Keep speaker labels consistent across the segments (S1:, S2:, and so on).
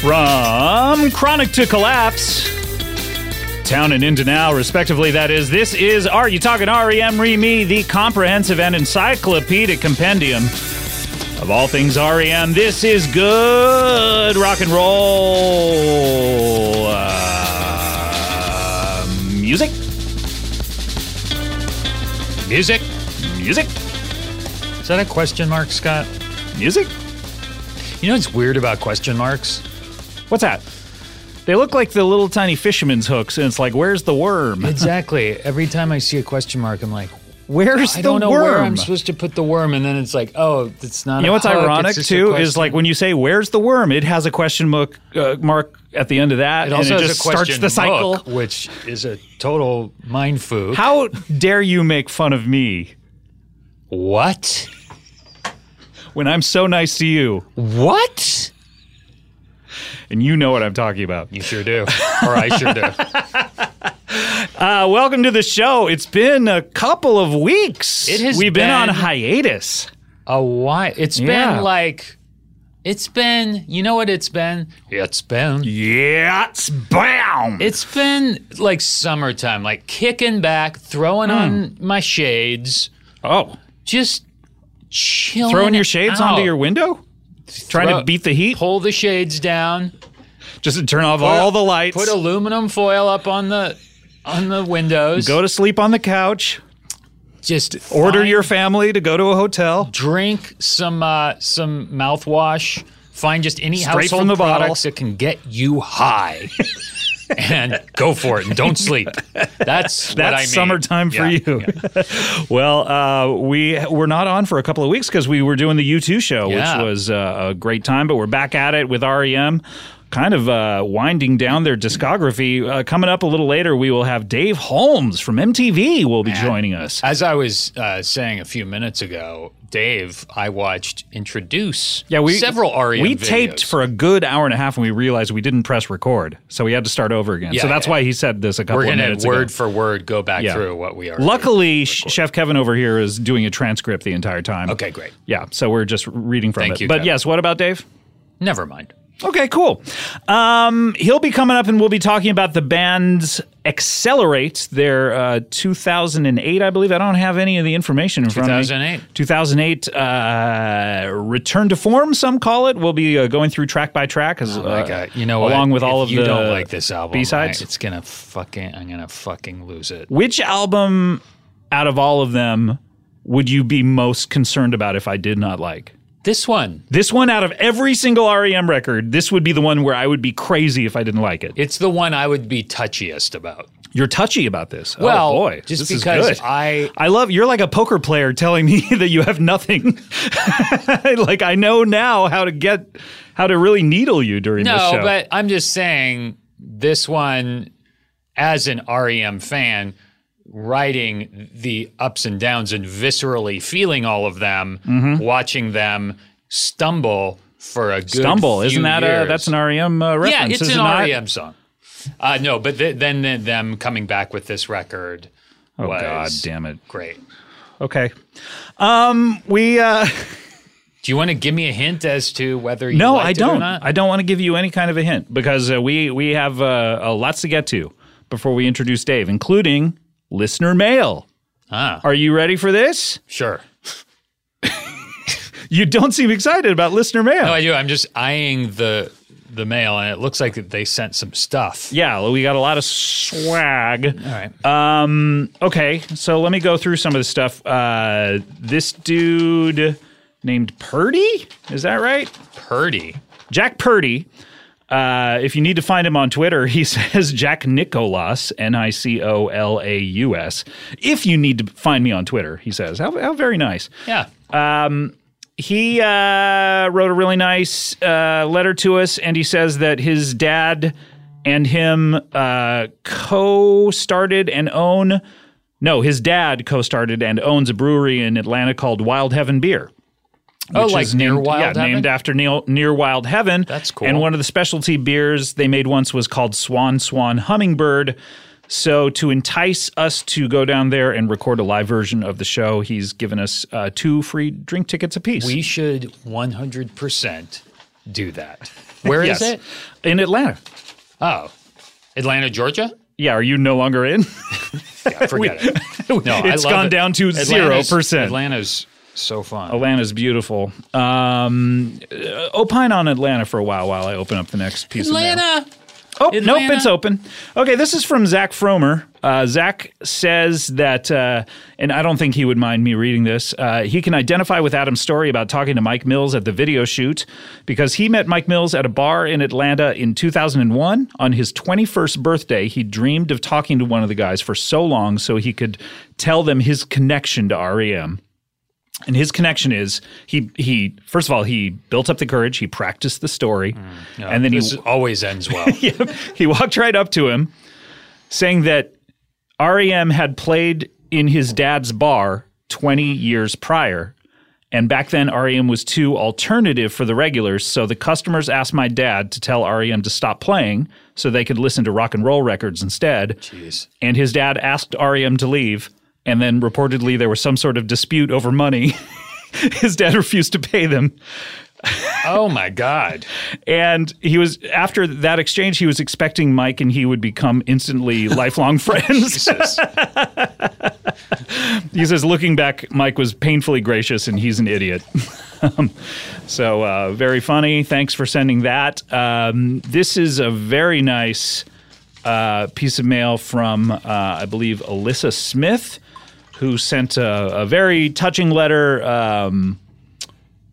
S1: From Chronic to Collapse, Town and Into Now, respectively, that is. This is Are You Talking REM Re Me, the comprehensive and encyclopedic compendium of all things REM. This is good rock and roll uh, music. Music. Music.
S2: Is that a question mark, Scott?
S1: Music.
S2: You know what's weird about question marks?
S1: What's that? They look like the little tiny fisherman's hooks, and it's like, where's the worm?
S2: Exactly. Every time I see a question mark, I'm like,
S1: Where's
S2: I
S1: the
S2: don't know
S1: worm?
S2: where I'm supposed to put the worm, and then it's like, oh, it's not.
S1: You know
S2: a
S1: what's
S2: hook, it's
S1: ironic
S2: just a
S1: too is
S2: question.
S1: like when you say "Where's the worm," it has a question mark, uh, mark at the end of that,
S2: it also
S1: and it
S2: has
S1: just
S2: a question
S1: starts the cycle.
S2: hook, which is a total mind food.
S1: How dare you make fun of me
S2: What?
S1: when I'm so nice to you,
S2: What?
S1: and you know what I'm talking about?
S2: You sure do, or I sure do.
S1: Uh, welcome to the show. It's been a couple of weeks.
S2: It has
S1: We've been, on
S2: been-
S1: hiatus.
S2: a while. It's
S1: Yeah.
S2: been like, it's been. You know what? It's been. It's been.
S1: Yeah, it's bound.
S2: It's been like summertime, like kicking back, throwing
S1: Hmm.
S2: on my shades,
S1: oh,
S2: just chilling.
S1: throwing your shades
S2: out.
S1: onto your window, trying
S2: Throw-
S1: to beat the heat,
S2: Pull the shades down.
S1: just to turn off all the lights.
S2: Put aluminum foil up on the on the windows.
S1: go to sleep on the couch.
S2: just
S1: Order
S2: find-
S1: your family to go to a hotel.
S2: drink some uh, some mouthwash. Find just any
S1: Straight
S2: household
S1: from the bottle.
S2: products that can get you high, and go for it. And don't sleep. That's what
S1: That's
S2: I mean.
S1: summertime for
S2: Yeah,
S1: you. well, uh, we were not on for a couple of weeks because we were doing the U2 show,
S2: Yeah.
S1: which was uh, a great time, but we're back at it with REM. Kind of uh, winding down their discography. Uh, coming up a little later, we will have Dave Holmes from MTV will be joining us.
S2: As I was uh, saying a few minutes ago, Dave, I watched introduce
S1: Yeah, we
S2: several REM
S1: We taped
S2: videos.
S1: for a good hour and a half, and we realized we didn't press record, so we had to start over again.
S2: Yeah,
S1: so that's
S2: yeah,
S1: why he said this a couple
S2: We're
S1: of
S2: gonna
S1: minutes ago.
S2: word for word go back
S1: Yeah.
S2: through what we are.
S1: Luckily, Sh- Chef Kevin over here is doing a transcript the entire time.
S2: Okay, great.
S1: Yeah, so we're just reading from
S2: Thank
S1: it.
S2: you,
S1: but
S2: Kevin.
S1: yes, what about Dave?
S2: never mind.
S1: Okay, cool. Um, he'll be coming up and we'll be talking about the band's Accelerate, their uh, 2008, I believe. I don't have any of the information in front of me.
S2: 2008.
S1: 2008. 2008, uh, Return to Form, some call it. We'll be uh, going through track by track. As,
S2: my
S1: uh,
S2: God. You know, what?
S1: Along with
S2: If
S1: all of
S2: you
S1: the
S2: don't like this album,
S1: B-sides.
S2: I- it's gonna fucking, I'm gonna fucking lose it.
S1: Which album out of all of them would you be most concerned about if I did not like?
S2: This one,
S1: This one out of every single REM record, this would be the one where I would be crazy if I didn't like it.
S2: it's the one I would be touchiest about.
S1: You're touchy about this.
S2: Well,
S1: oh boy,
S2: just
S1: this is
S2: because
S1: good.
S2: I-
S1: I love you're like a poker player telling me that you have nothing. like I know now how to get how to really needle you during this
S2: No,
S1: show.
S2: but I'm just saying this one, as an REM fan, writing the ups and downs and viscerally feeling all of them,
S1: Mm-hmm.
S2: watching them stumble for a good
S1: Stumble,
S2: few
S1: isn't that a
S2: years.
S1: that's an REM uh,
S2: yeah,
S1: reference?
S2: it's
S1: is it
S2: an E
S1: not?
S2: REM song. Uh, no, but th- then, then them coming back with this record.
S1: Oh
S2: was
S1: god, damn it.
S2: Great.
S1: Okay. Um, we. Uh,
S2: Do you want to give me a hint as to whether you
S1: no,
S2: liked
S1: I
S2: it or
S1: don't.
S2: not?
S1: I don't want to give you any kind of a hint because uh, we we have uh, uh, lots to get to before we introduce Dave, including listener mail.
S2: Ah.
S1: Are you ready for this?
S2: sure.
S1: You don't seem excited about listener mail.
S2: No, I do. I'm just eyeing the the mail, and it looks like that they sent some stuff.
S1: yeah, we got a lot of swag.
S2: All right.
S1: Um, okay, so let me go through some of the stuff. Uh, this dude named Purdy, is that right?
S2: Purdy.
S1: Jack Purdy. Uh, if you need to find him on Twitter, he says Jack Nicolas, N I C O L A U S. If you need to find me on Twitter, he says. How, how very nice.
S2: Yeah.
S1: Uh, He uh, wrote a really nice uh, letter to us, and he says that his dad and him uh, co started and own. No, his dad co started and owns a brewery in Atlanta called Wild Heaven Beer.
S2: oh,
S1: which
S2: like
S1: is
S2: near
S1: named,
S2: Wild
S1: yeah,
S2: Heaven?
S1: named after Neil, Near Wild Heaven.
S2: That's cool.
S1: And one of the specialty beers they made once was called Swan Swan Hummingbird. So to entice us to go down there and record a live version of the show, he's given us uh, two free drink tickets apiece.
S2: We should 100% do that. Where is
S1: Yes.
S2: it?
S1: In Atlanta.
S2: Oh, Atlanta, Georgia?
S1: Yeah, are you no longer in?
S2: Yeah, forget it. No, I
S1: It's
S2: love
S1: gone
S2: it.
S1: down to Oh,
S2: Atlanta's-
S1: 0%.
S2: Atlanta's so fun.
S1: Atlanta's beautiful. Um, uh, opine on Atlanta for a while while I open up the next piece of mail.
S2: Atlanta.
S1: Oh, nope,
S2: Atlanta.
S1: it's open. Okay, this is from Zach Fromer. Uh, Zach says that, uh, and I don't think he would mind me reading this. Uh, he can identify with Adam's story about talking to Mike Mills at the video shoot because he met Mike Mills at a bar in Atlanta in 2001. On his 21st birthday, he dreamed of talking to one of the guys for so long so he could tell them his connection to REM. And his connection is he he first of all he built up the courage he practiced the story and then he
S2: Mm, This always ends well.
S1: Yep. he walked right up to him saying that REM had played in his dad's bar 20 years prior. And back then, REM was too alternative for the regulars, so the customers asked my dad to tell REM to stop playing so they could listen to rock and roll records instead.
S2: Jeez.
S1: And his dad asked REM to leave, and then reportedly there was some sort of dispute over money. his dad refused to pay them.
S2: Oh my God.
S1: And he was after that exchange, he was expecting Mike and he would become instantly lifelong friends.
S2: Jesus.
S1: He says, looking back, Mike was painfully gracious and he's an idiot. so uh, very funny. Thanks for sending that. Um, this is a very nice uh, piece of mail from, uh, I believe, Alyssa Smith, who sent a, a very touching letter. Um,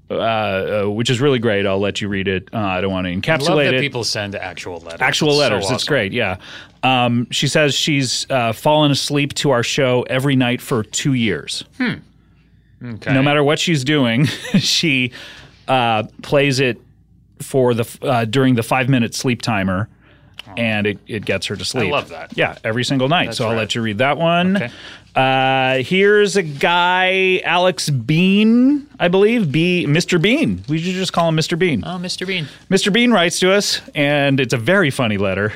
S1: uh, uh, which is really great. I'll let you read it. Uh, I don't want to encapsulate
S2: Love that
S1: it
S2: people send actual letters.
S1: actual
S2: It's so
S1: letters. It's
S2: awesome.
S1: great. Yeah. Um, she says she's uh, fallen asleep to our show every night for two years.
S2: Okay.
S1: No matter what she's doing, she uh, plays it for the f- uh, during the five minute sleep timer, and it, it gets her to sleep.
S2: love that.
S1: Yeah, every single night. so I'll
S2: rad.
S1: let you read that one.
S2: Okay.
S1: Uh, here's a guy, Alex Bean, I believe. B, Mr. Bean. We should just call him Mr. Bean.
S2: Oh, Mr. Bean.
S1: Mr. Bean writes to us, and it's a very funny letter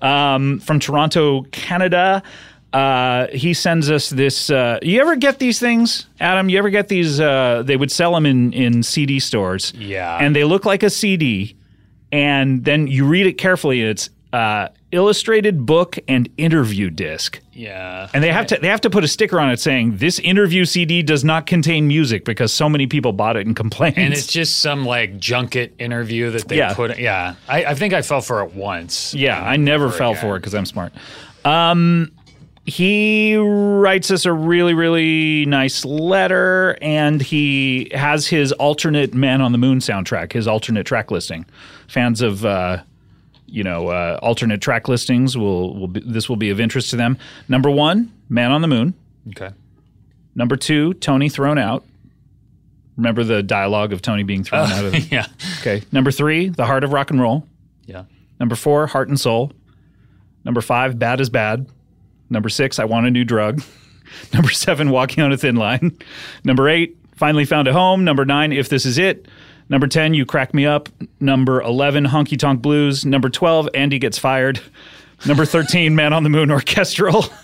S1: um, from Toronto, Canada. Uh, he sends us this. Uh, you ever get these things, Adam? You ever get these? Uh, they would sell them in, in CD stores.
S2: Yeah.
S1: And they look like a CD. And then you read it carefully. and It's uh, illustrated book and interview disc.
S2: Yeah.
S1: And they have to they have to put a sticker on it saying this interview CD does not contain music because so many people bought it and complained.
S2: And it's just some like junket interview that they
S1: Yeah.
S2: put. Yeah, I, I think I fell for it once.
S1: Yeah, I never fell
S2: again.
S1: for it because I'm smart. Um, he writes us a really, really nice letter, and he has his alternate Man on the Moon soundtrack, his alternate track listing. Fans of uh, you know uh, alternate track listings will will be, this will be of interest to them. Number one, Man on the Moon.
S2: Okay.
S1: Number two, Tony thrown out. Remember the dialogue of Tony being thrown out of. The,
S2: Yeah.
S1: okay. Number three, The Heart of Rock and Roll.
S2: Yeah.
S1: Number four, Heart and Soul. Number five, Bad is Bad. Number six, I Want a New Drug. Number seven, Walking on a Thin Line. Number eight, Finally Found a Home. Number nine, If This Is It. Number 10, You Crack Me Up. Number 11, Honky Tonk Blues. Number 12, Andy Gets Fired. Number 13, Man on the Moon Orchestral.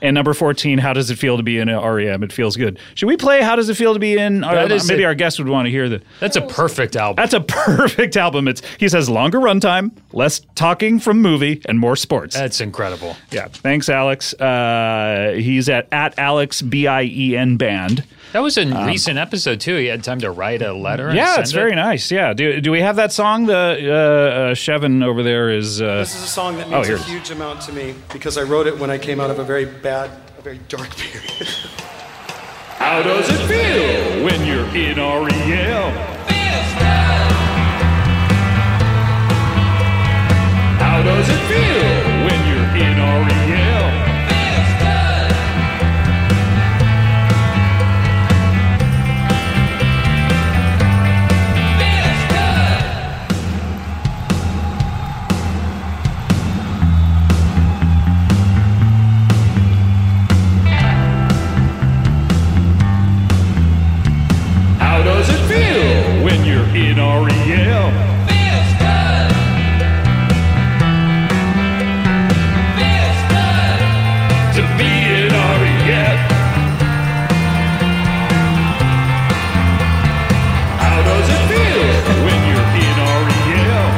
S1: And number 14, How Does It Feel to Be in a REM? It feels good. Should we play How Does It Feel to Be in? Or
S2: That is
S1: maybe
S2: a-
S1: our guest would want to hear the.
S2: That's a perfect album.
S1: That's a perfect album. It's He says longer runtime, less talking from movie, and more sports.
S2: That's incredible.
S1: yeah. Thanks, Alex. Uh, he's at, at Alex B I E N Band.
S2: That was a recent episode too. He had time to write a letter. and
S1: Um, Yeah,
S2: send
S1: it's very
S2: it.
S1: nice. Yeah. Do, do we have that song? The uh, uh, Chevin over there is. Uh,
S3: This is a song that
S1: Oh,
S3: means
S1: here
S3: a
S1: it is.
S3: huge amount to me because I wrote it when I came out of a very bad, a very dark period.
S1: How does it feel when you're in E REM? How does it feel when you're in E REM? How does it feel when you're in E REM? To be E in REM. How does it feel when you're in E REM?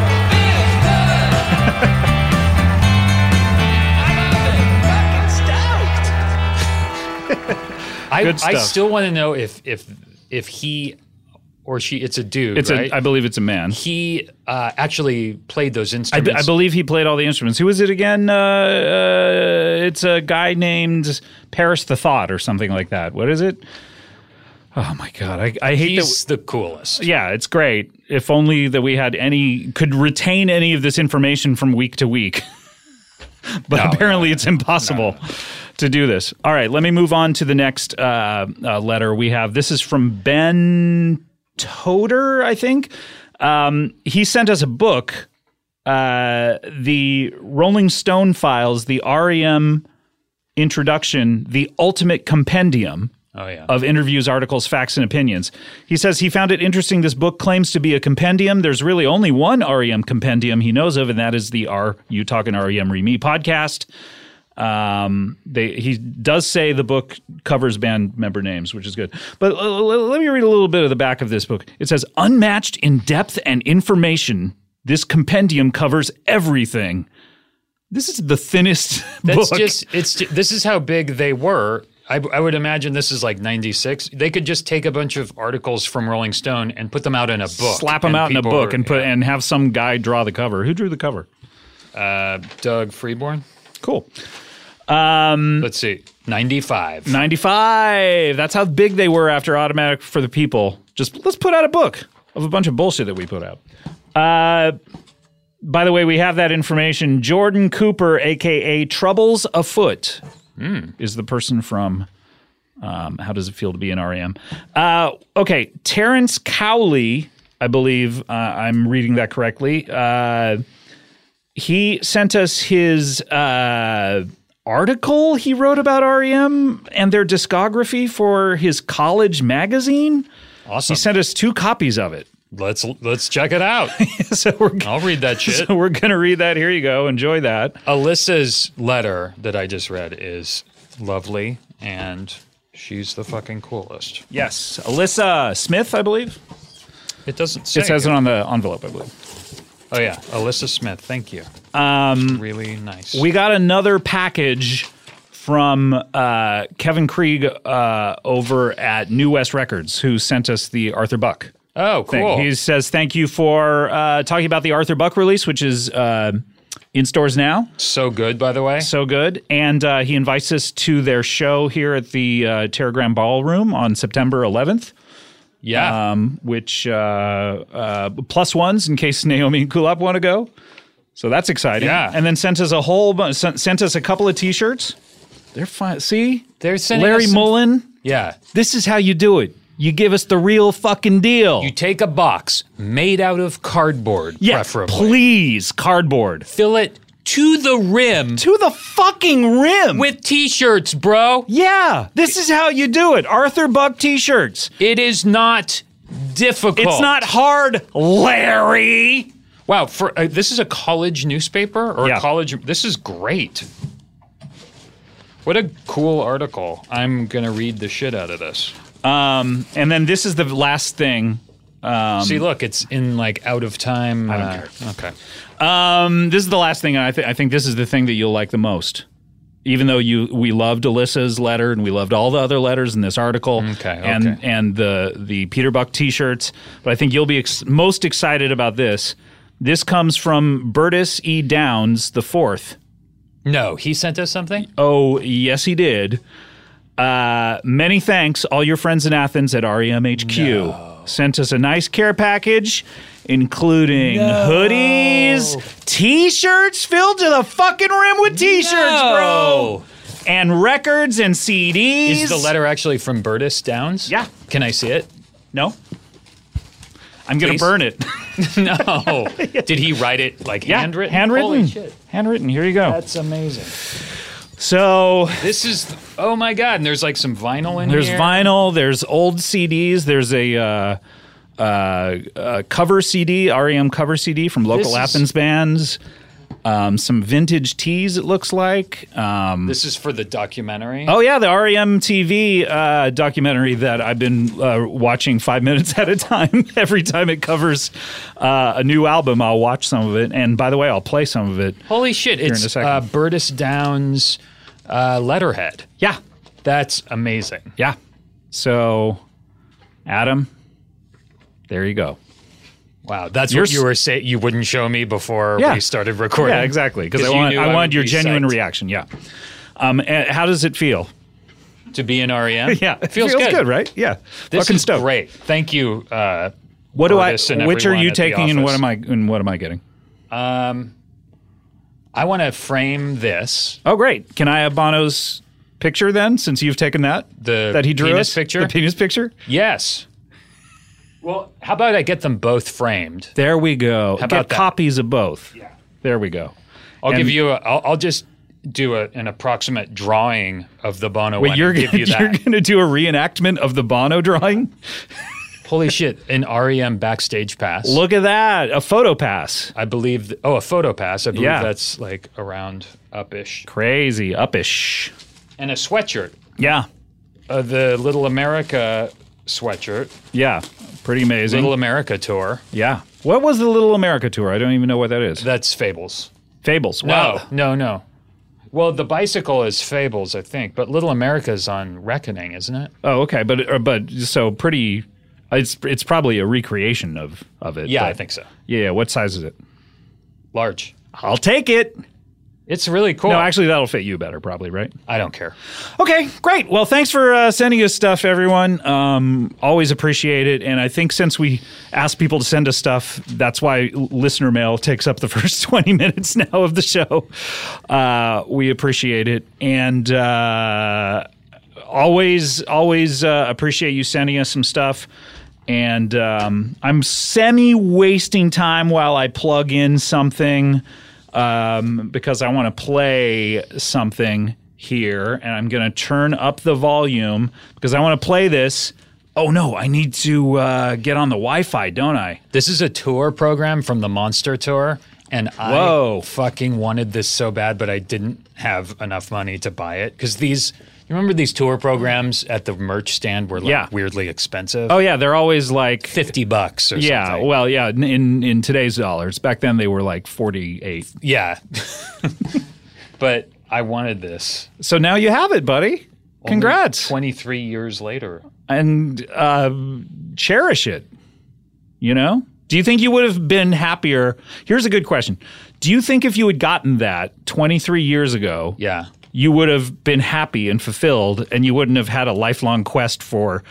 S2: I,
S1: Good
S2: I
S1: stuff.
S2: still want to know if if if he or she. It's a dude.
S1: It's
S2: right?
S1: a, I believe it's a man.
S2: he uh, actually played those
S1: I, be- I
S2: instruments.
S1: believe he played all the instruments. Who is it again? Uh, uh, it's a guy named Paris the Thought or something like that. What is it? Oh my god, I, I hate that.
S2: he's the coolest.
S1: Yeah, it's great. If only that we had any could retain any of this information from week to week. but apparently, it's impossible to do this. All right, let me move on to the next uh, uh, letter we have. This is from Ben Toder, I think. Um, he sent us a book, uh, the Rolling Stone Files, the REM introduction, the ultimate compendium
S2: Oh yeah.
S1: of interviews, articles, facts, and opinions. He says he found it interesting. This book claims to be a compendium. There's really only one REM compendium he knows of, and that is the R You Talking REM Re Me podcast. Um, they he does say the book covers band member names, which is good. But l- l- let me read a little bit of the back of this book. It says, "Unmatched in depth and information, this compendium covers everything." This is the thinnest
S2: That's
S1: book.
S2: just it's ju- this is how big they were. I, I would imagine this is like 96. They could just take a bunch of articles from Rolling Stone and put them out in a book.
S1: slap them
S2: and
S1: out in a
S2: people
S1: book
S2: are-
S1: and put and have some guy draw the cover. Who drew the cover?
S2: Doug Freeborn.
S1: Cool. Mm-hmm.
S2: Let's see. 95.
S1: 95. That's how big they were after Automatic for the People. Just let's put out a book of a bunch of bullshit that we put out. Uh, by the way, we have that information. Jordan Cooper, aka Troubles Afoot, is the person from um, How Does It Feel to Be an REM? Uh, okay, Terrence Cowley, I believe uh, I'm reading that correctly. Uh, he sent us his uh, article he wrote about REM and their discography for his college magazine.
S2: Awesome.
S1: He sent us two copies of it.
S2: let's let's check it out.
S1: so we're g-
S2: I'll read that shit.
S1: so we're gonna read that. Here you go. Enjoy that.
S2: Alyssa's letter that I just read is lovely and she's the fucking coolest.
S1: Yes, Alyssa Smith, I believe.
S2: It doesn't say.
S1: It says it on the envelope, I believe.
S2: Oh yeah, Alyssa Smith. Thank you. Um, really nice.
S1: We got another package from uh, Kevin Krieg uh, over at New West Records, who sent us the Arthur Buck.
S2: oh
S1: thing.
S2: cool.
S1: He says thank you for uh, talking about the Arthur Buck release, which is uh, in stores now.
S2: so good, by the way.
S1: So good, and uh, he invites us to their show here at the uh, Terragram Ballroom on September 11th.
S2: yeah.
S1: um, which uh, uh, plus ones in case Naomi and Kulap want to go. So that's exciting.
S2: Yeah.
S1: And then sent us a whole bunch, sent, sent us a couple of t shirts. They're fine. See?
S2: They're sending
S1: Larry
S2: us some-
S1: Mullen,
S2: yeah.
S1: this is how you do it. You give us the real fucking deal.
S2: You take a box made out of cardboard,
S1: yeah,
S2: preferably.
S1: please, cardboard.
S2: Fill it to the rim
S1: To the fucking rim.
S2: with t-shirts, bro.
S1: yeah, this is how you do it. Arthur Buck t shirts.
S2: It is not difficult.
S1: It's not hard, Larry.
S2: Wow, for uh, this is a college newspaper or
S1: Yeah.
S2: a college. This is great. What a cool article! I'm gonna read the shit out of this.
S1: Um, and then this is the last thing.
S2: See, look, it's in like out of time. I
S1: Um, don't care.
S2: Okay.
S1: Um, this is the last thing, and I, th- I think this is the thing that you'll like the most. Even though you, we loved Alyssa's letter, and we loved all the other letters in this article,
S2: Mm, Okay,
S1: and
S2: okay.
S1: and the the Peter Buck T-shirts. But I think you'll be ex- most excited about this. This comes from Burtis E. Downs the fourth.
S2: No, he sent us something.
S1: Oh, yes, he did. Uh, many thanks, all your friends in Athens at E REMHQ. Sent us a nice care package, including hoodies, t shirts filled to the fucking rim with t shirts, bro, and records and CDs.
S2: Is the letter actually from Burtis Downs?
S1: Yeah.
S2: Can I see it?
S1: No. I'm going to
S2: Please.
S1: burn it.
S2: No. Did he write it like handwritten?
S1: Handwritten.
S2: Holy shit.
S1: Handwritten. Here you go.
S2: That's amazing.
S1: so
S2: This is oh my god! And there's like some vinyl in
S1: There's
S2: here.
S1: vinyl. There's old CDs. There's a uh, uh, uh, cover CD, REM E cover CD from local
S2: This is-
S1: Athens bands. Um, some vintage tees. It looks like. Um,
S2: This is for the documentary.
S1: oh yeah, the REM TV uh, documentary that I've been uh, watching five minutes at a time. Every time it covers uh, a new album, I'll watch some of it. And by the way, I'll play some of it.
S2: Holy shit!
S1: in a
S2: It's
S1: second.
S2: uh, Burtis Downs uh, letterhead.
S1: Yeah,
S2: That's amazing.
S1: yeah. So, Adam, there you go.
S2: Wow, that's
S1: You're
S2: what you
S1: s-
S2: were saying. You wouldn't show me before
S1: Yeah.
S2: we started recording.
S1: Yeah, exactly. Because I
S2: 'Cause you
S1: want
S2: knew
S1: I,
S2: would
S1: wanted your
S2: be
S1: genuine
S2: psyched
S1: reaction. Yeah. Um, and how does it feel?
S2: to be in REM.
S1: Yeah, it
S2: feels,
S1: good.
S2: good.
S1: right? Yeah,
S2: This
S1: fucking
S2: is
S1: stoked.
S2: great. Thank you. Uh,
S1: What do I?
S2: Artists and
S1: Which are
S2: everyone
S1: you
S2: at the
S1: taking, and what
S2: office.
S1: am I? And what am I getting?
S2: I want to frame this
S1: Oh, great! Can I have Bono's picture then, since you've taken that
S2: the
S1: that he drew
S2: penis
S1: us?
S2: picture.
S1: the penis picture.
S2: yes. Well, how about I get them both framed?
S1: There we go. How
S2: about that?
S1: copies of both? Yeah. There we go.
S2: I'll
S1: And-
S2: give you. A, I'll, I'll just do a, an approximate drawing of the Bono
S1: Wait,
S2: one.
S1: you're
S2: and give
S1: gonna,
S2: you
S1: you
S2: that.
S1: are going to do a reenactment of the Bono drawing?
S2: Holy shit! An REM backstage pass.
S1: Look at that! A photo pass.
S2: I believe. th- oh, a photo pass. I believe
S1: Yeah.
S2: that's like around upish,
S1: Crazy uppish.
S2: and a sweatshirt.
S1: Yeah.
S2: Uh, the Little America sweatshirt.
S1: Yeah. Pretty amazing.
S2: Little America tour.
S1: Yeah. What was the Little America tour? I don't even know what that is.
S2: That's Fables.
S1: Fables.
S2: No,
S1: Wow.
S2: no, no. Well, the bicycle is Fables, I think, but Little America's on Reckoning, isn't it?
S1: Oh, okay. But uh, but so pretty. It's it's probably a recreation of of it.
S2: Yeah,
S1: but-
S2: I think so.
S1: Yeah. What size is it?
S2: Large.
S1: I'll take it.
S2: It's really cool.
S1: No, actually, that'll fit you better, probably, right?
S2: I don't care.
S1: Okay, great. Well, thanks for uh, sending us stuff, everyone. Um, always appreciate it. And I think since we ask people to send us stuff, that's why l- listener mail takes up the first 20 minutes now of the show. Uh, we appreciate it. And uh, always, always uh, appreciate you sending us some stuff. And um, I'm semi wasting time while I plug in something um, because I want to play something here and I'm going to turn up the volume because I want to play this. Oh no, I need to uh, get on the Wi Fi, don't I?
S2: This is a tour program from the Monster Tour, and
S1: Whoa.
S2: I fucking wanted this so bad, but I didn't have enough money to buy it because these. You remember these tour programs at the merch stand were like
S1: Yeah.
S2: weirdly expensive?
S1: Oh yeah, they're always like.
S2: Fifty bucks or
S1: yeah,
S2: something.
S1: well, yeah. n- In in today's dollars, back then they were like forty eight.
S2: yeah. but I wanted this.
S1: So now you have it, buddy. Congrats,
S2: Twenty three years later.
S1: and uh, cherish it. You know. Do you think you would have been happier? Here's a good question. Do you think if you had gotten that 23 years ago,
S2: Yeah.
S1: you would have been happy and fulfilled, and you wouldn't have had a lifelong quest for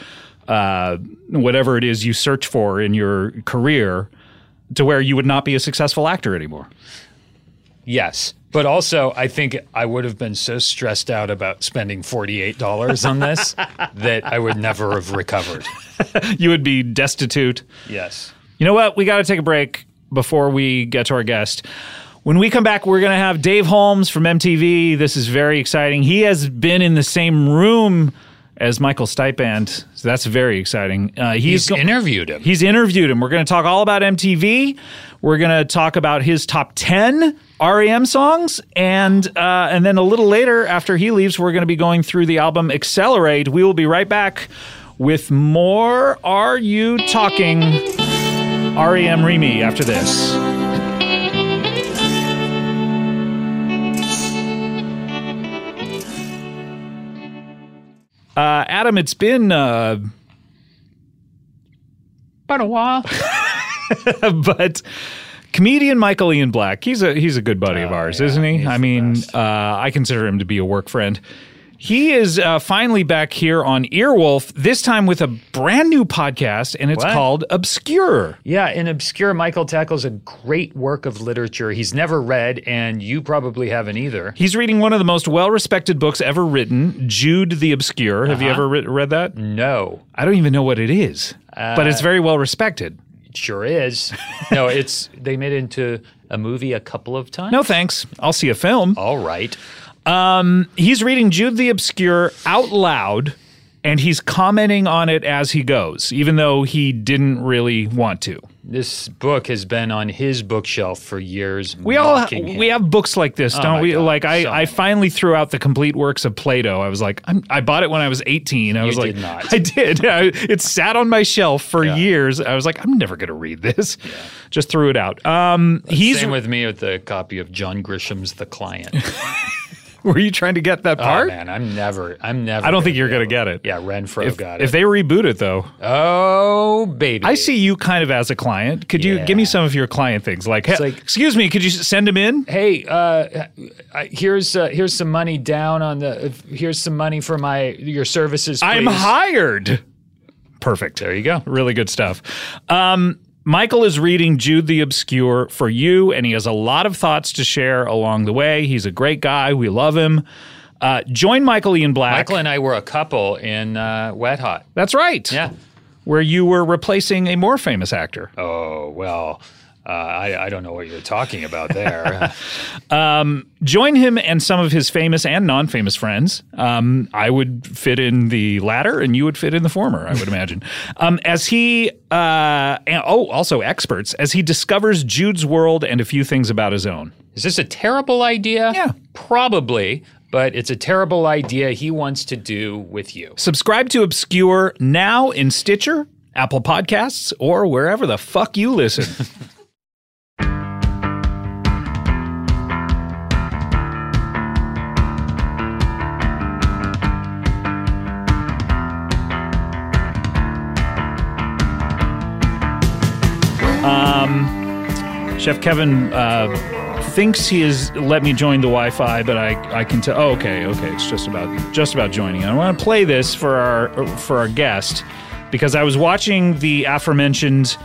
S1: uh, whatever it is you search for in your career to where you would not be a successful actor anymore.
S2: Yes. But also, I think I would have been so stressed out about spending $48 on this that I would never have recovered.
S1: You would be destitute.
S2: Yes.
S1: You know what? We got to take a break before we get to our guest. When we come back, we're going to have Dave Holmes from MTV. This is very exciting. He has been in the same room as Michael Stipend So that's very exciting. Uh, he's
S2: He's
S1: go-
S2: interviewed him.
S1: He's interviewed him. We're going to talk all about MTV. We're going to talk about his top 10 REM songs. And, uh, and then a little later, after he leaves, we're going to be going through the album Accelerate. We will be right back with more Are You Talking REM E Remy after this. Uh, Adam, it's been uh,
S2: But a while.
S1: but comedian Michael Ian Black, he's a he's a good buddy of ours, isn't he? I mean, uh, I consider him to be a work friend. He is uh, finally back here on Earwolf, this time with a brand new podcast, and it's
S2: What?
S1: called Obscure.
S2: Yeah, and Obscure Michael tackles a great work of literature he's never read, and you probably haven't either.
S1: He's reading one of the most well respected books ever written, Jude the Obscure. Have you ever re- read that?
S2: No,
S1: I don't even know what it is, but it's very well respected.
S2: it sure is. no, it's they made it into a movie a couple of times.
S1: No thanks. I'll see a film.
S2: All right.
S1: he's reading Jude the Obscure out loud and he's commenting on it as he goes, even though he didn't really want to.
S2: This book has been on his bookshelf for years.
S1: We all
S2: mocking him.
S1: we have books like this, don't
S2: Oh my
S1: we?
S2: God,
S1: like I,
S2: so
S1: I finally threw out the complete works of Plato. I was like, I'm, I bought it when I was 18. I was like,
S2: did not.
S1: I did. I, it sat on my shelf for years. I was like, I'm never going to read this. Just threw it out. Um, he's.
S2: Same with me with the copy of John Grisham's The Client.
S1: were you trying to get that
S2: oh
S1: part?
S2: man, I'm never, I'm never.
S1: I don't
S2: gonna
S1: think you're
S2: be
S1: going to
S2: able-
S1: get it.
S2: Yeah, Renfro
S1: If,
S2: got it.
S1: if they reboot it though,
S2: oh baby,
S1: I see you kind of as a client. Could you give me
S2: Yeah.
S1: some of your client things? Like, hey,
S2: like-
S1: excuse me, could you s- send them in?
S2: hey, uh, I- here's uh, here's some money down on the. if- here's some money for my your services.
S1: I'm
S2: please.
S1: hired. Perfect. There you go. Really good stuff. Um, Michael is reading Jude the Obscure for you, and he has a lot of thoughts to share along the way. He's a great guy. We love him. Uh, join Michael Ian Black.
S2: Michael and I were a couple in uh, Wet Hot.
S1: That's right.
S2: Yeah.
S1: Where you were replacing a more famous actor.
S2: Oh well, uh, I I don't know what you're talking about there.
S1: Join him and some of his famous and non famous friends. Um, I would fit in the latter and you would fit in the former, I would imagine. Um, as he, uh, and, oh, also experts, as he discovers Jude's world and a few things about his own.
S2: Is this a terrible idea?
S1: Yeah.
S2: probably. But it's a terrible idea he wants to do with you.
S1: Subscribe to Obscure now in Stitcher, Apple Podcasts, or wherever the fuck you listen. Chef Kevin uh, thinks he has let me join the Wi-Fi, but I, I can tell. Oh, okay, okay, it's just about just about joining. I want to play this for our for our guest because I was watching the aforementioned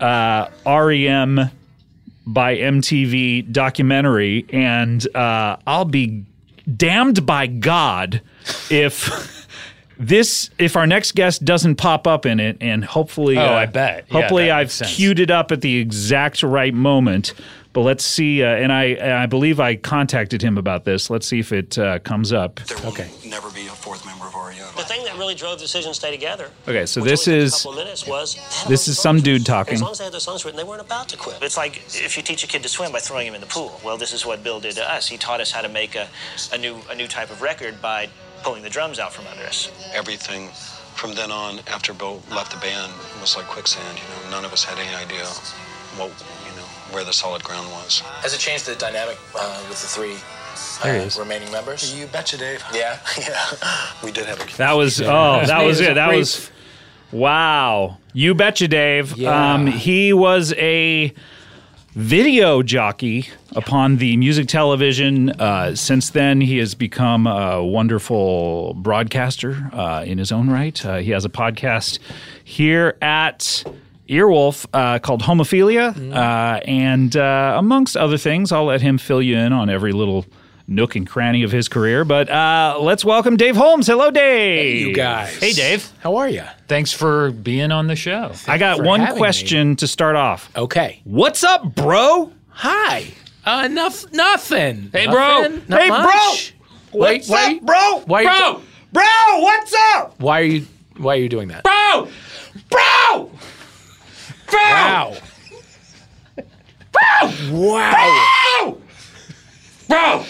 S1: uh, REM by MTV documentary, and uh, I'll be damned by God if. This if our next guest doesn't pop up in it, and hopefully,
S2: Oh,
S1: uh,
S2: I bet. Yeah,
S1: Hopefully,
S2: that
S1: I've
S2: makes sense.
S1: queued it up at the exact right moment. But let's see, uh, and I and I believe I contacted him about this. Let's see if it uh, comes up.
S4: There will never be a fourth member of E REM.
S5: The thing that really drove the decision to stay together.
S1: Okay, so
S5: which
S1: this
S5: only took
S1: is-
S5: a couple of minutes was they
S1: this
S5: had their
S1: is
S5: own
S1: some
S5: songs.
S1: dude talking.
S5: As long as they had their songs written, they weren't about to quit. It's like if you teach a kid to swim by throwing him in the pool. Well, this is what Bill did to us. He taught us how to make a, a new a new type of record by pulling the drums out from under us.
S4: Everything from then on, after Bill left the band, was like quicksand. You know, none of us had any idea what you know where the solid ground was.
S6: Has it changed the dynamic uh, with the three uh, remaining members?
S4: You betcha, Dave.
S6: Yeah, yeah.
S4: We did have a.
S1: That was oh, that was it. That was wow. You betcha, Dave. Um, he was a video jockey upon the music television. Uh, since then, he has become a wonderful broadcaster uh, in his own right. Uh, he has a podcast here at. Earwolf uh, called Homophilia,
S7: Mm.
S1: uh, and uh, amongst other things, I'll let him fill you in on every little nook and cranny of his career. But uh, let's welcome Dave Holmes. Hello, Dave.
S7: you guys.
S1: Hey, Dave.
S7: How are you?
S2: Thanks for being on the show.
S1: I got
S7: for
S1: one
S7: having
S1: question to start off.
S7: Okay.
S1: What's up, bro?
S7: Hi. Uh, enough. Nothing. Hey,
S1: bro.
S7: Not
S1: Hey, bro.
S7: much. Wait,
S1: What's up, bro?
S7: Why
S1: bro?
S7: are you-
S1: bro, what's up?
S7: Why are you?
S5: Why are you doing that?
S8: Bro! Bro! Bro!
S5: Wow.
S8: Wow. Bro! Bro! Bro!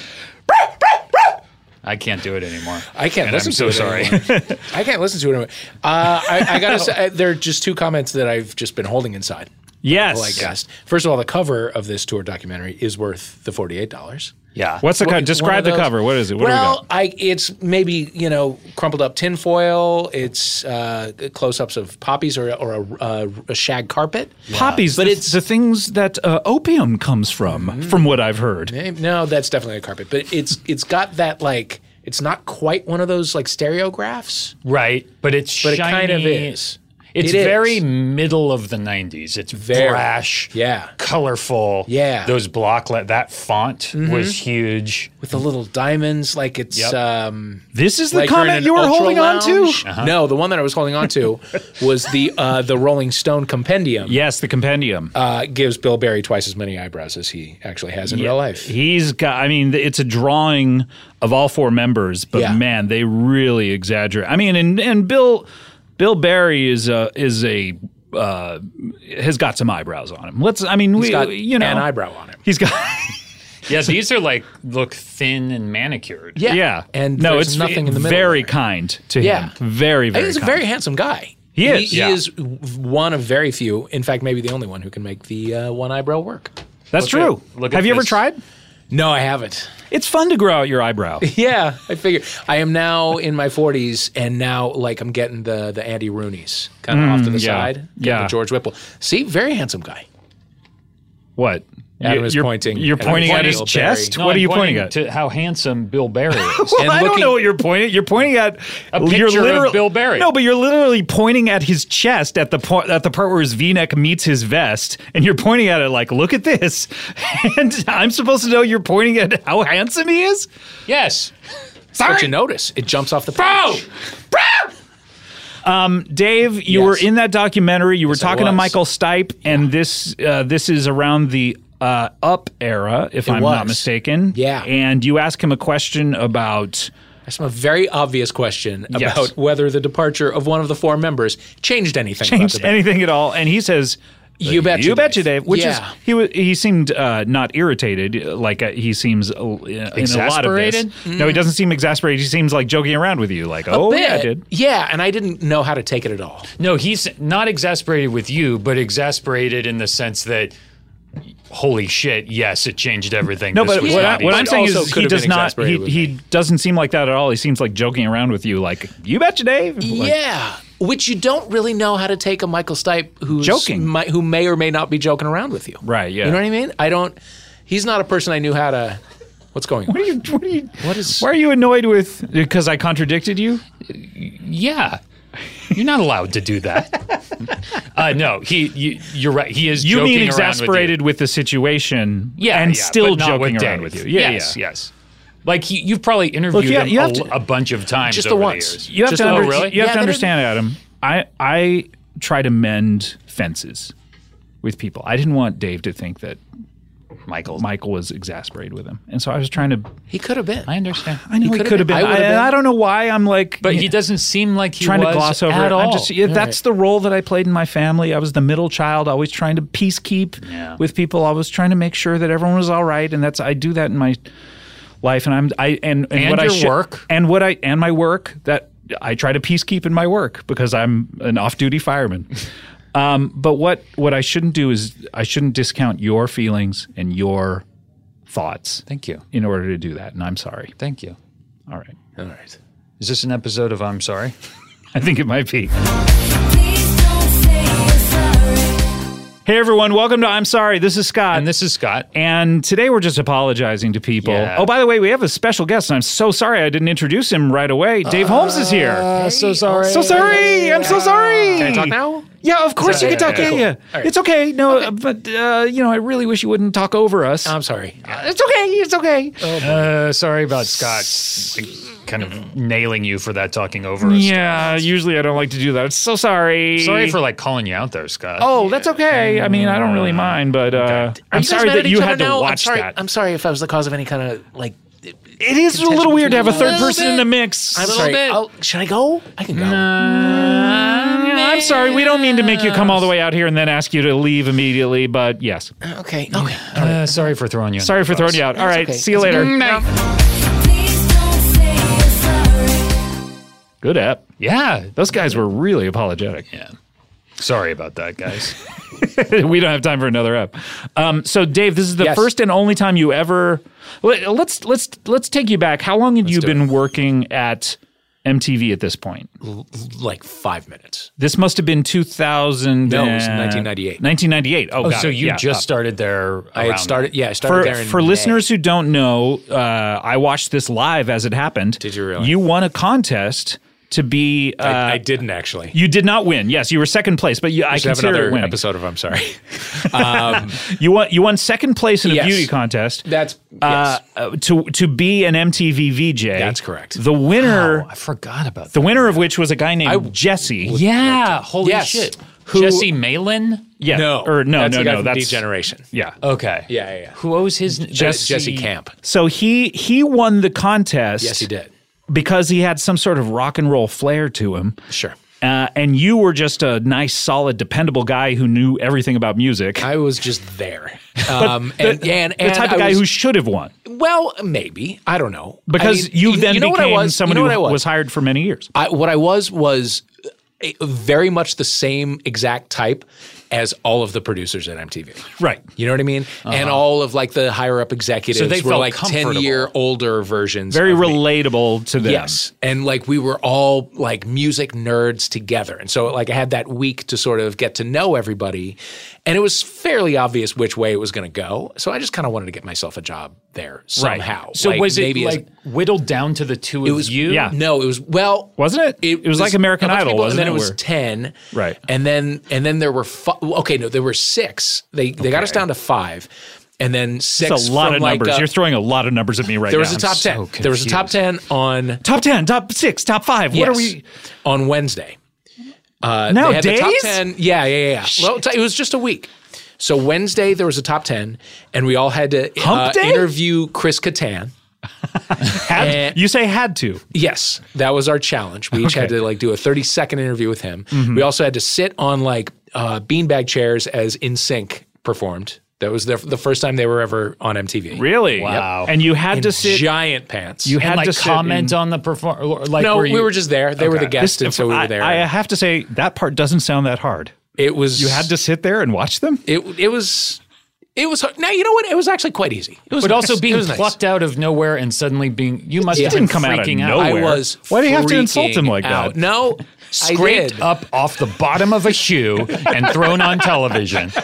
S8: Bro! Bro!
S2: I can't do it anymore.
S5: I can't
S2: And
S5: listen
S2: I'm so
S5: to it
S2: sorry.
S5: I can't listen to it anymore. Uh, I, I gotta say, there are just two comments that I've just been holding inside.
S1: Yes.
S5: Well, Oh, I guess. First of all, the cover of this tour documentary is worth the forty-eight dollars.
S2: yeah.
S1: What's the
S5: What-
S1: cover? Describe
S5: one
S1: the
S5: of those-
S1: cover. What is it? What do we
S5: well,
S1: got?
S5: I it's maybe you know crumpled up tinfoil. It's uh, close-ups of poppies or or a, a, a shag carpet.
S1: Poppies, but it's the things that uh, opium comes from,
S5: Mm-hmm.
S1: from what I've heard.
S5: Eh, No, that's definitely a carpet, but it's it's got that like it's not quite one of those like stereographs,
S2: Right. But it's
S5: but
S2: shiny.
S5: it kind of is.
S2: It's
S5: It is.
S2: very middle of the 90s. It's
S5: Very.
S2: brash,
S5: Yeah.
S2: colorful.
S5: Yeah. Mm-hmm.
S2: Those block, le- that font was huge.
S5: with the little diamonds, like it's
S2: Yep.
S5: um,
S1: This is the
S5: like you're in
S1: comment
S5: an
S1: you were
S5: ultra
S1: holding on
S5: lounge.
S1: to?
S2: Uh-huh.
S5: No, the one that I was holding on to was the uh, the Rolling Stone compendium.
S1: Yes, the compendium.
S5: Uh, gives Bill Barry twice as many eyebrows as he actually has in real life.
S1: He's got. I mean, th- it's a drawing of all four members, but
S5: Yeah.
S1: man, they really exaggerate. I mean, and and Bill Bill Barry is a is a uh, has got some eyebrows on him. Let's. I mean, we
S5: He's got
S1: you know
S5: an eyebrow on him.
S1: He's got
S2: Yeah, these are like look thin and manicured.
S1: yeah,
S5: and
S1: no,
S5: there's
S1: it's
S5: nothing in the middle
S1: Very
S5: there.
S1: kind to
S5: Yeah.
S1: him. Very very.
S5: He's a
S1: kind.
S5: very handsome guy.
S1: He is,
S5: He,
S1: yeah.
S5: is w- one of very few, in fact, maybe the only one who can make the uh, one eyebrow work.
S1: That's true.
S2: at- look at
S1: Have you ever
S2: this.
S1: tried?
S5: No, I haven't.
S1: It's fun to grow out your eyebrow.
S5: Yeah, I figure I am now in my 40s, and now like I'm getting the the Andy Rooney's kind of off to the
S1: Mm, yeah.
S5: side, getting
S1: Yeah.
S5: the George Whipple. See, very handsome guy.
S1: what?
S5: Adam
S1: You-
S5: is
S1: you're,
S5: pointing
S1: You're
S5: at- I'm
S1: pointing at
S5: pointing
S1: his
S5: at Bill
S1: chest.
S5: Barry.
S1: what
S2: I'm
S1: are you pointing, at?
S2: To how handsome Bill Barry is.
S1: Well,
S5: And
S1: I don't
S5: looking-
S1: know what you're pointing at. You're pointing at
S2: A
S1: you're
S2: picture of
S1: literally-
S2: Bill Barry.
S1: No, but you're literally pointing at his chest at the point at the part where his V-neck meets his vest, and you're pointing at it like, "Look at this." And I'm supposed to know you're pointing at how handsome he is.
S2: yes.
S5: But you notice it jumps off the page.
S1: Dave, you
S5: Yes.
S1: were in that documentary. You were
S5: I
S1: talking to
S5: was.
S1: Michael Stipe, and this uh, this is around the uh, Up era, if I'm not
S5: was.
S1: mistaken.
S5: Yeah.
S1: and you ask him a question about.
S5: That's a very obvious question
S1: Yes.
S5: about whether the departure of one of the four members changed anything.
S1: changed
S5: about the band.
S1: anything at all. And he says,
S5: You betcha,
S1: you betcha, Dave."
S5: Dave.
S1: Which
S5: Yeah.
S1: is he wa he seemed uh, not irritated, uh, like uh, he seems uh, in a lot of this.
S2: Exasperated?
S1: No, he doesn't seem exasperated. He seems like joking around with you, like,
S5: A
S1: "Oh yeah, I
S5: bit.
S1: did."
S5: Yeah, and I didn't know how to take it at all.
S2: No, he's not exasperated with you, but exasperated in the sense that, holy shit, yes, it changed everything.
S1: No,
S2: This
S1: but
S2: was
S1: what,
S2: not
S1: I, what I'm
S2: easy.
S1: saying
S5: also
S1: is
S5: could
S1: he
S5: have
S1: does
S5: been
S1: not. He,
S5: exasperated with
S1: he doesn't seem like that at all. He seems like joking around with you, like, "You betcha, Dave." Like,
S5: yeah, which you don't really know how to take a Michael Stipe who's
S1: Joking.
S5: mi- who may or may not be joking around with you.
S1: Right, yeah.
S5: You know what I mean? I don't. He's not a person I knew how to. What's going on?
S1: What are you? What are you?
S5: What is-
S1: Why are you annoyed with? Because I contradicted you.
S2: Yeah. You're not allowed to do that. uh, no, he. You, you're right. He is.
S1: You
S2: joking
S1: mean
S2: around with you.
S1: exasperated with, the situation?
S2: yeah,
S1: and
S2: yeah,
S1: still
S2: but not
S1: joking
S2: with
S1: around
S2: Dave.
S1: with you. Yeah,
S2: yes,
S1: yeah.
S2: yes. Like he, you've probably interviewed
S1: yeah,
S2: him
S1: you
S2: a,
S1: have to-
S2: a bunch of times.
S5: Just the
S2: over
S5: once.
S2: years.
S1: You have
S5: Just
S1: to,
S5: a-
S1: under-
S2: oh, really?
S1: you have
S5: Yeah,
S1: to
S5: they
S1: understand, Adam. I I try to mend fences with people. I didn't want Dave to think that
S2: Michael.
S1: Michael was exasperated with him, and so I was trying to.
S5: He could have been.
S2: I understand.
S1: I know he
S5: could've
S1: could have been.
S5: been. I
S1: I,
S5: would've been.
S1: I don't know why I'm like.
S2: But
S1: you
S2: he
S1: know,
S2: doesn't seem like he
S1: Trying to
S2: was
S1: gloss over
S2: at
S1: it.
S2: all.
S1: I'm just, yeah, that's the role that I played in my family. I was the middle child, always trying to peacekeep
S2: Yeah.
S1: with people. I was trying to make sure that everyone was all right, and that's I do that in my life. And I'm I and and,
S2: And
S1: what I
S2: your
S1: should-
S2: work.
S1: and what I and my work that I try to peacekeep in my work because I'm an off-duty fireman. um, but what what I shouldn't do is I shouldn't discount your feelings and your thoughts
S2: Thank you.
S1: in order to do that. And I'm sorry.
S2: Thank you.
S1: All right.
S5: All right.
S2: Is this an episode of I'm Sorry?
S1: I think it might be. Hey everyone, welcome to I'm Sorry. This is Scott.
S2: And this is Scott.
S1: And today we're just apologizing to people.
S2: Yeah.
S1: Oh, by the way, we have a special guest, and I'm so sorry I didn't introduce him right away. Dave Holmes is here.
S5: Uh,
S2: so sorry.
S1: So sorry. I'm so sorry.
S5: Can I talk now?
S1: Yeah, of course you
S5: that-
S1: can talk.
S5: okay,
S1: Yeah,
S5: cool.
S1: yeah.
S5: All right.
S1: It's okay. No, uh, but uh, you know, I really wish you wouldn't talk over us.
S2: Um,
S5: I'm sorry.
S1: Uh, it's okay. It's okay.
S2: Uh, sorry about Scott kind of nailing you for that talking over us.
S1: yeah, usually I don't like to do that. I'm so sorry.
S2: Sorry for like calling you out there, Scott.
S1: Oh, that's okay. I mean, I don't really mind, but uh, I'm
S5: you guys
S1: sorry
S5: mad at
S1: that you
S5: each other
S1: had to
S5: now?
S1: watch
S5: I'm sorry,
S1: that.
S5: I'm sorry if I was the cause of any kind of like.
S1: It is a little weird to have a third
S5: Little
S1: person in the mix.
S5: I'm sorry. Oh, should I go? I can go.
S1: I'm sorry. We don't mean to make you come all the way out here and then ask you to leave immediately, but yes.
S2: Okay. Okay.
S5: Uh, sorry for throwing you.
S1: Sorry for throwing you out. All right.
S2: okay.
S1: See you later. Good app.
S5: Yeah.
S1: Those guys were really apologetic.
S5: Yeah. Sorry about that, guys.
S1: we don't have time for another app. Um, so, Dave, this is the
S2: Yes.
S1: first and only time you ever. let- Let's let's let's take you back. How long had you
S2: do
S1: been working at MTV at this point?
S2: Like five minutes.
S1: This must have been 2000.
S2: No, it was
S1: and-
S2: 1998.
S1: 1998. Oh,
S5: Oh,
S1: got
S5: so
S1: it.
S5: you
S1: Yeah,
S5: just
S1: up.
S5: started there.
S2: I had
S5: around-
S2: started. Yeah, I started
S1: For,
S2: there. In
S1: for
S2: May.
S1: listeners who don't know, uh, I watched this live as it happened.
S2: Did you really?
S1: You won a contest to be. Uh,
S2: I, I didn't actually.
S1: you did not win. Yes, you were second place, but you, I
S2: should have
S1: consider
S2: another
S1: it winning.
S2: episode of I'm sorry.
S1: You won. You won second place in a
S2: Yes.
S1: beauty contest.
S2: That's yes.
S1: Uh, uh, to to be an MTV VJ.
S2: That's correct.
S1: The winner,
S5: Oh, I forgot about
S1: the
S5: that.
S1: winner of which was a guy named Jesse.
S5: Yeah. Holy
S2: Yes.
S5: shit.
S1: Who-
S5: Jesse Malin?
S1: yeah,
S2: no,
S1: or no,
S2: that's
S1: no,
S2: the guy
S1: no,
S2: from
S1: that's
S2: Degeneration.
S1: Yeah.
S5: Okay.
S2: Yeah, yeah, yeah.
S5: Who owes his
S2: Jesse, Jesse Camp.
S1: So he he won the contest.
S2: Yes, he did.
S1: because he had some sort of rock and roll flair to him.
S2: Sure.
S1: Uh, and you were just a nice, solid, dependable guy who knew everything about music.
S2: I was just there. Um, and, yeah, and,
S1: the
S2: and
S1: type of
S2: I
S1: guy
S2: was-
S1: who should have won
S2: well, maybe I don't know
S1: because
S2: I mean,
S1: you then
S2: you know what I
S1: became
S2: was? You
S1: someone
S2: know what I
S1: who
S2: was?
S1: was hired for many years.
S2: I, what I was was a, very much the same exact type as all of the producers at MTV.
S1: Right. Uh-huh.
S2: You know what I mean? And all of like the higher up executives
S5: So they
S2: were
S5: felt
S2: like ten
S5: comfortable.
S2: year older versions.
S1: Very
S2: of me.
S1: relatable to them.
S2: Yes. And like we were all like music nerds together. And so like I had that week to sort of get to know everybody. And it was fairly obvious which way it was going to go. So I just kind of wanted to get myself a job there somehow.
S5: So
S2: Like,
S5: was it
S2: maybe as-
S5: like whittled down to the two of
S2: was-
S5: you?
S1: yeah.
S2: no, it was well,
S1: Wasn't it? It was like American
S2: how much
S1: Idol,
S2: people-
S1: wasn't
S2: and
S1: it,
S2: then it was
S1: where-
S2: ten,
S1: Right.
S2: And then and then there were fi- okay, no, there were six. They they got us down to five, and then six.
S1: It's a lot
S2: from
S1: of
S2: like
S1: numbers.
S2: a-
S1: You're throwing a lot of numbers at me right
S2: there
S1: now.
S2: was a
S1: I'm
S2: top
S1: so
S2: ten. there was a top ten on
S1: Top 10, top 6, top 5. What
S2: yes,
S1: are we
S2: on Wednesday. Uh,
S1: Now
S2: they had the top
S1: days?
S2: ten. Yeah, yeah, yeah. yeah. Well, it was just a week. So Wednesday there was a top ten, and we all had to uh,
S1: Hump day?
S2: interview Chris Catan.
S1: had, You say had to.
S2: Yes, that was our challenge. We each had
S1: Okay. Mm-hmm.
S2: to like do a 30 second interview with him. We also had to sit on like uh, beanbag chairs as In Sync performed. That was the, the first time they were ever on MTV.
S1: Really?
S5: Wow.
S1: And you had
S2: In
S1: to sit
S2: giant pants.
S1: you
S5: And
S1: had
S5: like
S1: to sit in-
S5: comment on the perform. Like
S2: no,
S5: were
S2: we
S5: you-
S2: were just there. They were the guests,
S1: This-
S2: and so we
S1: I-
S2: were there.
S1: I have to say that part doesn't sound that hard.
S2: it was
S1: You had to sit there and watch them?
S2: It it was it was hard. now you know what it was actually quite easy. It was
S5: But also
S2: nice. It
S5: being
S2: was nice.
S5: plucked out of nowhere and suddenly being you must
S1: It
S5: have
S1: didn't
S5: been
S1: come out of
S5: freaking out.
S1: nowhere.
S2: I was.
S1: Why do you have to insult him
S2: freaking
S1: like that?
S2: out. No,
S5: Scraped
S2: I did.
S5: up off the bottom of a shoe and thrown on television.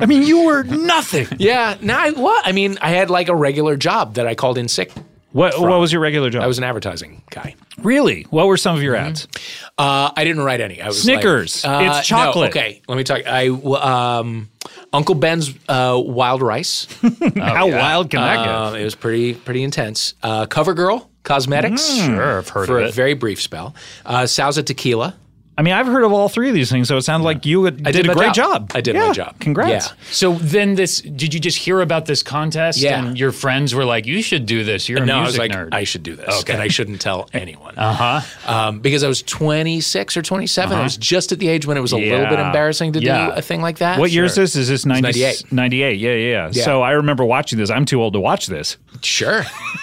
S1: I mean, you were nothing.
S2: Yeah, no, I, well, I mean, I had like a regular job that I called in sick.
S1: What what was your regular job?
S2: I was an advertising guy.
S1: really. What were some of your ads?
S2: Uh, I didn't write any. I was
S1: Snickers.
S2: like, uh,
S1: It's
S2: no,
S1: chocolate.
S2: okay, let me talk. I um, Uncle Ben's uh, wild rice.
S1: How wild can that
S2: Um, it was pretty pretty intense. Uh, CoverGirl cosmetics.
S1: Hmm.
S5: Sure, I've heard
S2: For
S5: of
S2: a
S5: it.
S2: very brief spell, uh, Salsa Tequila.
S1: I mean, I've heard of all three of these things, so it sounds like you had-
S2: I
S1: did,
S2: my
S1: a great job.
S2: I did
S1: Yeah,
S2: my job.
S1: Congrats.
S2: Yeah.
S5: So then this did you just hear about this contest
S2: Yeah.
S5: and your friends were like, You should do this. You're a
S2: No, I was
S5: music
S2: like,
S5: nerd.
S2: I should do this, and I shouldn't tell anyone.
S1: Uh-huh.
S2: Uh huh. Um, because I was 26 or 27. I was just at the age when it was a little bit
S1: Yeah.
S2: embarrassing to
S5: Yeah.
S2: do a thing like that.
S1: What year is this? Is this 90,
S2: 98.
S1: 98. Yeah, yeah, yeah. So I remember watching this. I'm too old to watch this.
S2: Sure.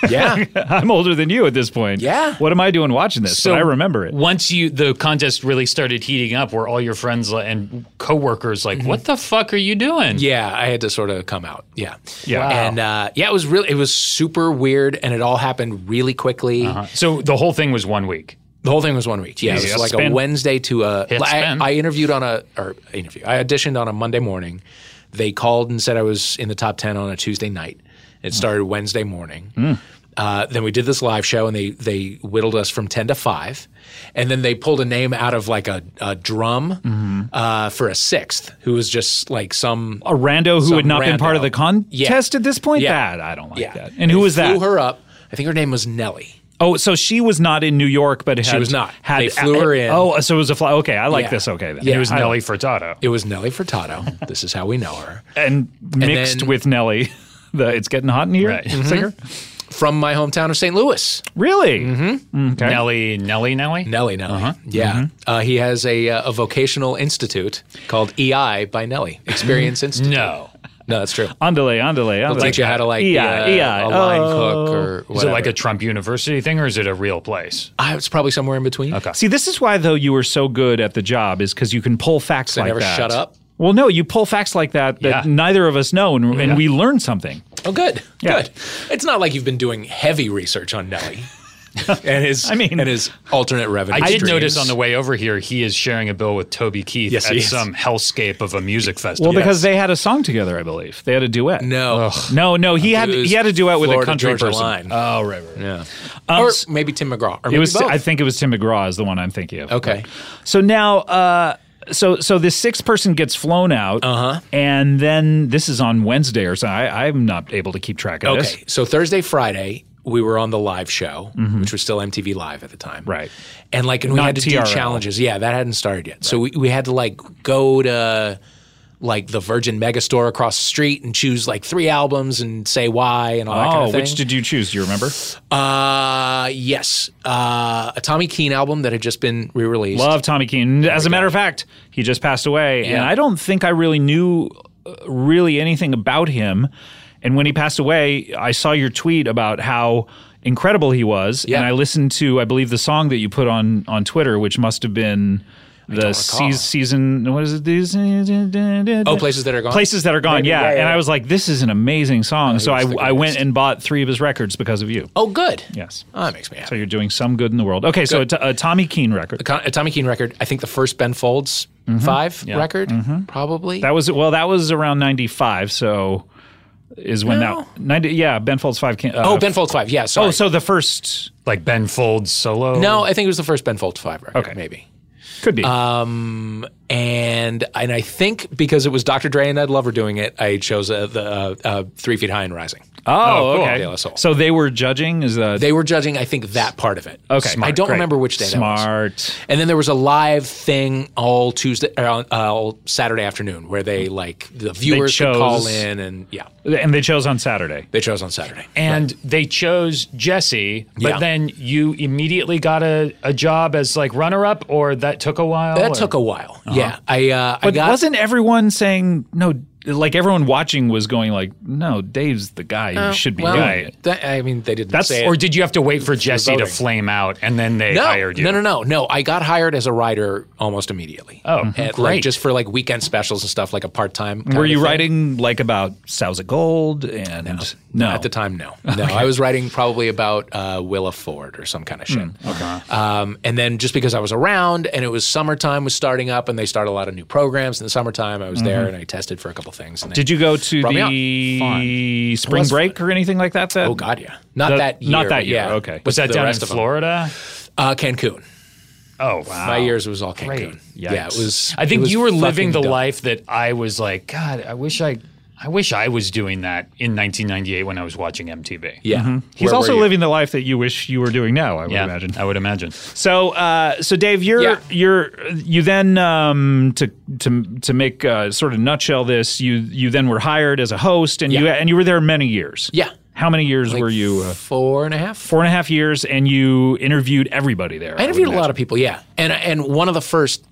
S2: Yeah.
S1: I'm older than you at this point.
S2: Yeah.
S1: What am I doing watching this? So I remember it.
S5: Once you the contest really started heating up, where all your friends li- and coworkers like, "What the fuck are you doing?"
S2: Mm-hmm. Yeah, I had to sort of come out. Yeah,
S1: Yeah. Wow.
S2: and uh, yeah, it was really, it was super weird, and it all happened really quickly.
S1: Uh-huh.
S5: So the whole thing was one week.
S2: The whole thing was one week. Yeah, it
S1: Jeez,
S2: was like
S1: spin.
S2: a Wednesday to a.
S5: Hit
S2: I,
S5: spin.
S2: I interviewed on a or interview. I auditioned on a Monday morning. They called and said I was in the top ten on a Tuesday night. It started Wednesday morning.
S1: Hmm.
S2: Uh, then we did this live show, and they they whittled us from ten to five, and then they pulled a name out of like a, a drum
S1: Mm-hmm.
S2: uh, for a sixth, who was just like some
S1: a rando who
S2: Some
S1: had not been part of
S2: rando.
S1: the contest
S2: Yeah.
S1: at this point?
S2: Yeah.
S1: That I don't like that.
S2: Yeah.
S1: And who was that?
S2: Flew her up. I think her name was Nellie.
S1: oh, so she was not in New York, but had,
S2: was not.
S1: Had,
S2: They flew her in.
S1: Oh, so it was a fly. Okay, I like
S2: Yeah.
S1: this. Okay, then.
S2: Yeah.
S1: It was
S2: I-
S1: Nelly
S5: Ellie Furtado.
S2: It was Nellie Furtado. this is how we know her.
S1: and mixed
S2: then-
S1: with Nelly. The it's getting hot in here.
S5: Right.
S2: Mm-hmm.
S1: Singer.
S2: from my hometown of St. Louis.
S1: Really? Mm-hmm. Okay.
S5: Nelly, Nelly, Nelly.
S2: Nelly Nelly.
S1: Uh-huh.
S2: Yeah.
S1: Mm-hmm.
S2: Uh, he has a, uh, a vocational institute called EI by Nelly, Experience Institute.
S5: No.
S2: No, that's true.
S1: Andale, andale, andale.
S2: They'll teach you how to like
S1: EI,
S2: be a,
S1: EI.
S2: a line
S1: Oh.
S2: cook or whatever.
S5: Is it like a Trump University thing, or is it a real place?
S2: I, it's probably somewhere in between. Okay.
S1: See, this is why though you were so good at the job is because you can pull facts like
S2: never
S1: that.
S2: shut up?
S1: Well, no, you pull facts like that that
S5: Yeah.
S1: neither of us know, and, and we learn something.
S2: Oh, good.
S1: Yeah.
S2: Good. It's not like you've been doing heavy research on Nelly and his
S1: I mean-
S2: and his alternate revenue.
S5: I did
S2: streams.
S5: notice on the way over here he is sharing a bill with Toby Keith
S2: Yes, he
S5: at
S2: is.
S5: some hellscape of a music festival.
S1: Well, because they had a song together, I believe. They had a duet.
S2: No.
S1: No, no, he had
S2: It was
S1: he had a duet with a
S2: Florida
S1: country
S2: Georgia
S1: person. Um,
S2: Line.
S5: oh right, right, right.
S2: yeah. or maybe Tim McGraw. Or
S1: It
S2: maybe
S1: was
S2: both.
S1: I think it was Tim McGraw is the one I'm thinking of.
S2: okay.
S1: So now, uh, so so this sixth person gets flown out, uh-huh. and then this is on Wednesday or so. I, I'm not able to keep track of this.
S2: Okay. So Thursday, Friday, we were on the live show, which was still MTV Live at the time.
S1: Mm-hmm. Right.
S2: And like, and we
S1: Not
S2: had to
S1: TRL.
S2: do challenges. Yeah, that hadn't started yet. So we, we had to like go to like the Virgin Megastore across the street and choose like three albums and say why and all that kind
S1: Oh,
S2: of thing.
S1: which did you choose? Do you remember?
S2: Uh, yes. Uh, a Tommy Keene album that had just been re released.
S1: Love Tommy Keane. As a matter of fact, he just passed away, and
S2: Yeah.
S1: I don't think I really knew uh, really anything about him. And when he passed away, I saw your tweet about how incredible he was,
S2: Yeah.
S1: and I listened to, I believe, the song that you put on on Twitter, which must have been. The
S2: recall.
S1: seas season, what is it? These-
S2: Oh, Places That Are Gone?
S1: Places that are gone, yeah. And I was like, this is an amazing song. so I,
S2: was Oh, the
S1: I went
S2: greatest.
S1: and bought three of his records because of you.
S2: Oh, good.
S1: Yes.
S2: Oh, that makes me happy.
S1: So you're doing some good in the world. Okay, so a, t- a Tommy Keane record.
S2: Con- a Tommy Keene record. I think the first Ben Folds five record, probably.
S1: Mm-hmm. That was well. That was around ninety five. So is when
S2: No.
S1: that ninety. Yeah, Ben Folds five. Can, uh,
S2: oh, Ben Folds five. Yeah. Sorry.
S1: Oh, so the first
S5: Like Ben Folds solo.
S2: no, I think it was the first Ben Folds five record.
S1: Okay.
S2: maybe.
S1: could be.
S5: Uh,
S2: And and I think because it was Dr. Dre and Ed Lover doing it, I chose uh, the uh, uh, Three Feet High and Rising.
S5: Ah.
S1: oh,
S2: cool.
S1: okay.
S2: De La Soul.
S1: So they were judging. Is that
S2: They were judging, I think, that part of it.
S1: okay?
S2: I don't remember which day. That was.
S1: Smart.
S2: And then there was a live thing all Tuesday, or on- uh, all Saturday afternoon, where they like the viewers could call
S1: chose-
S2: in, and yeah,
S1: And they chose on Saturday.
S2: they chose on Saturday.
S5: And they chose Jesse, but
S2: Yeah.
S5: then you immediately got a, a job as like runner up, or that took a while.
S2: That
S5: or-
S2: took a while.
S5: Uh-huh.
S2: Yeah, I uh, I
S1: But
S2: got
S1: wasn't everyone saying no? Like everyone watching was going like, no, Dave's the guy who should be
S2: Oh, well,
S1: doing it.
S2: that- I mean, they didn't
S1: That's-
S2: say it.
S5: Or did you have to wait for Jesse to
S2: voting.
S5: flame out and then they
S2: no,
S5: hired you?
S2: no, no, no, no. I got hired as a writer almost immediately. Oh, like
S5: great.
S2: just for like weekend specials and stuff, like a part time.
S1: Were you writing like about Sows of Gold and no,
S2: At the time, no, no. I was writing probably about uh, Willa Ford or some kind of shit.
S1: Uh,
S2: okay. Um, and then just because I was around and it was summertime was starting up and they started a lot of new programs in the summertime, I was there and I tested for a couple things. And
S1: Did you go to
S2: Brought me up.
S1: the spring break or anything like that? That
S2: Oh God, yeah. Not
S1: The-
S2: that year.
S1: not that
S2: but
S1: year,
S2: Yeah.
S1: okay.
S2: Was
S5: That
S2: the
S5: down in
S2: rest of them.
S5: Florida?
S2: Uh, Cancun.
S5: Oh, wow.
S2: My years was all Cancun.
S5: Great.
S2: Yeah, it
S1: Yikes.
S2: was.
S5: I
S2: it
S5: think
S2: was
S5: you were living
S2: fucking
S5: the
S2: dumb.
S5: life that I was like, God, I wish I, I wish I was doing that in 1998 when I was watching MTV.
S2: Yeah.
S1: He's
S2: Where were
S1: also
S2: you?
S1: living the life that you wish you were doing now. I would
S5: Yeah,
S1: imagine.
S5: I would imagine.
S1: So, uh, so Dave, you're
S2: Yeah.
S1: you're you then um, to to to make uh, sort of nutshell this. You you then were hired as a host, and you
S2: Yeah.
S1: and you were there many years.
S2: Yeah.
S1: How many years
S2: Like
S1: were you? Uh,
S2: four and a half?
S1: four and a half years, and you interviewed everybody there.
S2: I interviewed a
S1: would
S2: lot of people, yeah. And and one of the first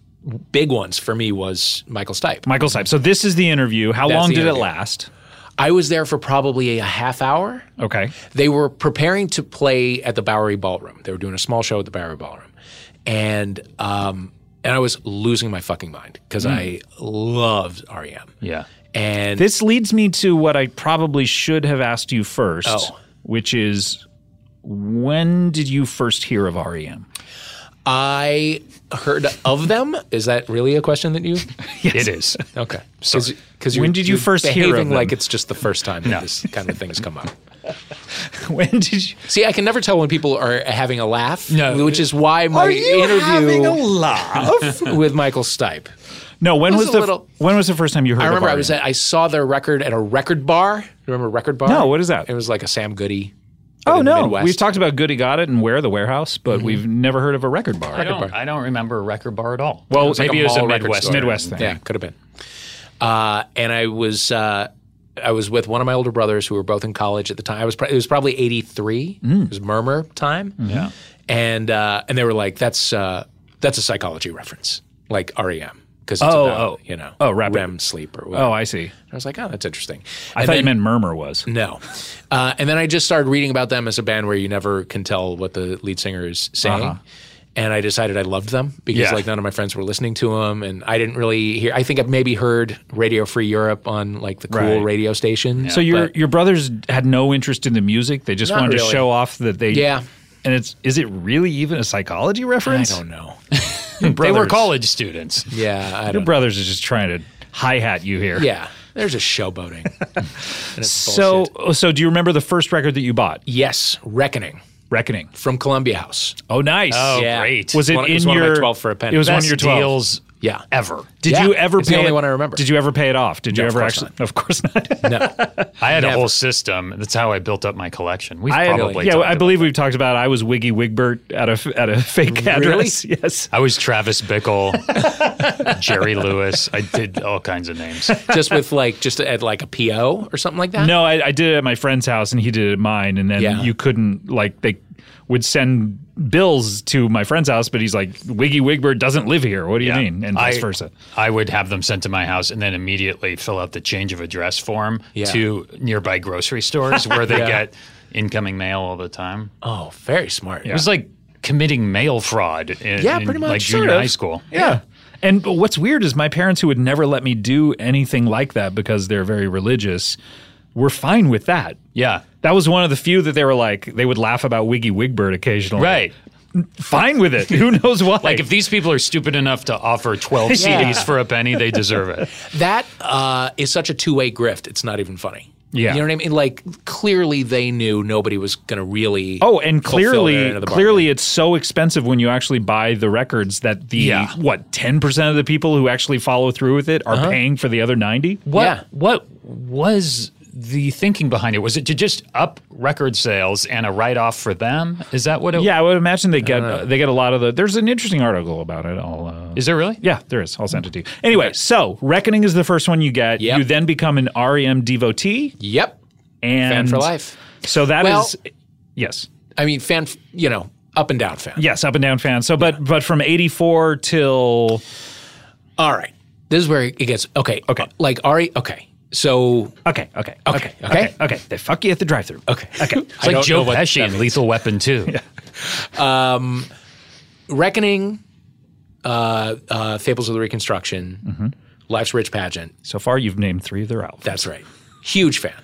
S2: big ones for me was Michael Stipe.
S1: imagine. Michael Stipe. So this is the interview. How
S2: That's
S1: long
S2: the
S1: did it
S2: interview.
S1: last?
S2: I was there for probably a half hour.
S1: Okay.
S2: They were preparing to play at the Bowery Ballroom. They were doing a small show at the Bowery Ballroom. And um and I was losing my fucking mind because I loved REM.
S5: Yeah.
S2: And
S1: Hmm. This leads me to what I probably should have asked you first,
S2: Oh.
S1: which is when did you first hear of E REM?
S2: I heard of them. Is that really a question that you
S5: It is.
S2: Okay. Because
S1: When did you first hear of
S2: behaving
S1: them?
S2: like it's just the first time that this kind of thing has come up.
S1: when did you?
S2: See, I can never tell when people are having a laugh,
S5: No.
S2: which is why my interview with Michael Stipe.
S1: No, when
S2: It
S1: was,
S2: was a
S1: the
S2: little-
S1: when was the first time you heard?
S2: I
S1: of
S2: remember I was
S1: REM?
S2: at, I saw their record at a record bar. Remember record bar?
S1: No, what is that?
S2: It was like a Sam Goody. but
S1: Oh
S2: in the
S1: no,
S2: Midwest. Mm-hmm.
S1: we've talked about Goody Got It and Where the Warehouse, but we've never heard of a record bar.
S5: I don't, I don't remember a record bar at all.
S1: Well,
S2: It was like
S5: maybe
S2: a
S5: it was a
S2: mall record
S5: Midwest
S2: store.
S1: Midwest thing.
S2: Yeah, could have been. Uh, and I was uh, I was with one of my older brothers who were both in college at the time. I was pro- it was probably eighty three. It was Murmur time. Yeah, and uh, and they were like, "That's uh, that's a psychology reference, like E REM." Because
S1: Oh,
S2: about,
S1: oh.
S2: you know,
S1: Oh, rapid-
S2: REM sleep or whatever.
S1: Oh, I see.
S2: I was like, oh, that's interesting.
S1: I
S2: And
S1: thought
S2: then-
S1: you meant murmur was.
S2: no. Uh, and then I just started reading about them as a band where you never can tell what the lead singer is saying.
S1: Uh-huh.
S2: And I decided I loved them because
S1: Yeah.
S2: like none of my friends were listening to them, and I didn't really hear. I think I've maybe heard Radio Free Europe on like the cool
S1: Right.
S2: radio station.
S1: so your
S2: but
S1: your brothers had no interest in the music. They just
S2: Not
S1: wanted to
S2: really.
S1: show off that they
S2: Yeah.
S1: And it's is it really even a psychology
S2: I
S1: reference?
S2: don't know.
S5: They were
S2: brothers.
S5: college students.
S2: Yeah, I
S1: Your
S2: don't.
S1: brothers are just trying to hi hat you here.
S2: yeah, there's just showboating. And it's
S1: So
S2: bullshit.
S1: so do you remember the first record that you bought?
S2: yes, Reckoning
S1: Reckoning.
S2: from Columbia House.
S1: Oh, nice.
S5: Oh,
S2: Yeah.
S5: great.
S1: Was it
S2: One- it
S1: in
S2: was one of
S1: your
S2: my 12 for a penny.
S1: It was one
S5: Best
S1: of your twelve.
S5: deals
S2: Yeah,
S5: ever?
S1: Did
S2: Yeah.
S1: you ever
S2: It's
S1: pay
S2: the only
S1: it?
S2: one I remember.
S1: Did you ever pay it off? Did you
S2: No, of
S1: ever
S2: course
S1: actually? Of course not.
S2: no,
S5: I had a
S2: Never.
S5: whole system. That's how I built up my collection. We've
S1: I had-
S5: probably
S1: yeah,
S5: talked
S1: I
S5: about
S1: believe
S5: that.
S1: we've talked about. I was Wiggy Wigbert at a at a fake address. Yes.
S5: I was Travis Bickle, Jerry Lewis. I did all kinds of names.
S2: just with like just at like a PO or something like that.
S1: No, I, I did it at my friend's house, and he did it at mine. And then
S2: Yeah.
S1: you couldn't like they would send bills to my friend's house, but he's like Wiggy Wigbert doesn't live here. What do you
S5: Yeah.
S1: mean? And vice
S5: I-
S1: versa.
S5: I would have them sent to my house and then immediately fill out the change of address form
S2: Yeah.
S5: to nearby grocery stores where they get incoming mail all the time.
S2: Oh, very smart.
S5: It was like committing mail fraud in,
S2: Yeah,
S5: in,
S2: pretty much,
S5: like
S2: sort
S5: junior
S2: of.
S5: high school.
S1: Yeah. And what's weird is my parents, who would never let me do anything like that because they're very religious, were fine with that.
S5: Yeah.
S1: That was one of the few that they were like, they would laugh about Wiggy Wigbert occasionally.
S5: Right.
S1: Fine with it. Who knows why?
S5: Like if these people are stupid enough to offer 12
S2: Yeah.
S5: CDs for a penny, they deserve it.
S2: That uh, is such a two way grift. It's not even funny.
S1: Yeah.
S2: You know what I mean? Like, clearly they knew nobody was going to really.
S1: Oh, and
S2: fulfill their
S1: clearly,
S2: end of the bargain.
S1: clearly, it's so expensive when you actually buy the records that the
S5: Yeah. Uh-huh.
S1: what ten percent of the people who actually follow through with it are paying for the other ninety.
S5: What
S2: Yeah.
S5: what was the thinking behind it? Was it to just up record sales and a write off for them? Is that what it Uh.
S1: Yeah, I would imagine they get they get a lot of the. There's an interesting article about it. I'll, uh,
S5: Is there really?
S1: yeah, there is. I'll send it to you. Anyway, so Reckoning is the first one you get.
S2: Yep.
S1: You then become an REM devotee
S2: Yep.
S1: and
S2: Fan for life.
S1: So that is
S2: Well-
S1: yes,
S2: I mean, fan, f- you know, up and down fan.
S1: yes, up and down fan. So, but but from eighty four till
S2: All right. This is where it gets. Okay. Okay. like, Ari. Okay. So.
S1: okay, okay, okay,
S2: Okay, okay.
S1: okay, okay. They fuck you at the drive through.
S2: Okay. Okay.
S5: It's like Joe Pesci in Lethal Weapon 2.
S2: Reckoning, uh, uh, Fables of the Reconstruction, Life's Rich Pageant.
S1: So far, you've named three of their albums.
S2: That's right. Huge fan.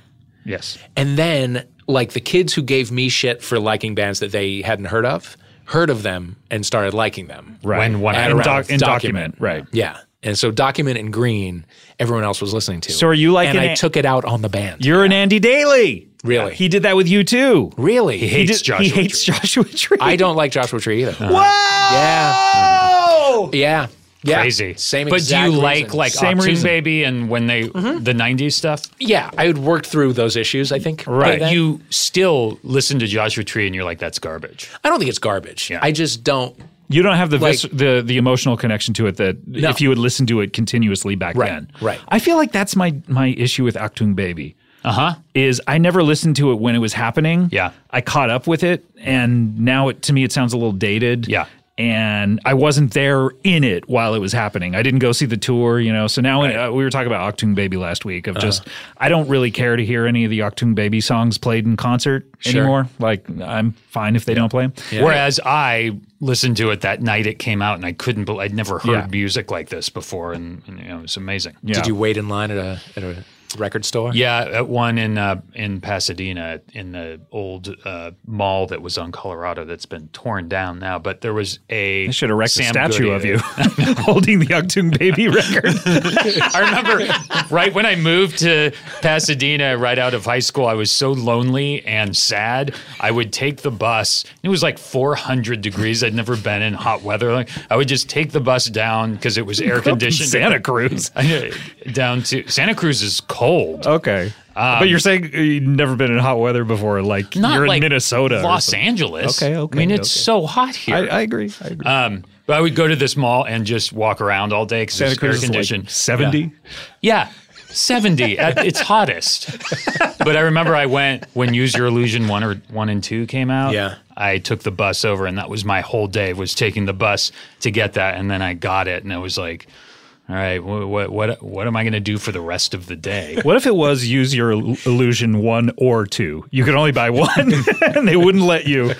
S1: yes.
S2: And then, like, the kids who gave me shit for liking bands that they hadn't heard of, heard of them and started liking them.
S1: Right.
S5: When one
S2: And
S5: had a
S1: in,
S2: around
S1: doc- in document. Right.
S2: Document. Yeah. And so, Document and Green, everyone else was listening to.
S1: So are you like
S2: And
S1: an
S2: I
S1: a-
S2: took it out on the band.
S1: You're an Andy Daly.
S2: Really?
S1: He did that with you too.
S2: really?
S1: He,
S5: hates
S1: did-
S5: Joshua
S1: he hates
S5: Tree.
S1: Joshua Tree.
S2: I don't like Joshua Tree either.
S1: Wow.
S2: Yeah. Yeah. Yeah.
S5: Crazy.
S2: Same
S5: But do
S2: exact
S5: you like
S2: reason.
S5: like
S1: Same
S5: Same
S1: reason.
S5: Baby and when they the 90s stuff?
S2: Yeah, I had worked through those issues, I think. by
S5: But
S2: then.
S5: you still listen to Joshua Tree and you're like that's garbage.
S2: I don't think it's garbage. I just don't
S1: You don't have the vis-
S2: Like-
S1: the the emotional connection to it that if you would listen to it continuously back
S2: Right,
S1: then.
S2: right.
S1: I feel like that's my my issue with Actung Baby.
S5: Uh-huh.
S1: Is I never listened to it when it was happening.
S5: Yeah.
S1: I caught up with it, and now it to me it sounds a little dated.
S5: Yeah.
S1: And I wasn't there in it while it was happening. I didn't go see the tour, you know. So now uh, we were talking about Octung Baby last week. Of just, I don't really care to hear any of the Octung Baby songs played in concert anymore. Like, I'm fine if they don't play 'em.
S5: Whereas I listened to it that night it came out and I couldn't bel I'd never heard
S1: Yeah.
S5: music like this before and, and, you know it was amazing.
S1: Yeah.
S2: did you wait in line at a at a record store?
S5: Yeah, at one in uh, in Pasadena, in the old uh, mall that was on Colorado, that's been torn down now. But there was a
S1: I should erect a
S5: Sam
S1: statue
S5: Goody
S1: of
S5: there.
S1: you holding the Octung Baby record.
S5: I remember right when I moved to Pasadena, right out of high school, I was so lonely and sad. I would take the bus. It was like 400 degrees. I'd never been in hot weather. Like I would just take the bus down because it was air conditioned.
S1: Santa Cruz.
S5: I know, down to Santa Cruz is cold. Um,
S1: Okay. but you're saying you've never been in hot weather before, like
S5: Not
S1: you're in
S5: like
S1: Minnesota. or
S5: Los
S1: something.
S5: Angeles.
S1: Okay,
S5: I mean,
S1: okay,
S5: it's
S1: okay.
S5: so hot here.
S1: I, I agree. I agree.
S5: Um, but I would go to this mall and just walk around all day because
S1: Santa
S5: it's air
S1: Cruz is
S5: conditioned.
S1: like 70.
S5: yeah. 70 at its hottest. But I remember I went when Use Your Illusion 1 or 1 and 2 came out.
S2: Yeah.
S5: I took the bus over and that was my whole day was taking the bus to get that and then I got it and I was like all right, what what what, what am I going to do for the rest of the day?
S1: What if it was use your il- illusion one or two? You could only buy one, and they wouldn't let you.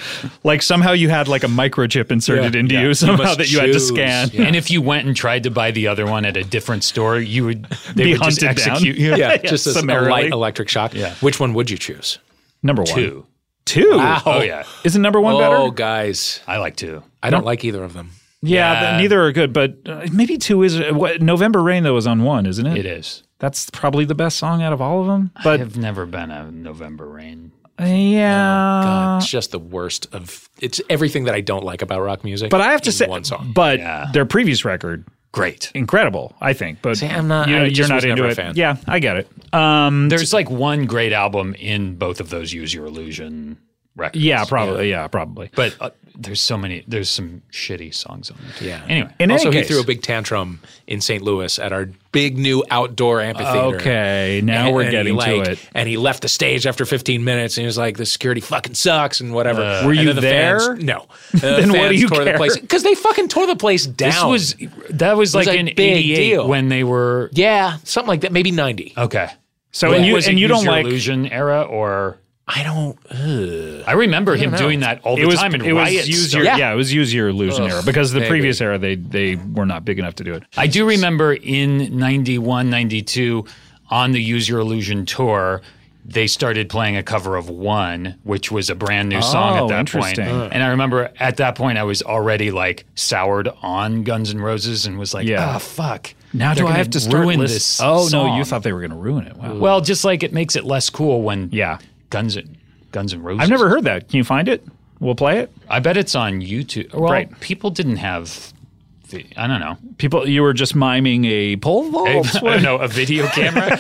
S1: Like somehow you had like a microchip inserted
S2: Yeah,
S1: into
S2: yeah.
S1: you
S2: You
S1: somehow
S2: must
S1: that you had to
S2: choose.
S1: scan.
S2: Yeah.
S5: And if you went and tried to buy the other one at a different store, you would they
S1: Be
S5: would just
S1: hunted down.
S5: execute you.
S2: Yeah,
S1: Yeah,
S2: just as a
S1: summarily.
S2: light electric shock.
S5: Yeah.
S2: Which one would you choose?
S1: Number one,
S5: Two.
S1: two.
S5: Oh yeah,
S1: Isn't number one
S2: Oh,
S1: better?
S2: guys,
S5: I like two.
S2: I don't like either of them.
S1: Yeah, but
S5: yeah.
S1: neither are good, but uh, maybe two is. What, November Rain though is on one, isn't it?
S5: It is.
S1: That's probably the best song out of all of them. But uh,
S5: I've never been a November rain.
S1: yeah,
S2: Oh, God, it's just the worst of. It's everything that I don't like about rock music.
S1: but I have to
S2: in
S1: say,
S2: one song.
S1: but
S5: Yeah.
S1: their previous record
S5: Great.
S1: incredible, I think. But
S2: See, I'm not-
S1: You,
S2: I
S1: are
S2: just
S1: not
S2: was
S1: into
S2: never a
S1: it.
S2: fan.
S1: Yeah, I get it. Um,
S5: There's like one great album in both of those Use Your Illusion records.
S1: yeah, probably. Yeah, probably.
S5: But uh, there's so many, there's some shitty songs on it.
S2: Yeah.
S5: Anyway.
S1: In
S2: also,
S1: any
S2: he
S1: case-
S2: threw a big tantrum in St. Louis at our big new outdoor amphitheater.
S1: Okay, now
S2: And-
S1: we're
S2: and he,
S1: getting
S2: like-
S1: to it.
S2: And he left the stage after 15 minutes, and he was like, "The security fucking sucks," and whatever.
S1: Uh, Were
S2: And
S1: you
S2: then the fans-
S1: there?
S2: no. And the
S1: Then what do
S2: fans
S1: you
S2: tore
S1: care?
S2: The place because they fucking tore the place down.
S5: This was, that was like
S2: a
S5: in
S2: big
S5: 88
S2: deal.
S5: when they were.
S2: yeah, something like that. Maybe 90.
S1: Uh,
S5: Okay.
S1: So and you
S5: was it
S1: and you
S5: Use
S1: don't
S5: Your
S1: like
S5: Illusion era or.
S2: I don't. Ugh.
S5: I remember him doing that all the
S1: it was
S5: time in
S1: it was
S5: riots.
S1: use your, yeah.
S2: Yeah.
S1: it was use your illusion era because the
S2: I
S1: previous era they they were not big enough to do it.
S5: I do remember in 91, 92, on the Use Your Illusion tour, they started playing a cover of One, which was a brand new song
S1: Oh,
S5: at that
S1: interesting.
S5: point. And I remember at that point, I was already like soured on Guns N' Roses and was like,
S1: Yeah.
S5: ah, fuck.
S1: Now
S5: They're
S1: do I
S5: gonna
S1: have to start
S5: ruin
S1: list-
S5: this?
S1: Oh no,
S5: song."
S1: you thought they were going to ruin it. Wow.
S5: Well, just like it makes it less cool when
S1: Yeah.
S5: Guns and Guns and Roses.
S1: I've never heard that. Can you find it? We'll play it.
S5: I bet it's on YouTube. Well,
S1: Right.
S5: people didn't have. The, I don't know.
S1: People, you were just miming a pole
S5: I
S1: vault.
S5: don't know, a video camera.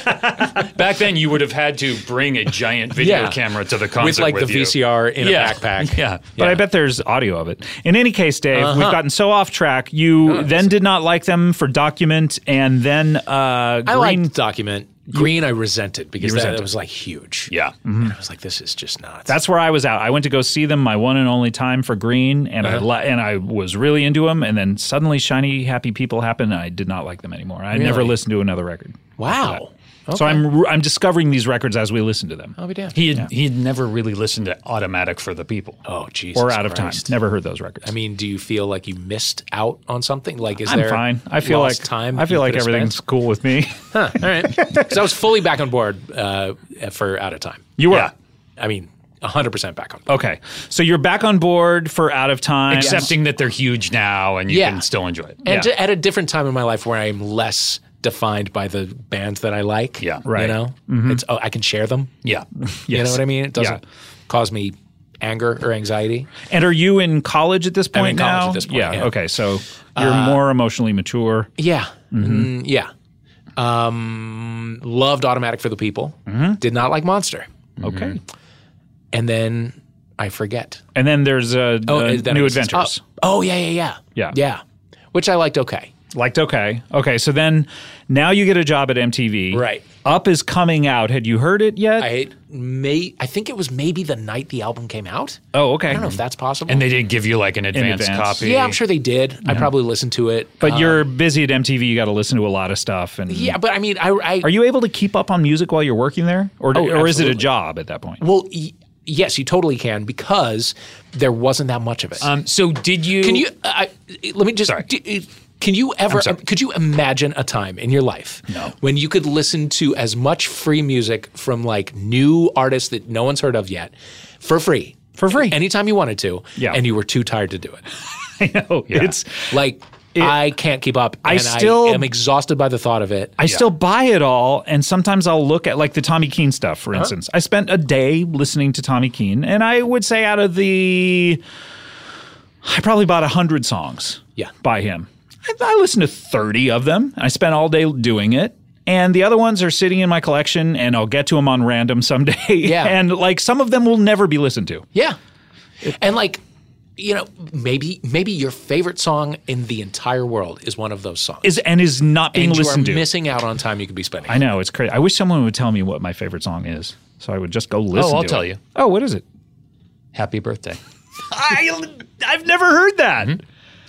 S5: Back then, you would have had to bring a giant video
S2: Yeah.
S5: camera to the concert
S2: With like the
S5: you.
S2: VCR in
S5: Yeah.
S2: a backpack.
S5: Yeah.
S1: But I bet there's audio of it. In any case, Dave, we've gotten so off track. You then did not like them for Document, and then uh,
S2: I
S1: Green.
S2: liked Document. Green, I resented because that,
S1: resented. Mm-hmm.
S2: was like huge.
S5: Yeah.
S2: And I was like, this is just not.
S1: That's where I was at. I went to go see them, my one and only time for Green, and I
S2: Uh-huh.
S1: li- and I was really into them. And then suddenly, Shiny Happy People happened, and I did not like them anymore. I never
S2: Really?
S1: listened to another record.
S2: wow.
S1: So I'm I'm discovering these records as we listen to them.
S2: I'll be damned.
S5: He had, he had never really listened to Automatic for the People.
S2: oh, Jesus.
S1: Or out of
S2: Christ.
S1: time. Never heard those records.
S2: I mean, do you feel like you missed out on something? Like, is
S1: I'm
S2: there
S1: fine. I feel like
S2: lost time?
S1: I feel
S2: you
S1: like
S2: could've
S1: everything's
S2: spent?
S1: cool with me.
S2: Huh, all right. Because I was fully back on board uh, for out of time.
S1: You were.
S2: Yeah. I mean, hundred percent back on. board.
S1: Okay, so you're back on board for Out of Time.
S5: Accepting that they're huge now and you
S2: Yeah.
S5: can still enjoy it.
S2: And to, at a different time in my life where I'm less defined by the bands that I like.
S5: Yeah.
S2: You
S1: Right. Mm-hmm.
S2: know, it's oh, I can share them.
S5: yeah.
S2: You know what I mean? It doesn't
S1: Yeah.
S2: cause me anger or anxiety.
S1: And are you in college at this point
S2: in
S1: now?
S2: college at this point,
S1: Yeah.
S2: yeah. Uh,
S1: Okay. So you're more emotionally mature.
S2: Yeah.
S1: Mm-hmm.
S2: Mm, yeah. Um, loved Automatic for the People.
S1: Mm-hmm.
S2: Did not like Monster.
S1: Okay.
S2: And then I forget. Oh,
S1: And then there's uh, uh,
S2: and then
S1: New
S2: it was-
S1: Adventures.
S2: Oh, oh, yeah, yeah, yeah.
S1: Yeah.
S2: Yeah. Which I liked okay.
S1: Liked okay. Okay. So then now you get a job at MTV.
S2: Right.
S1: Up is coming out. Had you heard it yet?
S2: I may I think it was maybe the night the album came out.
S1: oh, okay.
S2: I don't know if that's possible.
S5: And they did give you like an advance,
S1: advance.
S5: copy.
S2: yeah, I'm sure they did. I probably listened to it.
S1: but you're busy at MTV. You got to listen to a lot of stuff. And
S2: Uh, yeah, but I mean, I, I
S1: Are you able to keep up on music while you're working there, or
S2: Oh,
S1: or is it a
S2: absolutely.
S1: job at that point?
S2: well, y- yes, you totally can because there wasn't that much of it.
S5: Um, so did you.
S2: can you? uh, I, let me just.
S5: Sorry.
S2: d- can you ever? Could you imagine a time in your life
S5: No.
S2: when you could listen to as much free music from like new artists that no one's heard of yet for free?
S1: For free.
S2: anytime you wanted to,
S1: Yeah.
S2: and you were too tired to do it.
S1: No, it's.
S2: Like I can't keep up.
S1: I
S2: and
S1: still-
S2: I am exhausted by the thought of it.
S1: I still buy it all, and sometimes I'll look at like the Tommy Keene stuff,
S2: Uh-huh.
S1: for instance. I spent a day listening to Tommy Keene, and I would say out of the, I probably bought hundred songs,
S2: Yeah.
S1: by him. I, I listened to thirty of them. I spent all day doing it, and the other ones are sitting in my collection, and I'll get to them on random someday.
S2: Yeah.
S1: and like some of them will never be listened to.
S2: Yeah. And like you know, maybe maybe your favorite song in the entire world is one of those songs.
S1: Is and is not being
S2: and you
S1: listened
S2: are
S1: to.
S2: missing out on time you could be spending.
S1: I know it's crazy. I wish someone would tell me what my favorite song is, so I would just go listen.
S5: I'll
S1: to
S5: tell
S1: it.
S5: you.
S1: Oh, what is it?
S5: Happy birthday.
S1: I, I've never heard that.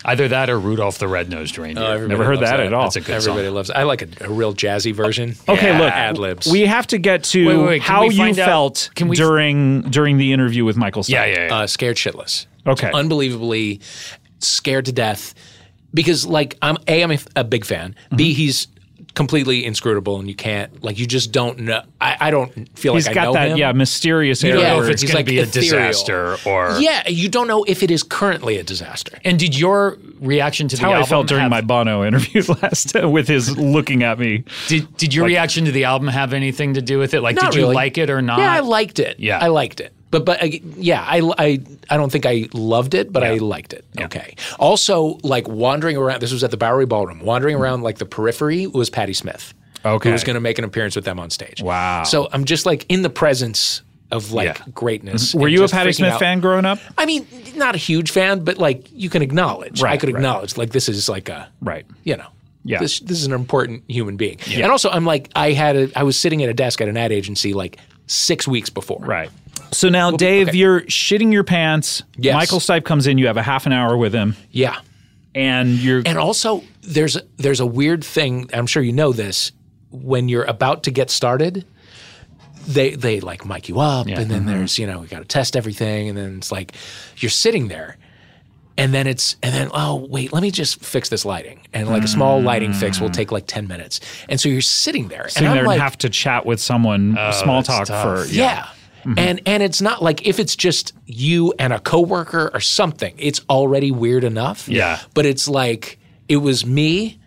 S5: Either that or Rudolph the Red-Nosed Reindeer.
S2: Oh, everybody
S1: Never heard
S2: loves
S1: that at all.
S5: That's a good
S2: Everybody
S5: song.
S2: loves. I like a, a real jazzy version.
S1: Okay,
S2: Yeah.
S1: look,
S2: ad libs.
S1: We have to get to
S5: Wait, wait, wait, can
S1: how
S5: we
S1: you
S5: find out-
S1: felt
S5: can we-
S1: during during the interview with Michael. Stipe.
S5: Yeah, yeah, yeah.
S2: uh, scared shitless.
S1: Okay.
S2: Unbelievably scared to death because, like, I'm A, I'm a, a big fan. B, he's completely inscrutable and you can't, like, you just don't know. I, I don't feel
S1: He's
S2: like I
S1: got
S2: know
S1: that
S2: him.
S1: yeah mysterious
S2: You
S1: air.
S2: don't
S5: know
S1: where
S5: if it's
S2: he's,
S5: gonna be a
S2: ethereal.
S5: disaster or-
S2: Yeah, you don't know if it is currently a disaster.
S5: And did your reaction to the
S1: how
S5: album
S1: I felt during
S5: have-
S1: my Bono interview last with his looking at me.
S5: did, did your reaction to the album have anything to do with it? Like,
S2: Not
S5: did you
S2: really.
S5: like it or not?
S2: Yeah, I liked it.
S5: Yeah.
S2: I liked it. But but uh, yeah, I, I I don't think I loved it, but I liked it. Okay. Also, like wandering around. This was at the Bowery Ballroom. Wandering around like the periphery was Patti Smith.
S1: Okay.
S2: Who was going to make an appearance with them on stage?
S1: Wow.
S2: So I'm just like in the presence of like
S5: Yeah. Mm-hmm.
S2: greatness.
S1: Were
S2: and
S1: you a
S2: just
S1: Patti
S2: freaking
S1: Smith
S2: out.
S1: fan growing up?
S2: I mean, not a huge fan, but like you can acknowledge. I
S1: Right,
S2: could
S1: right.
S2: acknowledge like this is like a
S1: Right.
S2: you know,
S1: Yeah.
S2: this this is an important human being. And also, I'm like, I had a, I was sitting at a desk at an ad agency like six weeks before.
S1: Right. So now, Dave,
S2: okay.
S1: you're shitting your pants.
S2: Yes.
S1: Michael Stipe comes in. You have a half an hour with him,
S2: Yeah.
S1: and you're
S2: And also, there's a, there's a weird thing. I'm sure you know this. When you're about to get started, they they like mic you up, and
S1: Mm-hmm.
S2: then there's you know we got to test everything, and then it's like you're sitting there, and then it's and then oh wait, let me just fix this lighting, and like a small lighting fix will take like ten minutes, and so you're sitting there,
S1: Mm. sitting
S2: and I'm
S1: there
S2: like,
S1: and
S2: Oh,
S1: have to chat with someone, small talk for
S2: Yeah. And and it's not like if it's just you and a coworker or something, it's already weird enough.
S5: Yeah.
S2: But it's like it was me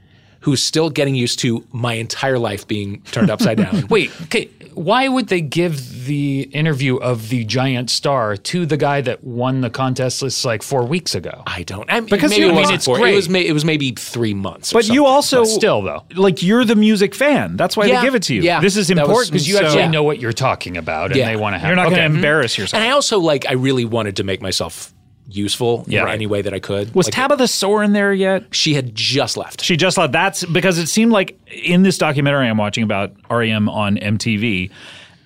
S2: who's still getting used to my entire life being turned upside down.
S5: Wait, okay, why would they give the interview of the giant star to the guy that won the contest list like four weeks ago?
S2: I don't. I mean,
S5: Because
S2: maybe
S5: you-
S2: it
S5: I mean,
S2: wasn't
S5: it's
S2: four-
S5: great.
S2: It was, may, it was maybe three months. or
S1: But you
S2: something.
S1: also
S5: still, though.
S1: like you're the music fan. That's why
S2: Yeah.
S1: they give it to you.
S2: Yeah.
S1: This is
S2: That was-
S1: important
S5: Because you
S1: so-
S5: actually know what you're talking about, and
S2: Yeah.
S5: they want to have.
S1: You're not
S5: okay.
S1: going to embarrass yourself.
S2: And I also like. I really wanted to make myself useful
S5: Yeah.
S2: in any way that I
S5: Mm-hmm.
S2: could.
S1: Was
S2: Like,
S1: Tabitha Soren there yet?
S2: She had just left.
S1: She just left. That's because it seemed like in this documentary I'm watching about REM on MTV,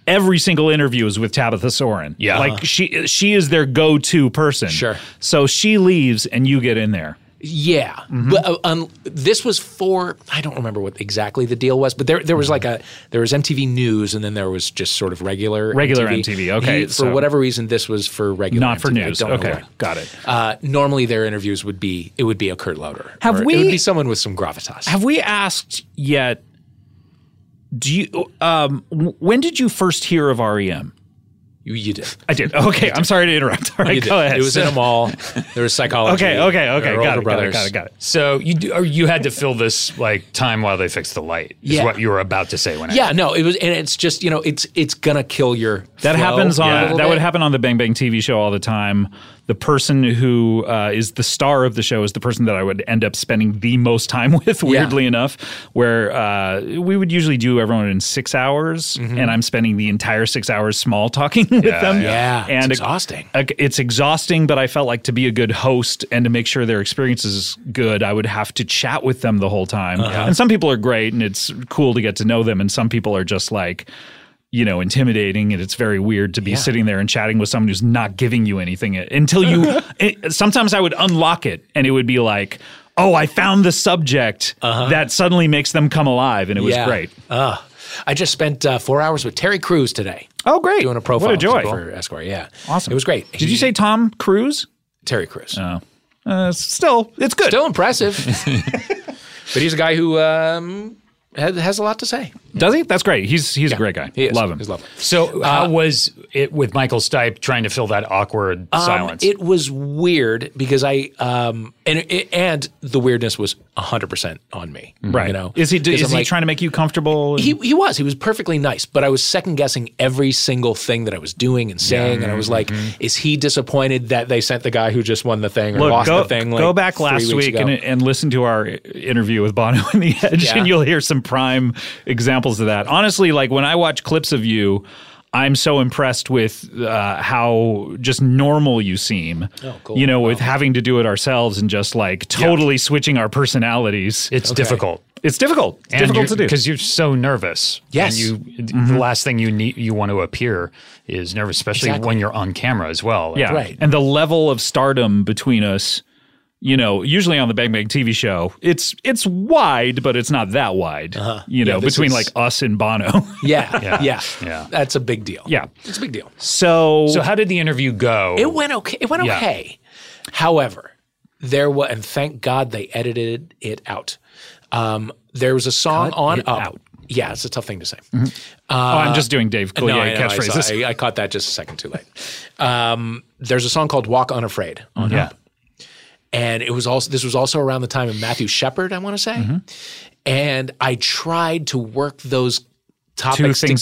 S1: every single interview is with Tabitha Soren.
S5: Yeah.
S1: like she she is their go-to person.
S2: Sure.
S1: So she leaves and you get in there.
S2: Yeah,
S1: Mm-hmm.
S2: but uh, um, this was for I don't remember what exactly the deal was, but there there was
S1: Mm-hmm.
S2: like a there was MTV News and then there was just sort of regular
S1: Regular MTV, okay,
S2: He- for
S1: so-
S2: whatever reason, this was for regular,
S1: Not for
S2: MTV, I
S1: news.
S2: don't know
S1: Okay,
S2: why.
S1: got it.
S2: Uh, normally, their interviews would be it would be a Kurt Loder.
S1: Have
S2: or It
S1: we-
S2: would be someone with some gravitas.
S1: Have we asked yet? Do you? Um, w- when did you first hear of E REM?
S2: you, you did.
S1: I did. Okay, I'm sorry to interrupt. All
S2: You
S1: right,
S2: did.
S1: go ahead.
S2: It was in a mall. There was psychology.
S1: Okay, okay,
S2: there
S1: okay. Got
S2: were Older
S1: it, got it,
S2: brothers.
S1: got it, got it.
S5: So you do, or you had to fill this like time while they fix the light. Is
S2: Yeah.
S5: what you were about to say when I
S2: Yeah, no, it was, and it's just you know, it's it's gonna kill your.
S1: That
S2: flow
S1: happens
S2: a
S1: on
S2: little
S1: that
S2: bit.
S1: would happen on the Bang Bang TV show all the time. The person who uh, is the star of the show is the person that I would end up spending the most time with. Weirdly enough, where uh, we would usually do everyone in six hours, and I'm spending the entire six hours small talking with them.
S2: Mm-hmm. yeah. It's
S1: and
S2: exhausting.
S1: uh, It's exhausting, but I felt like to be a good host and to make sure their experience is good, I would have to chat with them the whole time.
S2: Uh-huh.
S1: And some people are great and it's cool to get to know them, and some people are just like, you know, intimidating, and it's very weird to be sitting there and chatting with someone who's not giving you anything until you. it, sometimes I would unlock it, and it would be like, "Oh, I found the subject that suddenly makes them come alive," and it was
S2: Uh-huh. Yeah.
S1: great.
S2: Uh, I just spent uh, four hours with Terry Crews today.
S1: Oh, great!
S2: Doing a profile
S1: What a joy!
S2: for Esquire. Yeah.
S1: Awesome.
S2: It was great.
S1: Did you say Tom Cruise?
S2: Terry Crews?
S1: Uh, still, it's good.
S2: Still impressive. but he's a guy who um, has, has a lot to say.
S1: Does he? That's great. He's he's a great guy.
S2: He is.
S1: Love him.
S2: He's lovely. Uh,
S5: So how was it with Michael Stipe trying to fill that awkward silence?
S2: Um, It was weird because I um and it, and the weirdness was hundred percent on me.
S1: Mm-hmm. Right.
S2: You know,
S1: is he
S2: 'Cause
S1: is
S2: I'm
S1: he
S2: like-
S1: trying to make you comfortable?
S2: He, he was he was perfectly nice, but I was second guessing every single thing that I was doing and saying, and I was like, "Is he disappointed that they sent the guy who just won the thing or
S1: Mm-hmm. Look,
S2: lost
S1: go,
S2: the thing?" like,
S1: go back
S2: three
S1: last
S2: weeks
S1: week
S2: ago?
S1: and, and listen to our interview with Bono and the Edge,
S2: Yeah.
S1: and you'll hear some prime examples of that. Honestly, like when I watch clips of you, I'm so impressed with uh, how just normal you seem.
S2: Oh, cool.
S1: You know, with having to do it ourselves and just like totally switching our personalities.
S5: It's Okay. difficult.
S1: It's difficult. It's difficult to do.
S5: because you're so nervous.
S1: Yes.
S5: and you the last thing you need you want to appear is nervous, especially
S1: Exactly.
S5: when you're on camera as well.
S1: Yeah. And the level of stardom between us, you know, usually on the Bang Bang TV show, it's it's wide, but it's not that wide. You
S2: Uh-huh. Yeah,
S1: know,
S2: this
S1: between
S2: is-
S1: like us and Bono.
S2: Yeah,
S1: Yeah.
S2: yeah, yeah,
S1: Yeah.
S2: That's a big deal.
S1: yeah.
S2: It's a big deal.
S1: So
S5: So how did the interview go?
S2: It went okay. It went
S5: Yeah.
S2: okay. However, there was, and thank God they edited it out. Um, there was a song
S1: Cut
S2: on
S1: it
S2: up.
S1: out.
S2: Yeah, it's a tough thing to say.
S1: oh, I'm just doing Dave Coulier
S2: uh, no, I, know, I saw-
S1: catchphrases.
S2: I, I caught that just a second too late. Um, there's a song called "Walk Unafraid" on
S1: Yeah.
S2: Up, and it was also this was also around the time of Matthew Shepard, I want to say.
S1: Mm-hmm.
S2: And I tried to work those topics
S1: things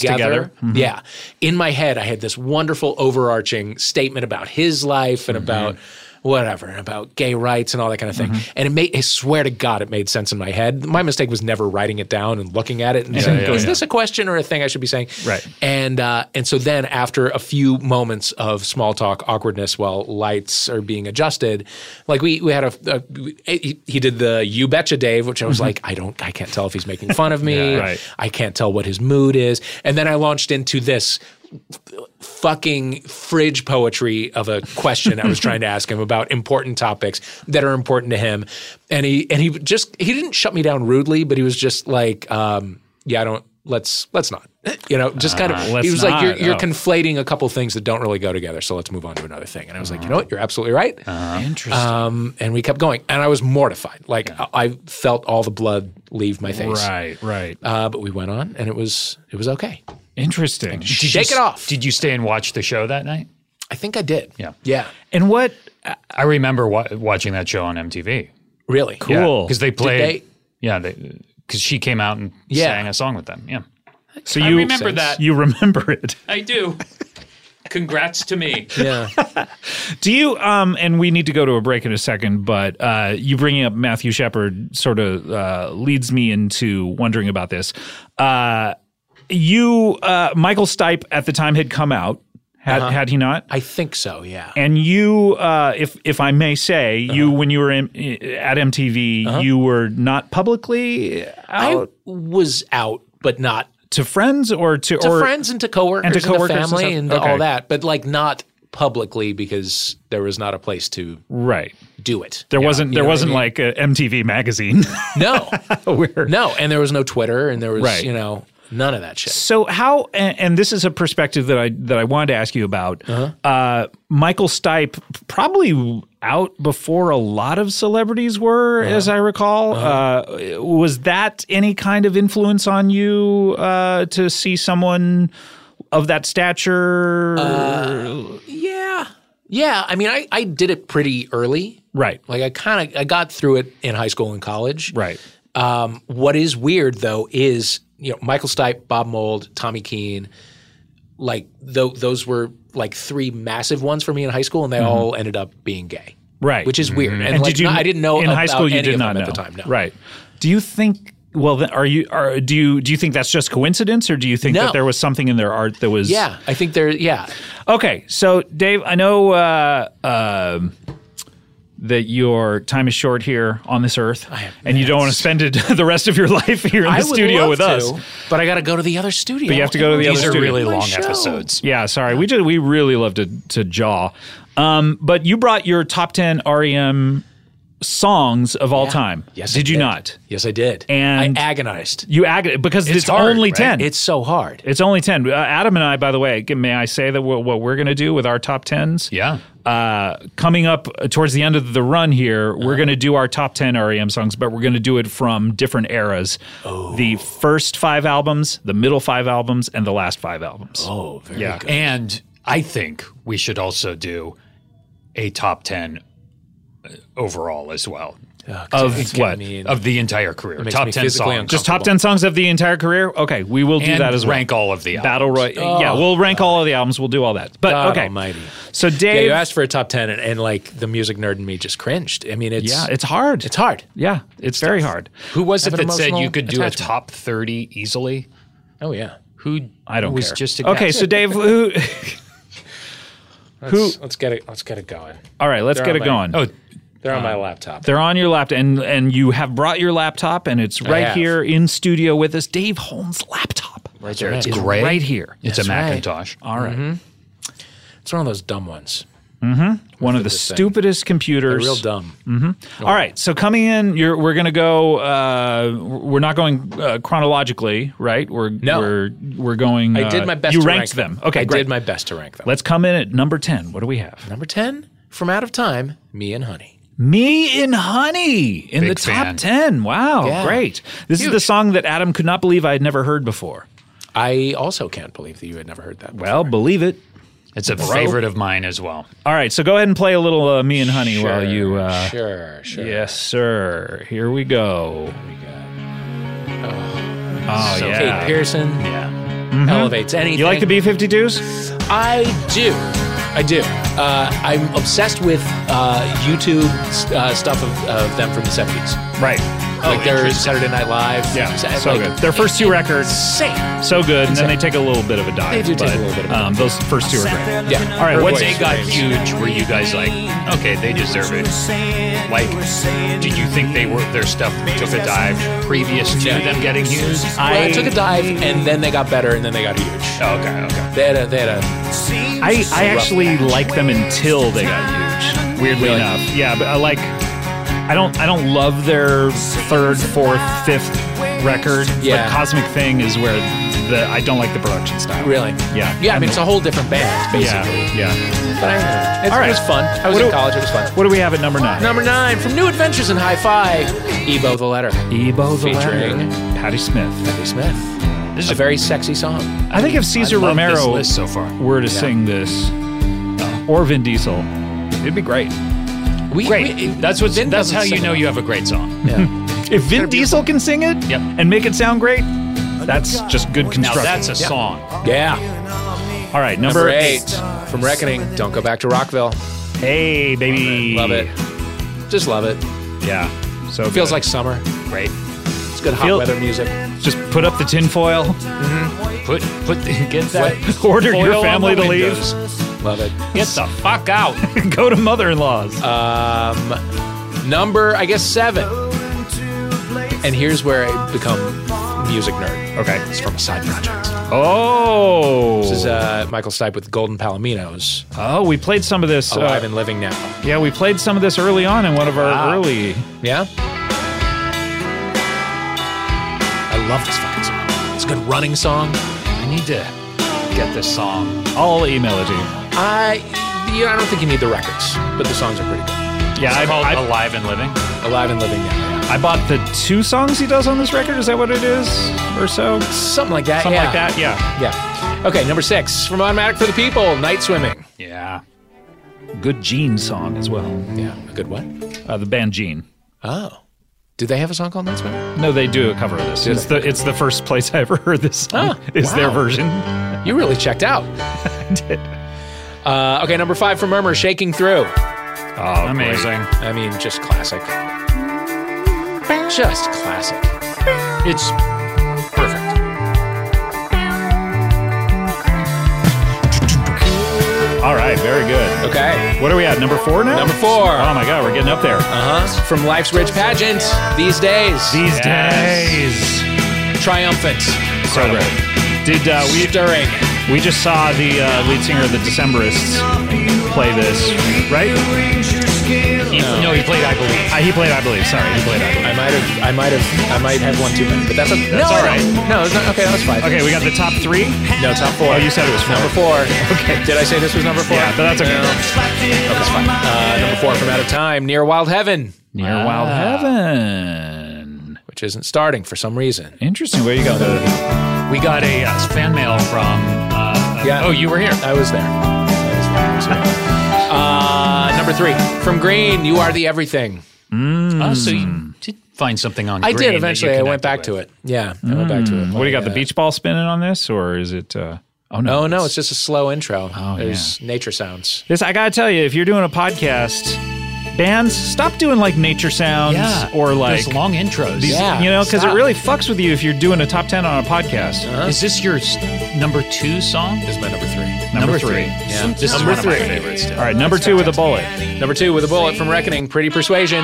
S1: together.
S2: together.
S1: Mhm.
S2: Yeah, in my head, I had this wonderful overarching statement about his life
S1: Mm-hmm.
S2: and about whatever and about gay rights and all that kind of thing.
S1: Mm-hmm.
S2: And it made I swear to God, it made sense in my head. My mistake was never writing it down and looking at it and
S1: Yeah,
S2: saying,
S1: yeah,
S2: "Is
S1: yeah.
S2: this a question or a thing I should be saying?"
S1: Right.
S2: And uh, and so then after a few moments of small talk awkwardness while lights are being adjusted, like we we had a, a- he, he did the you betcha Dave, which I was like I don't I can't tell if he's making fun of me,
S1: Mm-hmm. Yeah, right.
S2: I can't tell what his mood is, and then I launched into this fucking fridge poetry of a question I was trying to ask him about important topics that are important to him. And he and he just he didn't shut me down rudely, but he was just like, um, yeah, I don't let's let's not. You know, just kind of
S1: Ah, let's
S2: he was like,
S1: not,
S2: You're you're
S1: oh.
S2: conflating a couple things that don't really go together, so let's move on to another thing. And I was like, you know what, you're absolutely right.
S1: Interesting.
S2: Um, and we kept going. And I was mortified. Like I, I felt all the blood leave my face.
S1: right, right.
S2: Uh, but we went on and it was it was okay.
S1: Interesting.
S5: Did
S2: Shake
S5: you,
S2: it off.
S5: Did you stay and watch the show that night?
S2: I think I did.
S5: Yeah.
S2: Yeah.
S1: And what
S5: I remember wa- watching that show on MTV.
S2: Really? Cool.
S1: cool.
S5: because they played.
S2: they-
S5: yeah, they because she came out and
S2: Yeah.
S5: sang a song with them. Yeah,
S1: so
S5: I
S1: you
S5: remember that.
S1: You remember it.
S5: I do. Congrats to me.
S2: Yeah.
S1: Do you? Um, and we need to go to a break in a second, but uh, you bringing up Matthew Shepard sort of uh, leads me into wondering about this. Uh, you, uh, Michael Stipe, at the time had come out, had had he not?
S2: I think so. Yeah.
S1: And you, uh, if if I may say, you
S2: Uh-huh.
S1: when you were in, at MTV, you were not publicly
S2: I
S1: out
S2: was out, but not
S1: to friends or to,
S2: to
S1: or
S2: friends and to coworkers and to
S1: coworkers and
S2: family
S1: stuff?
S2: and,
S1: Okay.
S2: all that, but like not publicly because there was not a place to
S1: right.
S2: do it.
S1: There wasn't
S2: you
S1: there
S2: know what I
S1: wasn't
S2: mean?
S1: like a MTV magazine.
S2: No,
S1: where-
S2: no, and there was no Twitter, and there was
S1: Right.
S2: you know none of that shit.
S1: So how and, and this is a perspective that I that I wanted to ask you about.
S2: Uh-huh.
S1: uh Michael Stipe probably out before a lot of celebrities were,
S2: Uh-huh.
S1: as I recall. uh was that any kind of influence on you uh, to see someone of that stature?
S2: Uh, Yeah, yeah. I mean, I I did it pretty early.
S1: right,
S2: Like I kind of I got through it in high school and college.
S1: right,
S2: Um, what is weird though is you know Michael Stipe, Bob Mold, Tommy Keene, like tho- those were like three massive ones for me in high school, and they
S1: Mm-hmm.
S2: all ended up being gay,
S1: right.
S2: which is weird. And, like, no- I didn't know
S1: in high
S2: about
S1: school? You
S2: any
S1: did
S2: of
S1: not
S2: them
S1: know
S2: at the time. No.
S1: Right. Do you think? Well, then, are you are do you do you think that's just coincidence, or do you think
S2: No.
S1: that there was something in their art that was?
S2: Yeah, I think they're yeah.
S1: Okay, so Dave, I know uh, um that your time is short here on this earth, and you don't want to spend it the rest of your life here in the
S2: I would
S1: studio
S2: love
S1: with
S2: to,
S1: us.
S2: but I got to go to the other studio. But
S1: you have to go to the
S5: These
S1: other
S5: are
S1: studio.
S5: really long
S2: show.
S5: episodes.
S1: Yeah, sorry, we did. We really love to to jaw, um, but you brought your top ten REM songs of all time.
S2: Yes, I
S1: did you
S2: did.
S1: not?
S2: Yes, I did.
S1: And-
S2: I agonized.
S1: You ag- because it's,
S2: hard,
S1: only
S2: right?
S1: ten.
S2: It's so hard.
S1: It's only 10. Uh, Adam and I, by the way, g- may I say that what, what we're going to do with our top 10s?
S5: Yeah.
S1: Uh, coming up uh, towards the end of the run here, we're going to do our top 10 REM songs, but we're going to do it from different eras.
S5: Oh.
S1: The first five albums, the middle five albums, and the last five albums.
S2: Oh, very
S5: Yeah,
S2: good.
S5: and I think we should also do a top ten uh, overall as well
S1: of
S2: it's
S1: what?
S2: me-
S5: of the entire career.
S2: makes
S5: Top
S2: me
S5: ten
S2: physically
S5: songs.
S1: Just top 10 songs of the entire career? Okay, we will do
S5: and
S1: that as well.
S5: rank all of the albums. Oh.
S1: Battle Roy. yeah, we'll rank all of the albums. We'll do all that. But
S2: God
S1: okay.
S2: almighty.
S1: So,
S2: Yeah,
S1: Dave.
S2: you asked for a top ten, and, and like the music nerd in me just cringed. I mean, it's
S1: yeah, it's hard.
S2: it's hard.
S1: yeah, it's very hard.
S5: Who was it
S2: Have an
S5: that said you
S2: emotional
S5: could do a
S2: attachment.
S5: top thirty easily?
S2: Oh yeah.
S5: who
S1: I don't
S5: was
S1: care.
S5: just a
S1: okay,
S5: guy.
S1: so Dave, who?
S2: Let's,
S1: Who-
S2: Let's get it. Let's get it going. Uh,
S1: All right, let's
S2: They're
S1: get
S2: on
S1: it going.
S2: my- they're on my laptop.
S1: Oh, They're on your laptop, and and you have brought your laptop, and it's
S2: I
S1: right
S2: have.
S1: here in studio with us. Dave Holmes' laptop,
S2: Right there.
S1: It's
S2: It's
S1: gray.
S2: gray.
S1: right here.
S5: It's
S2: That's
S5: a
S2: right. Mm-hmm.
S5: Macintosh.
S1: All right.
S2: It's one of those dumb ones.
S1: One of the
S2: this thing.
S1: stupidest
S2: They're
S1: computers.
S2: real dumb.
S1: Mm, All right, so coming in, you're, we're going to go. Uh, we're not going uh, chronologically, right? We're
S2: No.
S1: we're we're going.
S2: I did
S1: uh,
S2: my best.
S1: You
S2: to
S1: ranked
S2: rank
S1: them. Okay,
S2: I
S1: great.
S2: did my best to rank them.
S1: Let's come in at number ten. What do we have?
S2: Number ten from Out of Time, Me and Honey.
S1: Me in Honey in
S5: Big
S1: the top
S5: fan.
S1: 10. Wow,
S2: Yeah.
S1: great. This is
S2: Huge.
S1: the song that Adam could not believe I had never heard before.
S2: I also can't believe that you had never heard that.
S1: Well, believe it.
S5: It's a favorite of mine as well.
S1: All right, so go ahead and play a little uh, Me and Honey while
S2: Sure,
S1: you. Uh,
S2: sure, sure.
S1: Yes, sir. Here we go. Oh,
S2: So
S1: yeah. Mm-hmm.
S2: Kate Pearson elevates anything.
S1: You like the B 52s?
S2: I do. I do. Uh, I'm obsessed with uh, YouTube uh, stuff of, of them from the 70s.
S1: Right.
S2: like their Saturday Night Live.
S1: Oh, Yeah,
S2: Sa-
S1: so
S2: like,
S1: good. Their first two records,
S2: Insane.
S1: so good, and then they take a little bit of a dive.
S2: They do take a
S1: but,
S2: little bit of a
S1: um, Those first two are great.
S2: Yeah.
S1: All right,
S2: Her
S1: what's
S5: Once
S2: voice
S5: it
S2: is
S5: got
S2: amazing.
S5: huge, were you guys like, okay, they deserve it? Like, did you think they were their stuff took a dive previous to
S2: No.
S5: them getting huge?
S2: Well,
S1: I-
S2: I took a dive, and then they got better, and then they got huge.
S5: Oh, okay, okay.
S2: They had a, they had a
S1: I, I actually like them until they got huge. Weirdly
S2: Really?
S1: enough, yeah, but I like I don't I don't love their third, fourth, fifth record.
S2: Yeah.
S1: but Cosmic Thing is where the I don't like the production style.
S2: really.
S1: Yeah.
S2: Yeah. I mean, it's a whole different band, basically.
S1: Yeah, yeah.
S2: But I, it's-
S1: All right.
S2: It was fun. I was
S1: What
S2: in
S1: do-
S2: college. It was fun.
S1: What do we have at number nine?
S2: Number nine from New Adventures in Hi-Fi, Ebo the Letter,
S1: Ebo the
S2: Featuring-
S1: Letter, Patti Smith.
S2: Patti Smith.
S5: This is
S2: It's a very sexy song.
S1: I think if
S5: I
S1: Caesar
S5: love
S1: Romero
S5: this list so far.
S1: were to sing this, or Vin Diesel, it'd be great.
S2: We, we-
S5: Great. That's what.
S2: Vin
S5: That's
S2: doesn't
S5: how you
S2: sing
S5: know
S2: along.
S5: you have a great song.
S2: Yeah.
S1: If Vin Diesel can sing it
S5: Yep.
S1: and make it sound great, that's just good
S5: Now
S1: construction.
S5: that's a song.
S2: yeah.
S1: All right, number,
S2: Number eight from Reckoning, Don't Go Back to Rockville.
S1: Hey, baby.
S2: Love it. Just love it.
S1: Yeah. So
S2: Feels
S1: good.
S2: like summer.
S5: Great.
S2: It's good hot
S1: Feel-
S2: weather music.
S1: just put up the tinfoil,
S5: Put put get that.
S1: order your
S5: foil on
S1: family
S5: the
S1: to leave,
S5: windows.
S2: Love it.
S5: Get the fuck out. Uh,
S1: go to mother-in-law's.
S2: Um, number, I guess, seven. And here's where I become music nerd.
S1: okay.
S2: It's from a side project.
S1: Oh.
S2: This is uh, Michael Stipe with Golden Palominos,
S1: oh, we played some of this.
S2: Alive
S1: Uh,
S2: and Living Now.
S1: yeah, we played some of this early on in one of our
S5: Ah.
S2: Wow.
S1: early.
S2: Yeah? I love this fucking song. It's a good running song.
S5: I need to get this song.
S1: I'll email it to you.
S2: I, yeah, I don't think you need the records, but the songs are pretty good.
S1: Yeah, I,
S5: It's called
S1: I,
S5: Alive and Living.
S2: Alive and Living Now.
S1: I bought the two songs he does on this record. Is that what it is, or so?
S2: Something like that.
S1: Something
S2: yeah.
S1: like that. Yeah.
S2: Yeah. Okay, number six from Automatic for the People, Night Swimming.
S1: Yeah. Good Gene song as well.
S2: Yeah, a good one.
S1: Uh, the band Gene.
S2: Oh. Do they have a song called Night Swimming?
S1: No, they do a cover of this. It's the it's the first place I ever heard this song.
S2: Ah,
S1: is their
S2: wow.
S1: version.
S2: You really checked out.
S1: did.
S2: Uh, okay, number five for Murmur, Shaking Through.
S1: Oh,
S5: Amazing.
S2: I mean, just classic. Just classic.
S5: It's perfect.
S1: All right, very good.
S2: Okay.
S1: What are we at? Number four now.
S2: Number four.
S1: Oh my god, we're getting up there.
S2: Uh huh. From Life's Rich Pageant, these days.
S1: These
S5: Yes.
S1: days,
S2: triumphant.
S1: so great. Did uh, we
S2: Stirring.
S1: we just saw the uh, lead singer of the Decemberists play this, right?
S5: He- no, he played I Believe.
S1: Uh, he played, I believe. Sorry, he played. I believe.
S2: I might have, I might have, I might have one too many, but that's, a,
S1: That's
S2: no,
S1: all
S2: no.
S1: right.
S2: No, it's not, okay, that was fine.
S1: Okay, we got the top three.
S2: No, top
S1: Oh,
S2: four.
S1: you said it was four.
S2: number four. Okay. Did I say this was number four?
S1: Yeah, but that's okay.
S2: No. Okay, it's fine. Uh, number four from Out of Time, Near Wild Heaven, Ah.
S1: Near Wild Heaven.
S2: which isn't starting for some reason.
S1: Interesting. Where you got the?
S5: We got a uh, fan mail from. Uh,
S2: Yeah.
S5: Oh, you were here.
S2: I was there. I was there. I was there. uh, number three from Green, You Are the Everything.
S1: Hmm.
S5: Oh, so you did find something on.
S2: I
S5: Green
S2: did
S5: that you
S2: eventually. I went
S5: connected
S2: back
S5: with.
S2: to it. Yeah, I went back to it.
S1: Mm. What do you got?
S5: Uh,
S1: The beach ball spinning on this, or is it? Uh, oh no.
S2: Oh no, it's just a slow intro.
S1: Oh,
S2: There's nature sounds.
S1: This I gotta tell you, if you're doing a podcast, bands stop doing like nature sounds
S5: Yeah,
S1: or
S5: those
S1: like
S5: long intros.
S1: These,
S5: Yeah,
S1: you know, because it
S5: stop. Uh-huh.
S1: really fucks with you if you're doing a top ten on a podcast.
S5: Is this your s- number two song?
S2: This is my number three.
S1: Number, three.
S2: Yeah.
S5: This is
S2: Number
S5: one of
S2: three.
S5: my favorites. Too.
S1: All right, number two with a bullet.
S2: Number two with a bullet from Reckoning, Pretty Persuasion.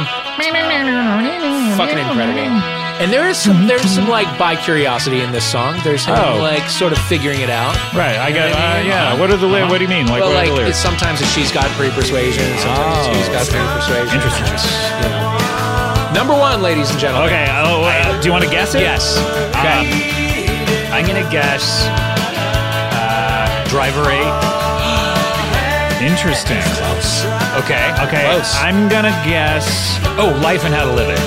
S2: Fucking incredible. And there is some there's some like by curiosity in this song. There's him
S1: Oh.
S2: like sort of figuring it out.
S1: Right, I got.
S2: I
S1: Uh,
S2: mean?
S1: yeah. What are the lyrics? What do you mean? Like,
S2: well,
S1: what are
S2: like
S1: the lyrics?
S2: it's sometimes it's she's got pretty persuasion, sometimes
S1: Oh.
S2: it's he's got pretty persuasion.
S1: Interesting.
S2: You know. Number one, ladies and gentlemen.
S1: Okay. Oh, uh, do you want to guess it?
S5: Yes.
S1: Okay.
S5: Um, I'm gonna guess uh, Driver Eight.
S1: Interesting.
S5: Okay.
S1: Okay.
S5: Close.
S1: I'm gonna guess.
S5: Oh, Life and How to Live It.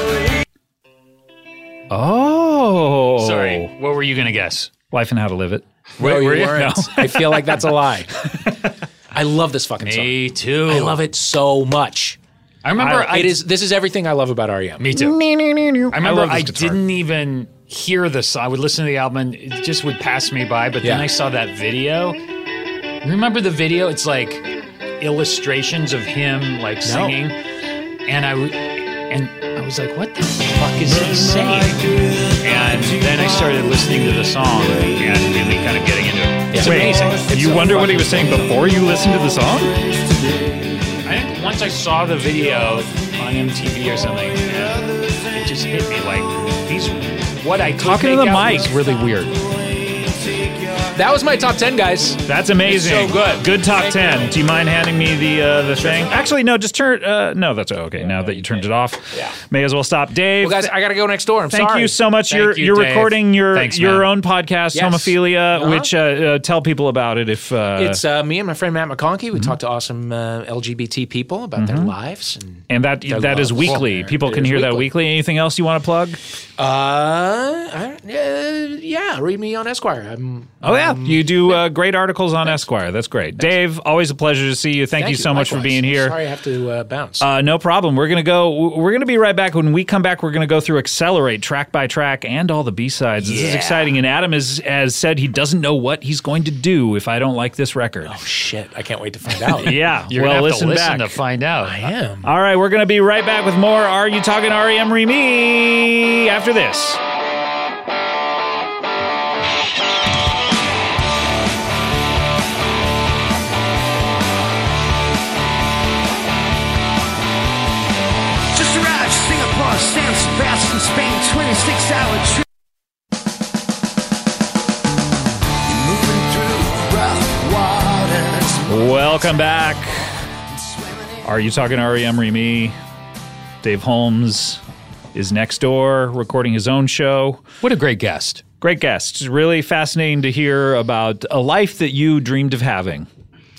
S1: Oh.
S5: Sorry. What were you gonna guess?
S1: Life and how to live it.
S2: No, you
S5: were you?
S2: weren't.
S1: No.
S2: I feel like that's a lie. I love this fucking song.
S5: Me too.
S2: I love it so much.
S5: I remember. I,
S2: it is. This is everything I love about E REM.
S5: Me too. I remember
S1: love this
S5: I
S1: guitar.
S5: didn't even hear the song. I would listen to the album and it just would pass me by. But then
S2: Yeah.
S5: I saw that video. Remember the video? It's like illustrations of him like singing, and I w- and I was like, "What the fuck is he saying?" And then I started listening to the song and really kind of getting into it. It's
S1: Wait,
S5: amazing.
S1: you wonder what he was saying before you listened to the song?
S5: I think once I saw the video on MTV or something, and it just hit me like he's what I could
S1: Talking to
S5: make
S1: the
S5: out
S1: mic.
S5: was really weird.
S2: That was my top ten, guys.
S1: That's amazing.
S2: It's so good.
S1: Good top ten. Do you mind handing me the uh, the thing? Actually, no. Just turn. Uh, no, that's okay. now that you turned it off, yeah. May as well stop, Dave.
S2: Well, guys, I gotta go next door. I'm
S1: Thank
S2: sorry.
S1: you so much.
S5: Thank
S1: you're
S5: you,
S1: you're
S5: Dave.
S1: recording your
S5: Thanks,
S1: your
S5: man.
S1: own podcast,
S2: Yes.
S1: Homophilia,
S2: Uh-huh.
S1: which uh, uh, tell people about it if uh, Mm-hmm.
S2: It's uh, me and my friend Matt McConkey. We talk to awesome uh, LGBT people about their lives. And,
S1: and that that is
S2: loves.
S1: weekly.
S2: Well,
S1: people
S2: it
S1: can
S2: is
S1: hear that
S2: weekly.
S1: weekly. Anything else you want to plug?
S2: uh, I, uh, yeah, read me on Esquire. I'm,
S1: Oh yeah, you do uh, great articles on Esquire. That's great, Dave. Always a pleasure to see you. Thank, you so much for
S2: Likewise.
S1: being here.
S2: Sorry, I have to uh, bounce.
S1: Uh, no problem. We're gonna go. We're gonna be right back. When we come back, we're gonna go through accelerate track by track and all the B sides. This is
S2: Yeah.
S1: exciting. And Adam has has said he doesn't know what he's going to do if I don't like this record.
S2: Shit, I can't wait to find out.
S1: yeah.
S5: You're
S1: well,
S5: gonna have
S1: listen,
S5: to listen
S1: back.
S5: to find out.
S2: I am.
S1: all right, we're gonna be right back with more. Are you talking REM Remy after this?
S3: Just arrived Singapore, San Sebastian, Spain, 26 hour trip.
S1: Welcome back. Are you talking E REM Remy? Dave Holmes is next door recording his own show.
S5: What a great guest.
S1: Great guest. It's Really fascinating to hear about a life that you dreamed of having.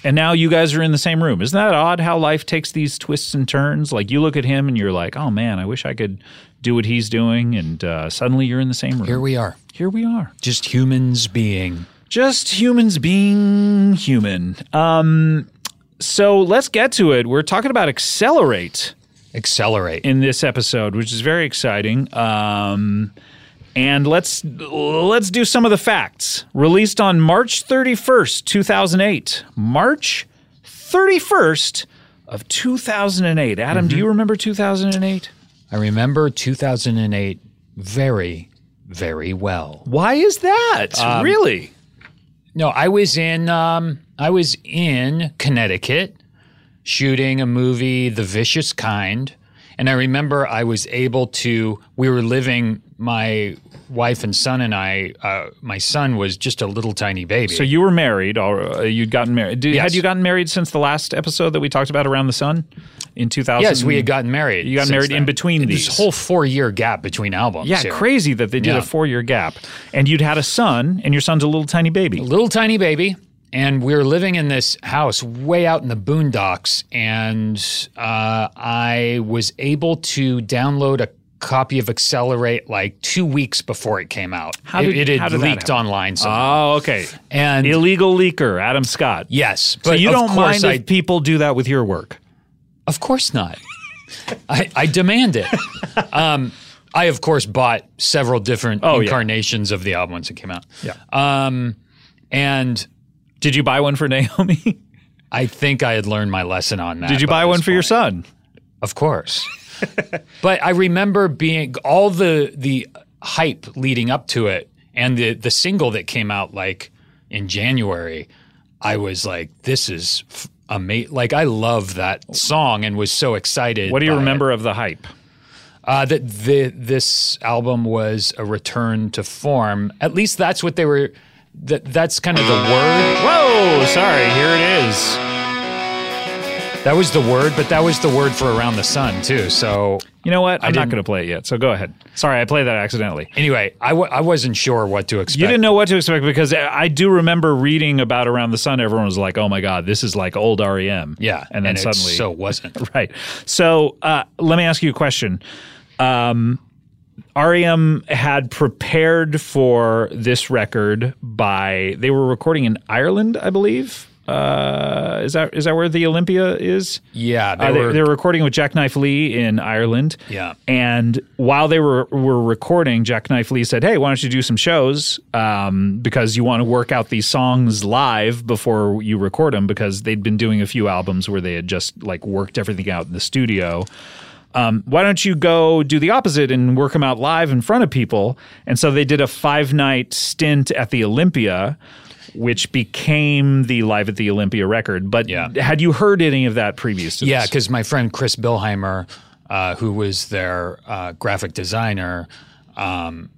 S1: And now you guys are in the same room. Isn't that odd how life takes these twists and turns? Like you look at him and you're like, oh man, I wish I could do what he's doing. And uh, suddenly you're in the same room.
S5: Here we are.
S1: Here we are.
S5: Just humans being.
S1: Just humans being human. Um, so let's get to it. We're talking about accelerate
S5: Accelerate.
S1: in this episode, which is very exciting. Um, and let's let's do some of the facts. Released on March 31st, 2008. March 31st of 2008. Adam, do you remember 2008?
S5: Mm-hmm. I remember 2008 very, very well. Um,
S1: Why is that? really?
S5: No, I was in um, I was in Connecticut shooting a movie, The Vicious Kind, and I remember I was able to. We were living my wife and son and I. Uh, my son was just a little tiny baby.
S1: So you were married, or uh, you'd gotten married? Did, Had
S5: Yes.
S1: you gotten married since the last episode that we talked about around the sun in 2000?
S5: yes, we had gotten married.
S1: You got
S5: since
S1: married in
S5: then.
S1: between these.
S5: This whole four year gap between albums.
S1: Yeah,
S5: here.
S1: crazy that they did
S5: Yeah.
S1: a four year gap. And you'd had a son, and your son's a little tiny baby.
S5: little tiny baby and we were living in this house way out in the boondocks and uh, i was able to download a copy of accelerate like two weeks before it came out
S1: How
S5: It-
S1: did-
S5: it,
S1: how
S5: had
S1: did that
S5: leaked
S1: happen?
S5: online somehow.
S1: Oh, okay.
S5: and
S1: Illegal leaker, Adam Scott.
S5: yes but
S1: So you
S5: of
S1: don't
S5: course
S1: mind
S5: I,
S1: if people do that with your work.
S5: Of course not. I, I demand it. Um, I, of course, bought several different
S1: Oh, yeah.
S5: incarnations of the album once it came out.
S1: Yeah.
S5: Um, and
S1: Uh, Did you buy one for Naomi?
S5: I think I had learned my lesson on that.
S1: Did you
S5: by
S1: buy one
S5: this
S1: for your son?
S5: point. Of course. but I remember being all the the hype leading up to it and the the single that came out like in January. I was like, this is f- amazing. Like I love that song and was so excited.
S1: What do you
S5: by it.
S1: remember of the hype?
S5: Uh, that the this album was a return to form. At least that's what they were. That that's kind of the word.
S1: Whoa! Sorry, here it is.
S5: That was the word, but that was the word for around the sun too. So
S1: You know what?
S5: I
S1: I'm not
S5: didn't-
S1: going to play it yet. So go ahead. Sorry, I played that accidentally.
S5: anyway, I w- I wasn't sure what to expect.
S1: You didn't know what to expect because I I do remember reading about Around the Sun. Everyone was like, "Oh my God, this is like old REM."
S5: Yeah,
S1: and then
S5: and it
S1: suddenly,
S5: so wasn't.
S1: right. So uh, let me ask you a question. Um, REM had prepared for this record by they were recording in Ireland, I believe. Uh, is that is that where the Olympia is?
S5: Yeah, they
S1: Uh, they,
S5: were-
S1: they were recording with Jackknife Lee in Ireland.
S5: Yeah.
S1: And while they were were recording, Jackknife Lee said, "Hey, why don't you do some shows? Um, because you want to work out these songs live before you record them. Because they'd been doing a few albums where they had just like worked everything out in the studio. Um, why don't you go do the opposite and work them out live in front of people? And so they did a five night stint at the Olympia." Which became the Live at the Olympia record. But had you heard any of that previous to
S5: Yeah,
S1: this?
S5: because my friend Chris Bilheimer, uh, who was their uh, graphic designer, um,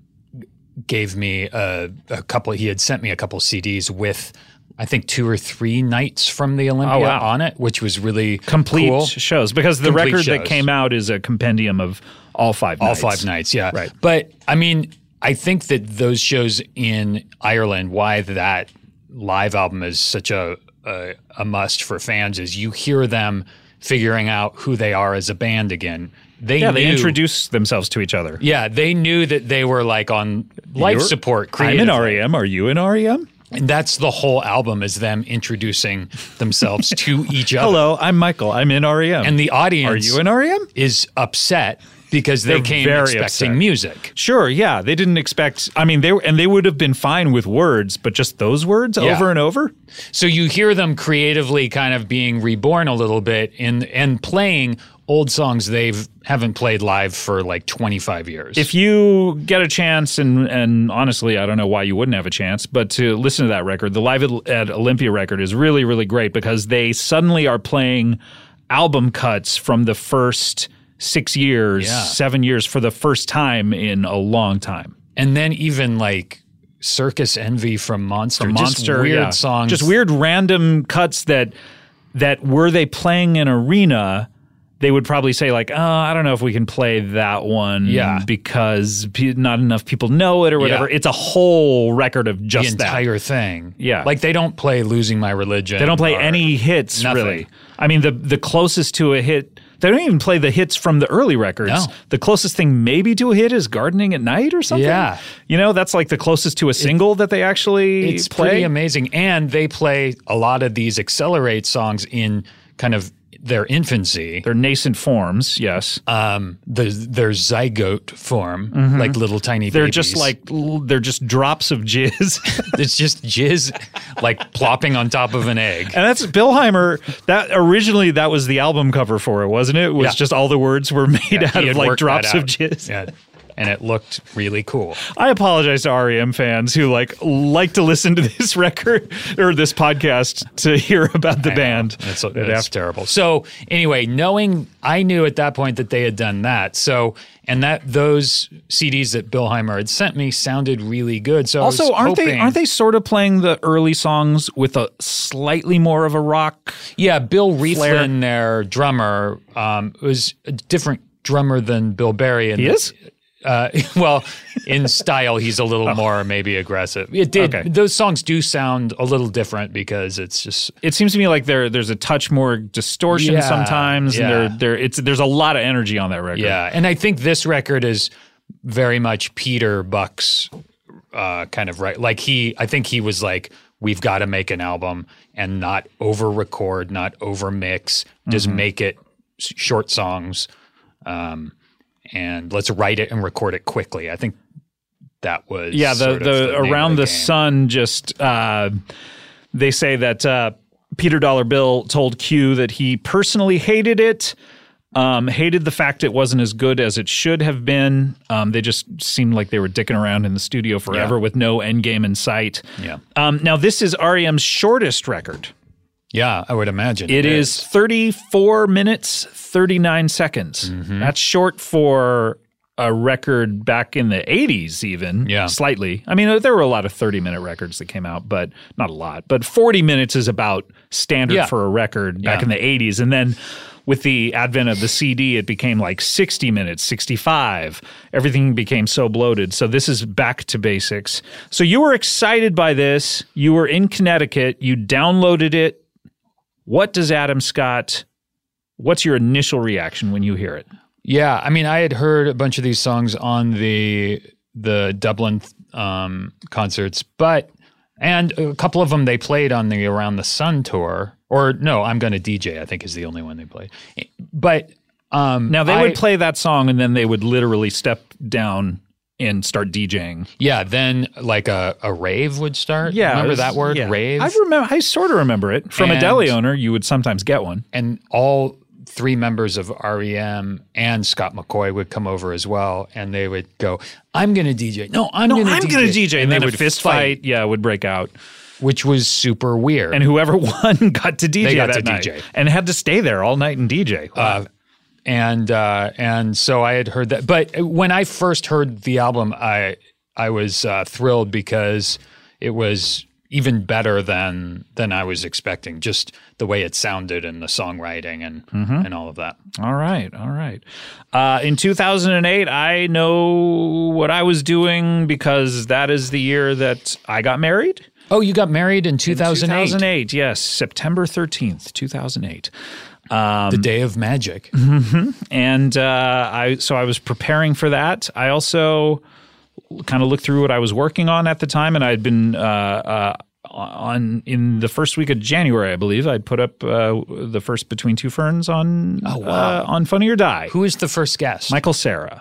S5: gave me a, a couple. He had sent me a couple CDs with, I think, two or three nights from the Olympia
S1: Oh, wow.
S5: on it, which was really
S1: complete
S5: cool.
S1: shows because the
S5: Complete
S1: record that
S5: shows.
S1: came out is a compendium of all five
S5: all
S1: nights.
S5: five nights. Yeah,
S1: Right.
S5: But I mean, I think that those shows in Ireland, why that live album is such a a, a must for fans is you hear them figuring out who they are as a band again. They
S1: yeah, they
S5: knew-
S1: introduce themselves to each other.
S5: Yeah, they knew that they were like on life
S1: You're-
S5: support.
S1: I'm an
S5: creatively.
S1: REM. Are you E an REM?
S5: And that's the whole album is them introducing themselves to each other.
S1: Hello, I'm Michael. I'm in REM.
S5: And the audience
S1: are you E an REM?
S5: is upset because they
S1: They're
S5: came
S1: very
S5: expecting
S1: upset.
S5: music.
S1: Sure. Yeah, they didn't expect. I mean, they were, and they would have been fine with words, but just those words
S5: Yeah.
S1: over and over.
S5: So you hear them creatively kind of being reborn a little bit and and playing old songs they've haven't played live for like 25 years.
S1: If you get a chance, and and honestly, I don't know why you wouldn't have a chance, but to listen to that record, the live at, at Olympia record is really really great because they suddenly are playing album cuts from the first six years,
S5: Yeah.
S1: seven years for the first time in a long time.
S5: and then even like Circus Envy from Monster,
S1: Monster
S5: just weird
S1: yeah.
S5: songs.
S1: just weird random cuts that that were they playing an arena. They would probably say like, oh, I don't know if we can play that one,
S5: Yeah.
S1: because pe- not enough people know it or whatever.
S5: Yeah.
S1: It's a whole record of
S5: the
S1: just that.
S5: entire thing.
S1: Yeah.
S5: Like they don't play Losing My Religion.
S1: They don't play
S5: or-
S1: any hits
S5: nothing.
S1: really. I mean, the the closest to a hit, they don't even play the hits from the early records.
S5: No.
S1: The closest thing maybe to a hit is "Gardening at Night" or something.
S5: Yeah.
S1: you know, that's like the closest to a single that they actually
S5: It's
S1: play.
S5: pretty amazing. And they play a lot of these Accelerate songs in kind of their infancy.
S1: They're nascent forms. Yes,
S5: um, the, their zygote form, like little tiny
S1: Mm-hmm. they're
S5: babies.
S1: just like l- they're just drops of jizz.
S5: it's just jizz, like plopping on top of an egg.
S1: And that's Billheimer. That originally that was the album cover for it, wasn't it? Was
S5: Yeah.
S1: just all the words were made
S5: He
S1: out
S5: had
S1: of like
S5: worked that
S1: drops of
S5: out.
S1: jizz.
S5: Yeah. And it looked really cool.
S1: I apologize to REM fans who like like to listen to this record or this podcast to hear about the band.
S5: That's,
S1: That
S5: that's
S1: after-
S5: terrible. So anyway, knowing I knew at that point that they had done that. So and that those CDs that Billheimer had sent me sounded really good. So I was
S1: Also, aren't they
S5: hoping-
S1: aren't they sort of playing the early songs with a slightly more of a rock?
S5: Yeah, Bill Rieflin, their drummer, um, was a different drummer than Bill Berry. And
S1: He is?
S5: Uh, well, in style, he's a little more maybe aggressive. It did.
S1: Oh. Okay.
S5: Those songs do sound a little different because it's just
S1: It seems to me like there there's a touch more distortion
S5: Yeah,
S1: sometimes,
S5: yeah.
S1: and there there it's there's a lot of energy on that record.
S5: yeah. And I think this record is very much Peter Buck's uh, kind of right. Like he, I think he was like, we've got to make an album and not over record, not over mix, just
S1: Mm-hmm.
S5: make it s- short songs. Um, and let's write it and record it quickly. I think that was
S1: yeah the,
S5: sort of
S1: the,
S5: name of
S1: around the,
S5: game.
S1: sun just uh, they say that uh, peter dollar bill told q that he personally hated it Um, hated the fact it wasn't as good as it should have been. Um, they just seemed like they were dicking around in the studio forever
S9: Yeah.
S1: with no end game in sight.
S9: Yeah.
S1: Um, now this is REM's shortest record.
S5: Yeah, I would imagine.
S1: It is 34 minutes, 39 seconds. That's short for a record back in the 80s, even. Yeah. Slightly. I mean, there were a lot of 30 minute records that came out, but not a lot. But 40 minutes is about standard
S9: Yeah.
S1: for a record back
S9: Yeah.
S1: in the 80s. And then with the advent of the CD, it became like 60 minutes, 65. Everything became so bloated. So this is back to basics. So you were excited by this. You were in Connecticut. You downloaded it. What does Adam Scott? What's your initial reaction when you hear it?
S5: Yeah, I mean, I had heard a bunch of these songs on the the Dublin um, concerts, but and a couple of them they played on the Around the Sun tour, or no, I'm going to DJ. I think is the only one they played. But um,
S1: Now they
S5: I-
S1: would play that song and then they would literally step down and start DJing.
S5: yeah, then like a, a rave would start.
S1: Yeah,
S5: remember
S1: it was-
S5: that word
S1: yeah.
S5: rave?
S1: I remember. I sort of remember it from a
S5: And-
S1: deli owner. You would sometimes get one.
S5: and all three members of REM and Scott McCoy would come over as well, and they would go, "I'm going to DJ." No, I'm
S1: no,
S5: going to
S1: I'm
S5: DJ.
S1: gonna DJ, and
S5: they
S1: then a
S5: would
S1: fist
S5: fight.
S1: fight. Yeah, would break out,
S5: which was super weird.
S1: and whoever won got to DJ
S5: They got
S1: that
S5: to
S1: night,
S5: DJ.
S1: and had to stay there all night and DJ. Wow.
S5: Uh, and uh, and so I had heard that. But when I first heard the album, I I was uh, thrilled because it was even better than than I was expecting. Just the way it sounded and the songwriting and and all of that.
S1: Mm-hmm. All right, all right. Uh, in 2008, I know what I was doing because that is the year that I got married.
S5: Oh, you got married in two thousand eight,
S1: 2008, yes, September 13th, 2008. Um,
S5: the day of magic.
S1: Mm-hmm. and uh, I so I was preparing for that. I also kind of looked through what I was working on at the time, and I had been uh, uh, on in the first week of January, I believe. I'd put up uh, the first Between Two Ferns on uh, on Funny or Die.
S5: Who is the first guest?
S1: Michael Sarah.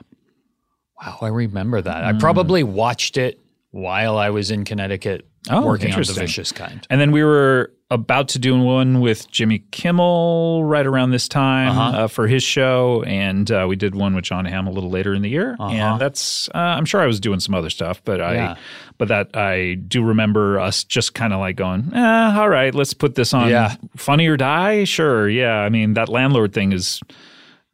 S5: Wow, Oh, I remember that. I probably watched it while I was in Connecticut
S1: Oh,
S5: working on the
S1: interesting.
S5: vicious kind.
S1: And then we were about to do one with Jimmy Kimmel right around this time uh
S5: Uh-huh.
S1: for his show, and uh, we did one with John Hamm a little later in the year. And that's uh, I'm sure I was doing some other stuff, but I
S5: Uh-huh. Yeah.
S1: but that I do remember us just kind of like going, eh, all right, let's put this on.
S5: Yeah.
S1: Funny or Die, sure, yeah. I mean that landlord thing is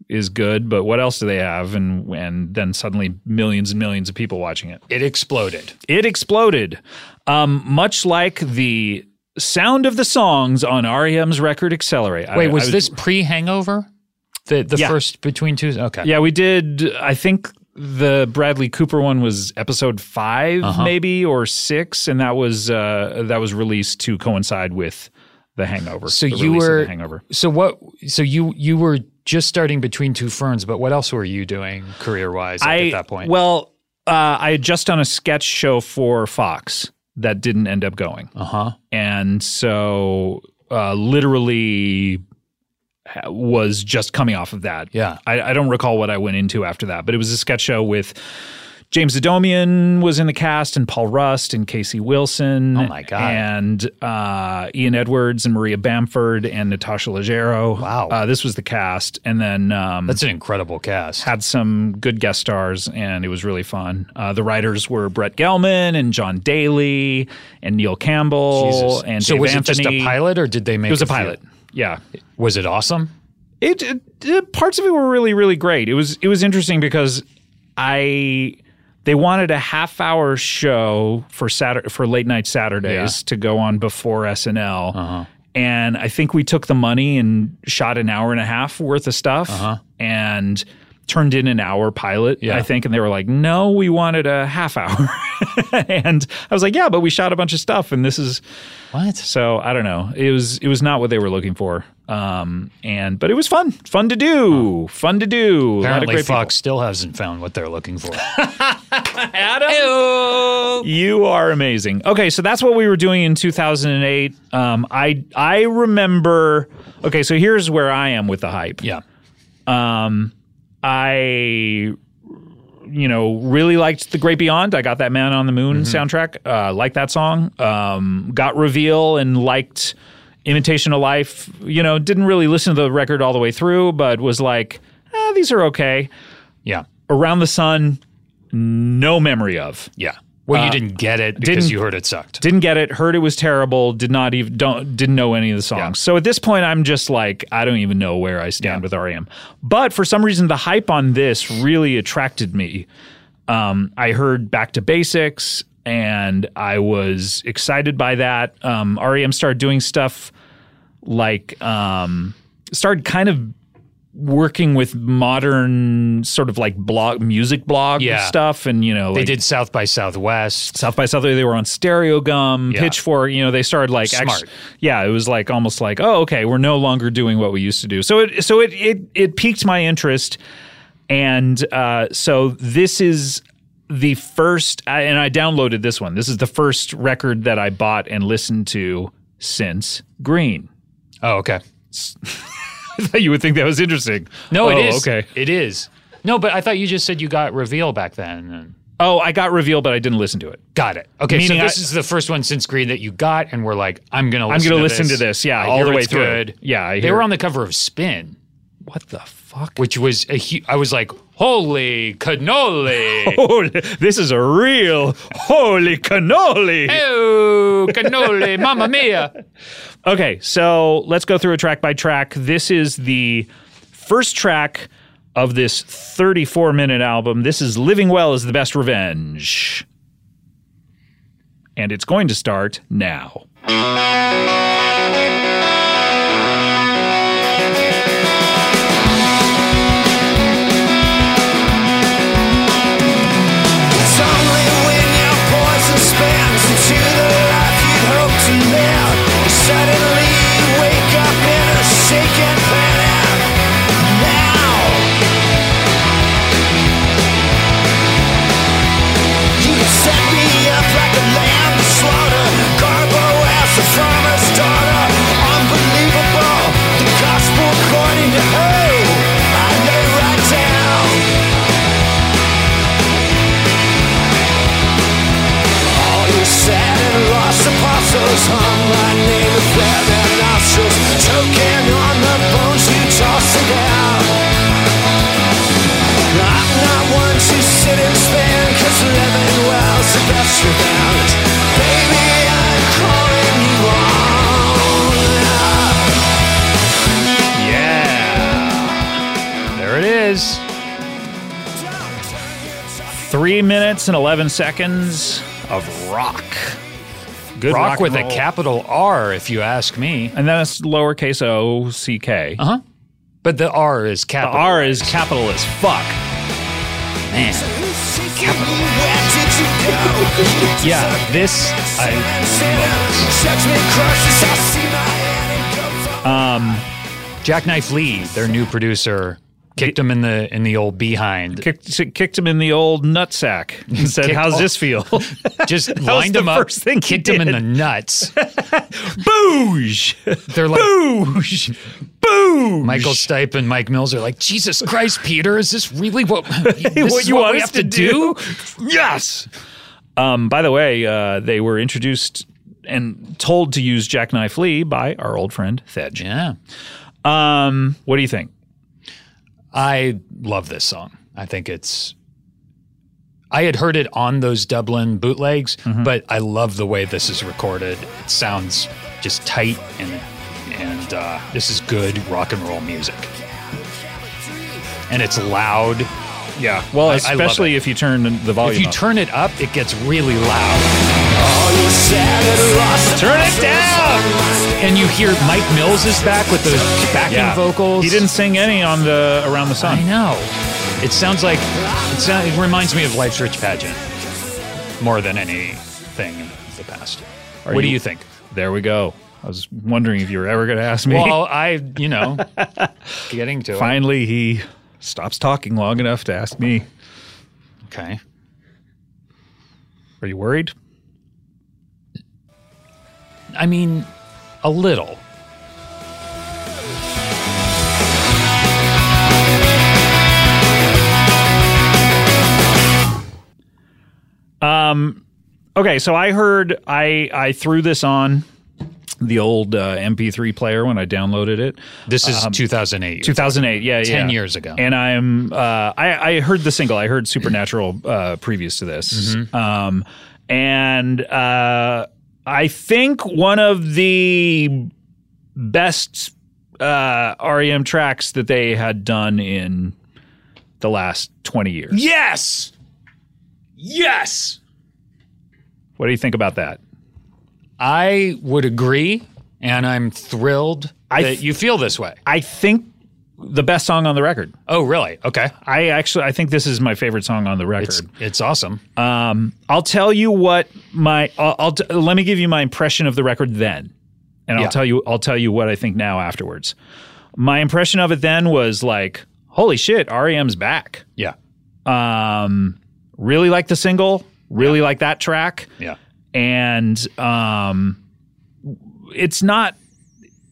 S1: is good, but what else do they have? And and then suddenly millions and millions of people watching it
S5: It exploded.
S1: it exploded. Um, much like the sound of the songs on REM's record Accelerate. I-
S5: Wait,
S1: I
S5: was, this pre Hangover? The the
S1: Yeah.
S5: first between two. Okay.
S1: Yeah, we did. I think the Bradley Cooper one was episode 5
S5: Uh-huh.
S1: maybe, or six, and that was uh, that was released to coincide with the Hangover.
S5: So
S1: the
S5: you
S1: release of
S5: were
S1: the Hangover.
S5: So what? So you you were just starting between two ferns, but what else were you doing career wise
S1: I
S5: at that point?
S1: Well, uh, I had just done a sketch show for Fox that didn't end up going.
S5: uh huh.
S1: and so uh, literally ha- was just coming off of that.
S5: Yeah.
S1: I, I don't recall what I went into after that, but it was a sketch show with James Adomian was in the cast, and Paul Rust and Casey Wilson.
S5: Oh, my God.
S1: And uh, Ian Edwards and Maria Bamford and Natasha Leggero.
S5: Wow.
S1: uh, this was the cast, and then um,
S5: That's an incredible cast.
S1: had some good guest stars, and it was really fun. Uh, the writers were Brett Gelman and John Daly and Neil Campbell
S5: Jesus.
S1: and
S5: so
S1: Dave
S5: was
S1: Anthony.
S5: it just a pilot, or did they make?
S1: It was a
S5: few?
S1: pilot. Yeah,
S5: Was it awesome?
S1: it, it, it- parts of it were really really great. It was it was interesting because I they wanted a half hour show for Saturday for late night Saturdays to go on before SNL.
S5: Uh-huh.
S1: And I think we took the money and shot an hour and a half worth of stuff
S5: Uh-huh.
S1: and turned in an hour pilot, I think. And they were like, no, we wanted a half hour. and I was like, yeah, but we shot a bunch of stuff and this is
S5: What?
S1: so I don't know. It was it was not what they were looking for. Um, and but it was fun, fun to do, fun to do. A lot of
S5: Apparently,
S1: great people.
S5: Fox still hasn't found what they're looking for.
S1: You are amazing. Okay, so that's what we were doing in 2008. Um, I I remember. Okay, so here's where I am with the hype. Um,
S5: yeah.
S1: I, you know, really liked The Great Beyond. I got that Man on the Moon soundtrack. Uh, liked that song. Um, got Reveal and liked Imitation of Life. You know, didn't really listen to the record all the way through, but was like, eh, these are okay.
S5: Yeah.
S1: Around the Sun, no memory of.
S5: Yeah. Well, you
S1: Uh,
S5: didn't get it because
S1: didn't-
S5: you heard it sucked.
S1: Didn't get it. Heard it was terrible. Did not even don't didn't know any of the songs. So at this point, I'm just like I don't even know where I stand with REM. But for some reason, the hype on this really attracted me. Um, I heard Back to Basics, and I was excited by that. Um, REM started doing stuff like um, started kind of working with modern sort of like blog music blog
S5: Yeah.
S1: stuff and you know
S5: They
S1: like-
S5: did South by Southwest.
S1: South by Southwest. They were on Stereo Gum,
S5: Yeah.
S1: Pitchfork. You know, they started like act-
S5: Smart.
S1: yeah, it was like almost like oh, okay, we're no longer doing what we used to do. So it so it it it piqued my interest, and uh, so this is the first, I, and I downloaded this one. This is the first record that I bought and listened to since Green.
S5: Oh, okay.
S1: I thought you would think that was interesting.
S5: No, it
S1: Oh,
S5: is.
S1: okay.
S5: It is. No, but I thought you just said you got Reveal back then.
S1: Oh, I got Reveal, but I didn't listen to it.
S5: Got it. Okay,
S1: Meaning
S5: so this
S1: I-
S5: is the first one since Green that you got, and we're like, I'm gonna.
S1: I'm
S5: Listen
S1: gonna
S5: to
S1: listen
S5: this.
S1: to this, yeah,
S5: I
S1: all
S5: hear
S1: the way
S5: it's
S1: through.
S5: Good.
S1: Yeah, I
S5: they
S1: hear
S5: were
S1: it.
S5: on the cover of Spin,
S1: What the fuck?
S5: which was a hu- I was like, holy cannoli!
S1: Holy, this is a real holy cannoli.
S5: oh, cannoli, mamma mia!
S1: Okay, so let's go through a track by track. This is the first track of this 34 minute album. This is Living Well is the Best Revenge. And it's going to start now.
S10: It's only when your poison spins into the life you'd hope to live. Suddenly you wake up in a shaken panic. Now you set me up like a lamb to slaughter, garbo as a farmer's daughter. Unbelievable, the gospel according to who? I lay right down. All you sad and lost apostles hung my name with their bare nostrils, choking on the bones you tossing down. I'm not one to sit and spin, cause living well's the best revenge. Baby, I'm calling you on.
S5: Yeah, there it is.
S1: Three minutes and 11 seconds of rock. Good
S5: Rock,
S1: rock and
S5: with a
S1: roll.
S5: capital R, if you ask me.
S1: And then it's lowercase o c k.
S5: Uh huh. But the R is
S1: The
S5: capital.
S1: R is capital as fuck.
S10: Where did you go?
S5: Yeah, this I
S10: Judgment crushes, I see my head and go for
S5: Jackknife Um, Lee, their new producer, kicked him in the in the old behind.
S1: Kicked, kicked him in the old nutsack and said,
S5: Kicked-
S1: How's
S5: oh.
S1: this feel?
S5: Just
S1: was
S5: lined
S1: the
S5: him up,
S1: first thing he
S5: kicked him in
S1: did.
S5: the nuts.
S1: Boosh!
S5: They're like
S1: Boosh! Boosh!
S5: Michael Stipe and Mike Mills are like, Jesus Christ, Peter, is this really what, this
S1: What
S5: is
S1: you
S5: what
S1: want
S5: we
S1: us
S5: have
S1: to
S5: to do?
S1: Yes. Um, by the way, uh, they were introduced and told to use Jackknife Lee by our old friend Thedge.
S5: Yeah,
S1: Um, what do you think?
S5: I love this song. I think it's. I had heard it on those Dublin bootlegs,
S1: Mm-hmm.
S5: but I love the way this is recorded. It sounds just tight and and uh, this is good rock and roll music. And it's loud.
S1: Yeah. Well,
S5: I- I love
S1: especially
S5: it.
S1: if you turn the volume
S5: If you
S1: up.
S5: turn it up, it gets really loud.
S1: turn it down.
S5: And you hear Mike Mills is back with those backing
S1: Yeah.
S5: vocals.
S1: Ah. He didn't sing any on the Around the
S5: I
S1: Sun.
S5: know. It sounds like it, sound, it reminds me of Life's Rich Pageant more than anything in the past.
S1: Are
S5: what do
S1: you-
S5: you think?
S1: There we go. I was wondering if you were ever going to ask me.
S5: Well, I, you know, getting to it.
S1: Finally, he stops talking long enough to ask me.
S5: Okay.
S1: Are you worried?
S5: I mean, a little.
S1: Okay, so I heard I I threw this on the old uh, MP3 player when I downloaded it. Um,
S5: This is 2008.
S1: 2008, yeah, yeah.
S5: 10 years ago.
S1: And I'm, uh, I, I heard the single. I heard Supernatural uh, previous to this.
S5: Mm-hmm.
S1: Um, and uh, I think one of the best uh, REM tracks that they had done in the last 20 years.
S5: Yes. Yes.
S1: What do you think about that?
S5: I would agree, and I'm thrilled
S1: I
S5: that
S1: th-
S5: you feel this way.
S1: I think the best song on the record.
S5: Oh, really? Okay.
S1: I actually I think this is my favorite song on the record.
S5: It's, it's awesome.
S1: Um, I'll tell you what my I'll, I'll t- let me give you my impression of the record then, and I'll
S5: Yeah.
S1: tell you I'll tell you what I think now afterwards. My impression of it then was like, holy shit, REM's back.
S5: Yeah.
S1: Um, really like the single, really like that track,
S5: Yeah.
S1: and um, it's not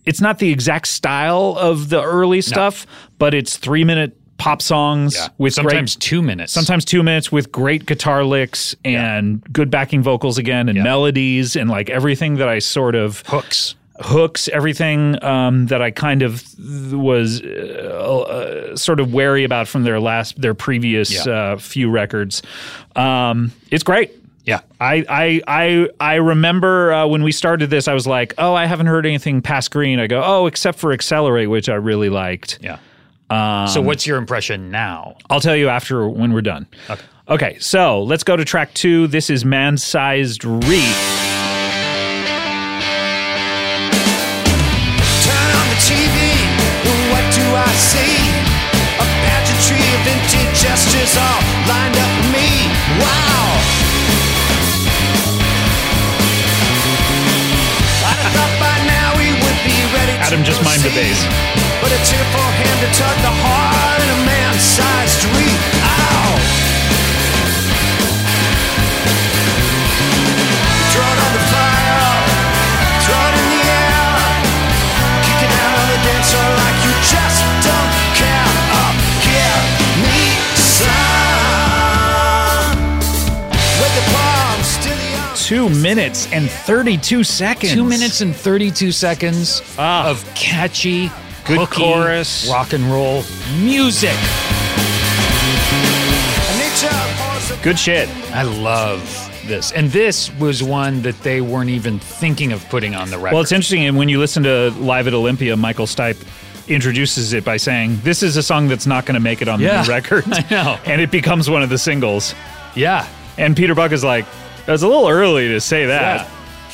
S1: it's not the exact style of the early stuff, but it's three minute pop songs
S5: Yeah.
S1: with great
S5: sometimes two minutes.
S1: sometimes two minutes with great guitar licks and good backing vocals again and melodies and like everything that I sort of
S5: hooks.
S1: hooks everything um, that I kind of th- was uh, uh, sort of wary about from their last their previous
S5: Yeah.
S1: uh, few records. Um, it's great.
S5: Yeah.
S1: I I I I remember uh, when we started this, I was like, oh, I haven't heard anything past Green. I go, oh, except for Accelerate, which I really liked.
S5: Yeah.
S1: Um,
S5: so what's your impression now?
S1: I'll tell you after when we're done. Okay. Okay, so let's go to track two. This is Man Sized Reef.
S3: Turn on the TV, and what do I see? A pageantry of empty gestures all lined up for me. Wow! I thought by now we would be ready to
S1: Adam just mimed the
S3: proceed.
S1: bass.
S3: But a tearful hand to tug the heart in a man-sized reef. Ow! Throw it on the fire, throw it in the air. Kick it out on the dance floor like you just don't care. Oh. Up here, me some. With the palms to the arms.
S1: Two minutes and 32 seconds. Ah.
S5: Two minutes and 32 seconds of catchy,
S1: Good
S5: hooky,
S1: chorus.
S5: rock and roll music.
S1: Good shit.
S5: I love this. And this was one that they weren't even thinking of putting on the record.
S1: Well, it's interesting. And when you listen to Live at Olympia, Michael Stipe introduces it by saying, This is a song that's not going to make it on the
S5: Yeah,
S1: new record.
S5: I know.
S1: And it becomes one of the singles.
S5: yeah.
S1: And Peter Buck is like, That's a little early to say that.
S5: Yeah.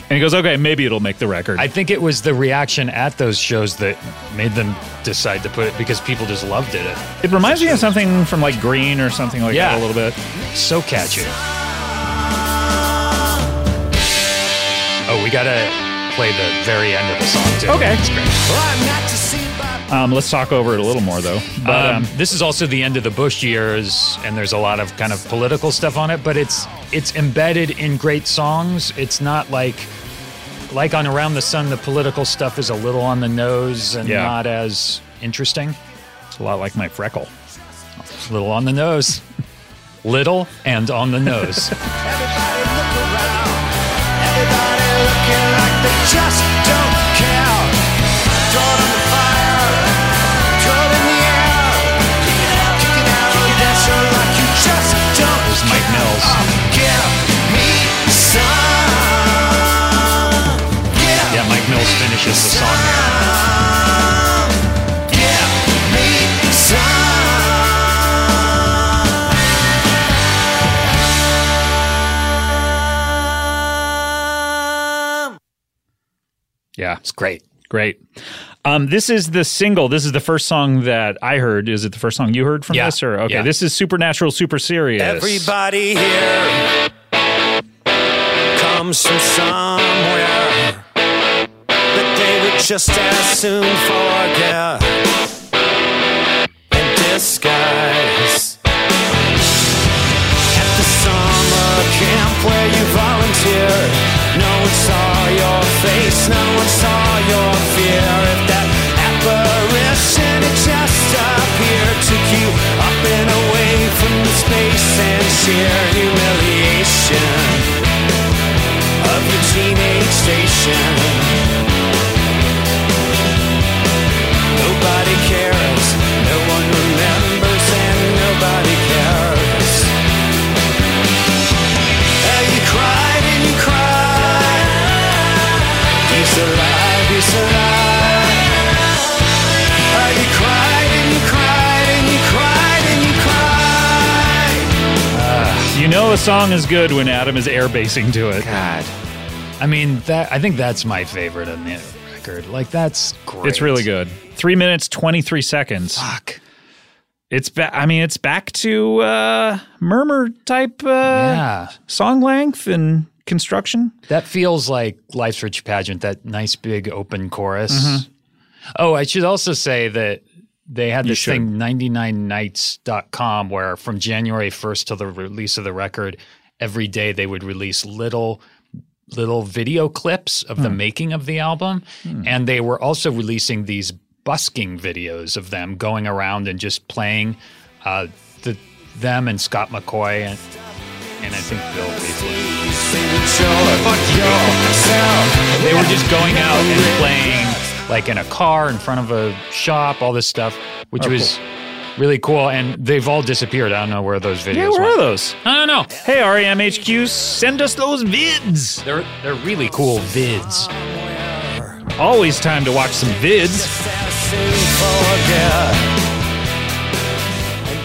S1: And he goes, Okay, maybe it'll make the record.
S5: I think it was the reaction at those shows that made them decide to put it because people just loved it.
S1: it reminds me of something from like Green or something like
S5: Yeah.
S1: that a little bit.
S5: So catchy. Oh, we gotta play the very end of the song too.
S1: Okay.
S5: It's great.
S1: Um, let's talk over it a little more though. But um,
S5: um, this is also the end of the Bush years, and there's a lot of kind of political stuff on it, but it's it's embedded in great songs. It's not like like on Around the Sun, the political stuff is a little on the nose and
S1: Yeah.
S5: not as interesting.
S1: it's a lot like my freckle.
S5: It's a little on the nose, little and on the nose.
S3: Everybody look around. Everybody looking like they just don't care. Throw it on the fire. Throw it in the air. Kick it out on the dance floor like you just don't
S5: There's Mike
S3: care.
S5: Mills.
S3: Oh, give
S5: uh,
S3: me some. Give
S5: yeah, Mike Mills finishes the song. there.
S3: some. Give me some.
S1: Yeah.
S5: It's great.
S1: Great. Um, this is the single. This is the first song that I heard. Is it the first song you heard from
S5: Yeah.
S1: this? Or okay,
S5: Yeah.
S1: this is Supernatural, Super Serious.
S3: Everybody here comes from somewhere that they would just as soon forget and disguise. At the summer camp where you volunteered, no one saw your face, no one saw your fear. If that apparition had just appeared, took you up and away from the space and sheer humiliation of your teenage station.
S2: alive, he's alive. Oh, you cried and you cried and you cried and you cried.
S1: You know a song is good when Adam is airbasing to it.
S5: God. I mean, that I think that's my favorite on the record. Like that's great.
S1: It's really good. Three minutes, 23 seconds.
S5: Fuck.
S1: It's back. I mean, it's back to uh, murmur type uh,
S5: Yeah.
S1: song length and construction.
S5: That feels like Life's Rich Pageant, that nice big open chorus.
S1: Mm-hmm.
S5: Oh, I should also say that they had this
S1: should.
S5: thing 99nights.com where from January 1st till the release of the record, every day they would release little little video clips of
S1: Hmm.
S5: the making of the album and they were also releasing these busking videos of them going around and just playing uh, the, them and Scott McCoy and, and I think Bill Beasley. They were just going out and playing like in a car in front of a shop, all this stuff,
S1: Oh,
S5: which was really cool. And they've all disappeared. I don't know where those videos
S1: Yeah, where are
S5: went.
S1: those?
S5: I don't know.
S1: Hey, REMHQ, send us those vids.
S5: They're they're really cool vids.
S1: Always time to watch some vids.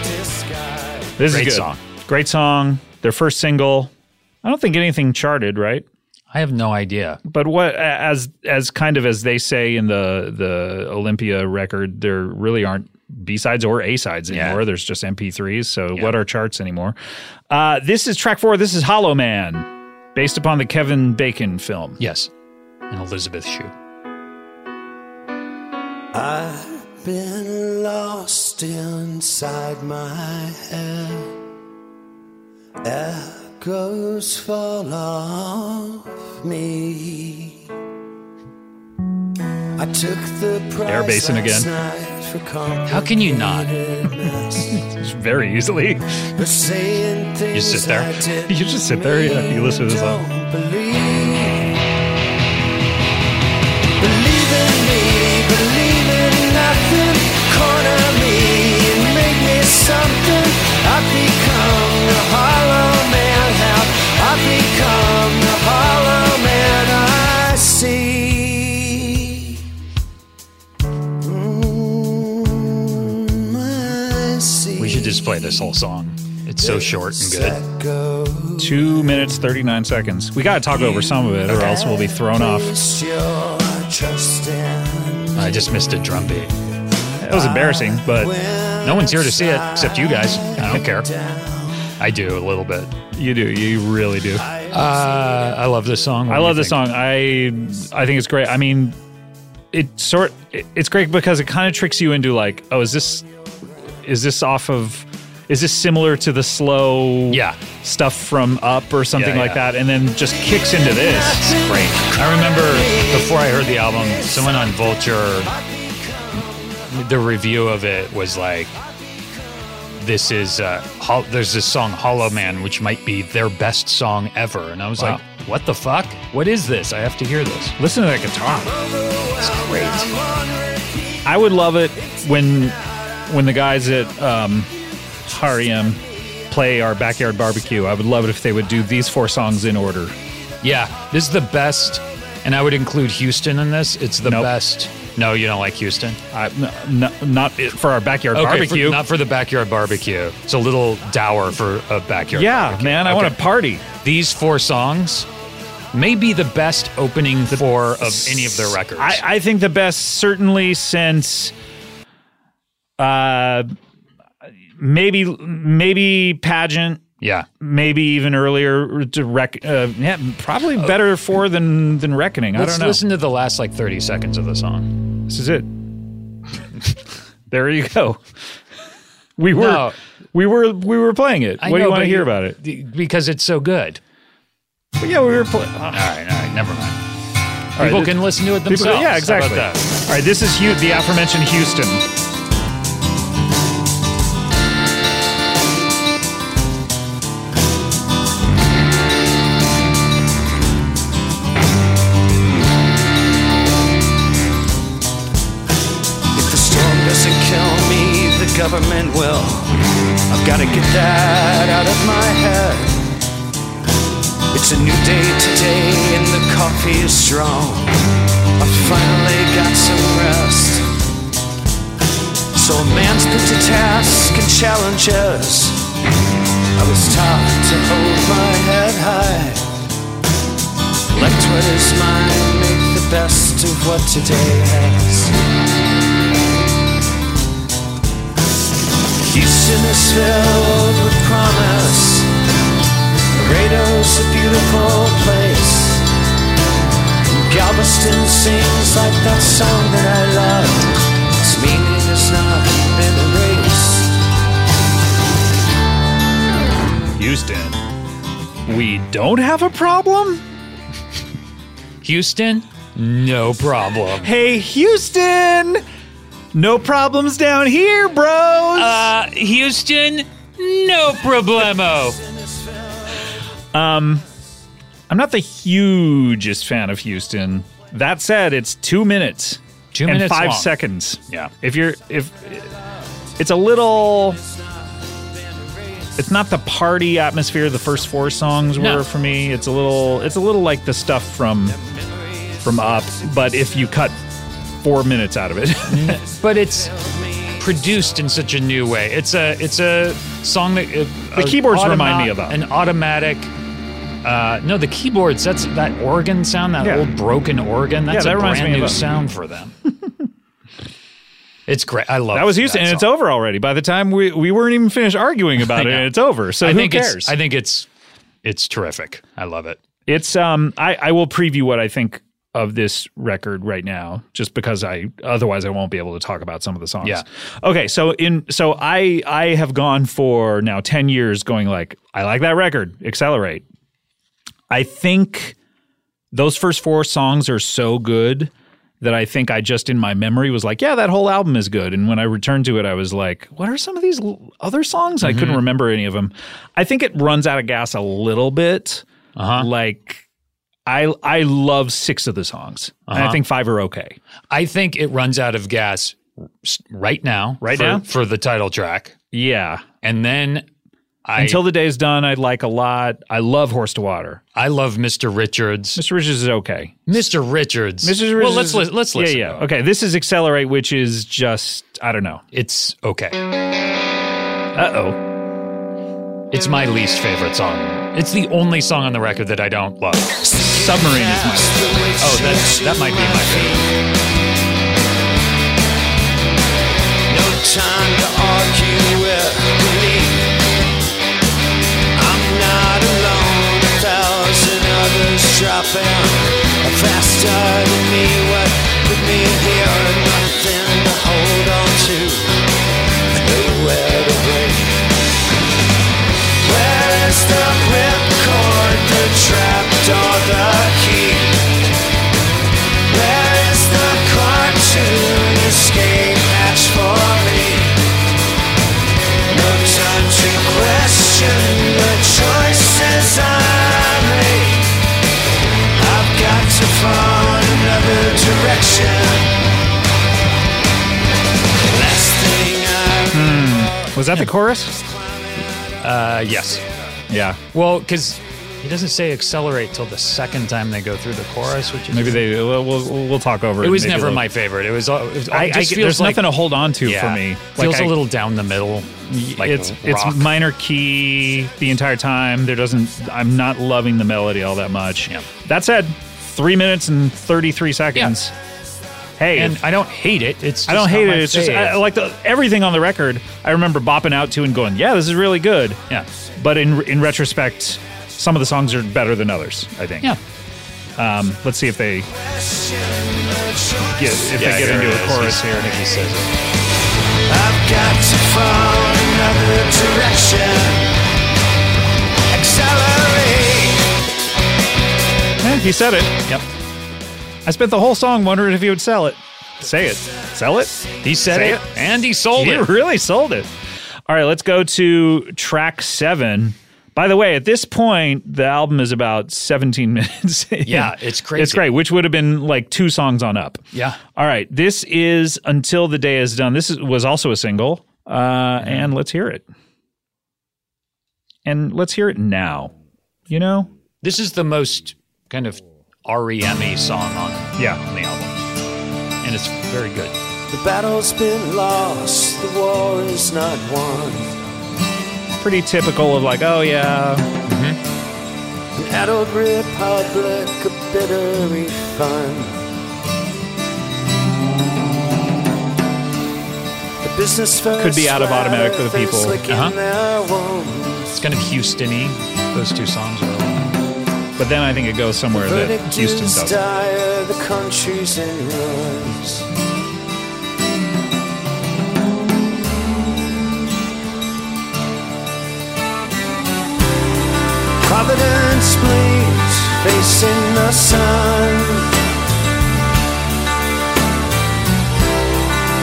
S1: This
S5: Great
S1: is good.
S5: song.
S1: Great song. Their first single. I don't think anything charted, right?
S5: I have no idea.
S1: But what as as kind of as they say in the the Olympia record, there really aren't B sides or A sides anymore. There's just MP3s. So what are charts anymore? Uh, this is track four. This is Hollow Man, based upon the Kevin Bacon film.
S5: Yes, and Elizabeth Shue.
S2: I've been lost inside my head. Echoes fall off me. I took the
S1: Air
S2: price
S1: basing
S2: last
S1: again.
S2: night for complicated
S5: How can you not?
S2: mess.
S1: Very easily.
S2: But saying things
S5: sit there.
S2: I didn't
S1: You just sit there, yeah, you listen to this song.
S2: don't Believe. Believe in me, believe in nothing. Corner me and make me something. I've become the hollow man. How I've become the hollow man I see. Mm, I see.
S5: We should just play this whole song. It's so short and good.
S2: That goes.
S1: Two minutes thirty nine seconds. We got to talk over some of it, or else we'll be thrown off.
S2: Place your trust in
S5: I just missed a drum beat.
S1: That was embarrassing, but
S5: No one's here to see it except you guys. I don't care. I do a little bit.
S1: you do. You really do.
S5: Uh, I love this song. What
S1: I
S5: do you
S1: love this
S5: think?
S1: song. I I think it's great. I mean, it sort it- it's great because it kind of tricks you into like, oh, is this is this off of is this similar to the slow
S5: Yeah.
S1: stuff from Up or something
S5: Yeah,
S1: like
S5: yeah.
S1: that, and then just kicks into this.
S5: Great. I remember before I heard the album, someone on Vulture, the review of it was like, "This is uh, hol- there's this song Hollow Man, which might be their best song ever," and I was
S1: Wow.
S5: like, "What the fuck? What is this? I have to hear this."
S1: Listen to that guitar.
S5: Great.
S1: I would love it when when the guys at um,
S5: E
S1: REM play our backyard barbecue. I would love it if they would do these four songs in order.
S5: Yeah, this is the best, and I would include Houston in this. It's the
S1: Nope.
S5: best. No, you don't like Houston.
S1: I, n- n- not for our backyard
S5: Okay, for-
S1: barbecue.
S5: not for the backyard barbecue. It's a little dour for a backyard.
S1: yeah,
S5: barbecue.
S1: man, I
S5: Okay.
S1: want to party.
S5: these four songs may be the best opening four of any of their records.
S1: I, I think the best certainly since uh maybe maybe pageant
S5: yeah.
S1: maybe even earlier to rec- uh, yeah probably better four than than reckoning i
S5: Let's
S1: don't know
S5: listen to the last like 30 seconds of the song.
S1: this is it there you go we were
S5: No.
S1: we were we were playing it
S5: I
S1: what do
S5: know,
S1: you want
S5: but
S1: to hear about it
S5: the- Because it's so good.
S1: But yeah we were playing
S5: All right, all right, never mind. People
S1: this-
S5: can listen to it
S1: People-
S5: themselves.
S1: yeah,
S5: How about
S1: exactly.
S5: that?
S1: All right, this is Hugh, the aforementioned Houston.
S2: If the storm doesn't kill me, the government will. I've gotta get that out of my head. It's a new day today and the coffee is strong.
S3: I finally got some rest. So a man's put to task and challenges. I was taught to hold my head high. Let what is mine make the best of what today has. Houston is filled with promise. Laredo's a beautiful place. Galveston sings like that song that I love. Its meaning has not been erased.
S1: Houston, we don't have a problem?
S5: Houston, no problem.
S1: Hey, Houston! No problems down here, bros!
S5: Uh, Houston, no problemo.
S1: Um, I'm not the hugest fan of Houston. That said, it's two minutes,
S5: Two
S1: and
S5: minutes
S1: five
S5: long.
S1: seconds.
S5: Yeah.
S1: If you're if it's a little, it's not the party atmosphere the first four songs were
S5: No.
S1: for me. It's a little it's a little like the stuff from from Up, but if you cut four minutes out of it,
S5: But it's produced in such a new way. It's a it's a song that it,
S1: The
S5: a
S1: keyboards remind me of that.
S5: an automatic. Uh, no, the keyboards. That's that organ sound, that
S1: Yeah.
S5: old broken organ.
S1: Yeah,
S5: That's
S1: that
S5: a
S1: reminds
S5: brand
S1: me of
S5: new
S1: them.
S5: sound for them. it's great. I love
S1: that was Houston, and it's
S5: song.
S1: over already. By the time we we weren't even finished arguing about it,
S5: know.
S1: and it's over. So
S5: I
S1: who
S5: think
S1: cares?
S5: it's I think it's it's terrific. I love it.
S1: It's um I, I will preview what I think of this record right now just because I otherwise I won't be able to talk about some of the songs.
S5: Yeah.
S1: Okay, so in so I I have gone for now 10 years going like I like that record, Accelerate. I think those first four songs are so good that I think I just in my memory was like, yeah, that whole album is good. And when I returned to it, I was like, what are some of these l- other songs? I couldn't remember any of them. I think it runs out of gas a little bit.
S5: Uh-huh.
S1: Like, I I love six of the songs, and I
S5: Uh-huh.
S1: think five are okay.
S5: I think it runs out of gas s- right now.
S1: Right
S5: for-
S1: now?
S5: for the title track,
S1: Yeah.
S5: and then I
S1: Until the day's done, I like a lot. I love Horse to Water.
S5: I love Mr. Richards.
S1: Mr. Richards is okay.
S5: Mr. Richards.
S1: Mr. Richards.
S5: Well, let's
S1: is-
S5: li- let's listen.
S1: Yeah,
S5: to
S1: yeah.
S5: it.
S1: Okay, this is Accelerate, which is just I don't know.
S5: It's okay.
S1: Uh oh.
S5: It's my least favorite song. It's the only song on the record that I don't love. Submarine is my. Oh, that that might be my favorite.
S3: No time to argue with me. I'm not alone. A thousand others dropping faster than me. What put me here? Nothing to hold on to. Nowhere to break. Where is the ripcord, the trapdoor, the key? Where is the cartoon escape hatch for me? No time to question the choices I make. I've got to fall another direction. Last thing I
S1: Was that the chorus?
S5: Uh, yes.
S1: Yeah.
S5: Well, because he doesn't say accelerate till the second time they go through the chorus, which is
S1: Maybe they. We'll, we'll, we'll talk over it.
S5: It was
S1: Maybe
S5: never
S1: they'll-
S5: my favorite. It was. al- It was
S1: I, I,
S5: it just feels
S1: there's
S5: like,
S1: nothing to hold on to
S5: yeah,
S1: for me.
S5: feels
S1: I-
S5: a little down the middle. Like
S1: it's
S5: rock.
S1: it's minor key the entire time. There doesn't. I'm not loving the melody all that much.
S5: Yep.
S1: That said, three minutes and thirty three seconds. Hey,
S5: and I don't hate it. It's
S1: I don't
S5: just
S1: hate
S5: not
S1: it.
S5: my
S1: It's just
S5: fave.
S1: I, like the, everything on the record. I remember bopping out to and going, "Yeah, this is really good."
S5: yeah,
S1: But in in retrospect, some of the songs are better than others. I think.
S5: yeah.
S1: Um, let's see if they
S3: question the choices.
S1: get if
S5: Yeah,
S1: they get into
S5: here it
S1: a
S5: is.
S1: chorus here.
S5: I think he says it.
S3: I've got to fall another direction. Accelerate.
S1: Eh, he said it.
S5: Yep.
S1: I spent the whole song wondering if he would sell it. Say it. Sell it.
S5: He said
S1: Say
S5: it,
S1: it.
S5: and he sold
S1: He
S5: it.
S1: really sold it. All right, let's go to track seven. By the way, at this point, the album is about 17 minutes. in.
S5: Yeah, it's crazy.
S1: It's great, which would have been like two songs on up.
S5: Yeah.
S1: All right, this is Until the Day Is Done. This is, was also a single, uh, and let's hear it. And let's hear it now. You know? E
S5: This is the most kind of REM song on
S1: Yeah.
S5: on the album. and it's very good.
S3: The battle's been lost, the war is not won.
S1: Pretty typical of like, oh yeah,
S3: An adult republic, a bitter refund. The business first
S1: Could be out of Automatic for the
S3: rather than
S1: People.
S3: slicking
S5: Uh-huh.
S3: their wounds.
S5: It's kind of Houstony. Those two songs are.
S1: but then I think it goes somewhere that
S3: Verdict
S1: Houston
S3: is
S1: doesn't.
S3: dire, the country's in ruins. Providence bleeds, facing the sun.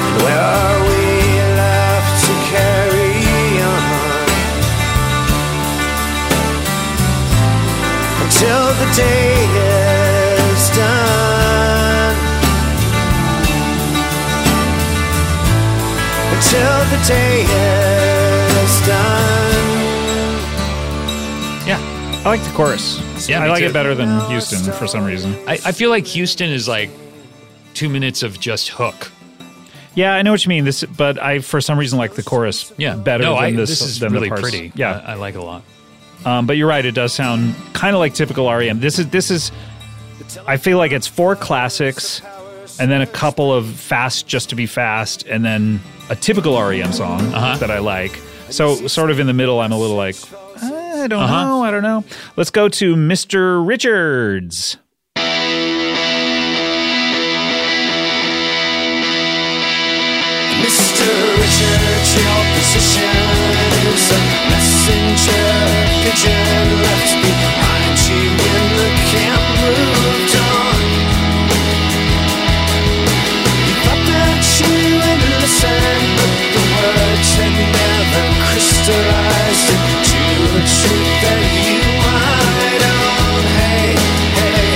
S3: And where are we left to carry on? until the day is done. Until the day is done.
S5: Yeah.
S1: I like the chorus.
S5: Yeah,
S1: I
S5: me
S1: like
S5: too.
S1: it better than Houston for some reason.
S5: I, I feel like Houston is like two minutes of just hook.
S1: Yeah, I know what you mean. This, but I for some reason like the chorus.
S5: Yeah.
S1: better
S5: no,
S1: than
S5: I,
S1: this.
S5: is
S1: than the
S5: really
S1: parts.
S5: pretty.
S1: Yeah,
S5: I, I like it a lot.
S1: Um, but you're right; it does sound kind of like typical REM. This is this is. I feel like it's four classics, and then a couple of fast, just to be fast, and then a typical REM song
S5: Uh-huh.
S1: that I like. So sort of in the middle, I'm a little like, "Eh, I don't
S5: Uh-huh.
S1: know, I don't know. Let's go to Mr. Richards.
S3: Mr. Richards, your position is a messenger pigeon left behind you when the camp moved on. You thought that you would listen, but the words had never crystallized into a truth that you might own. Hey, hey.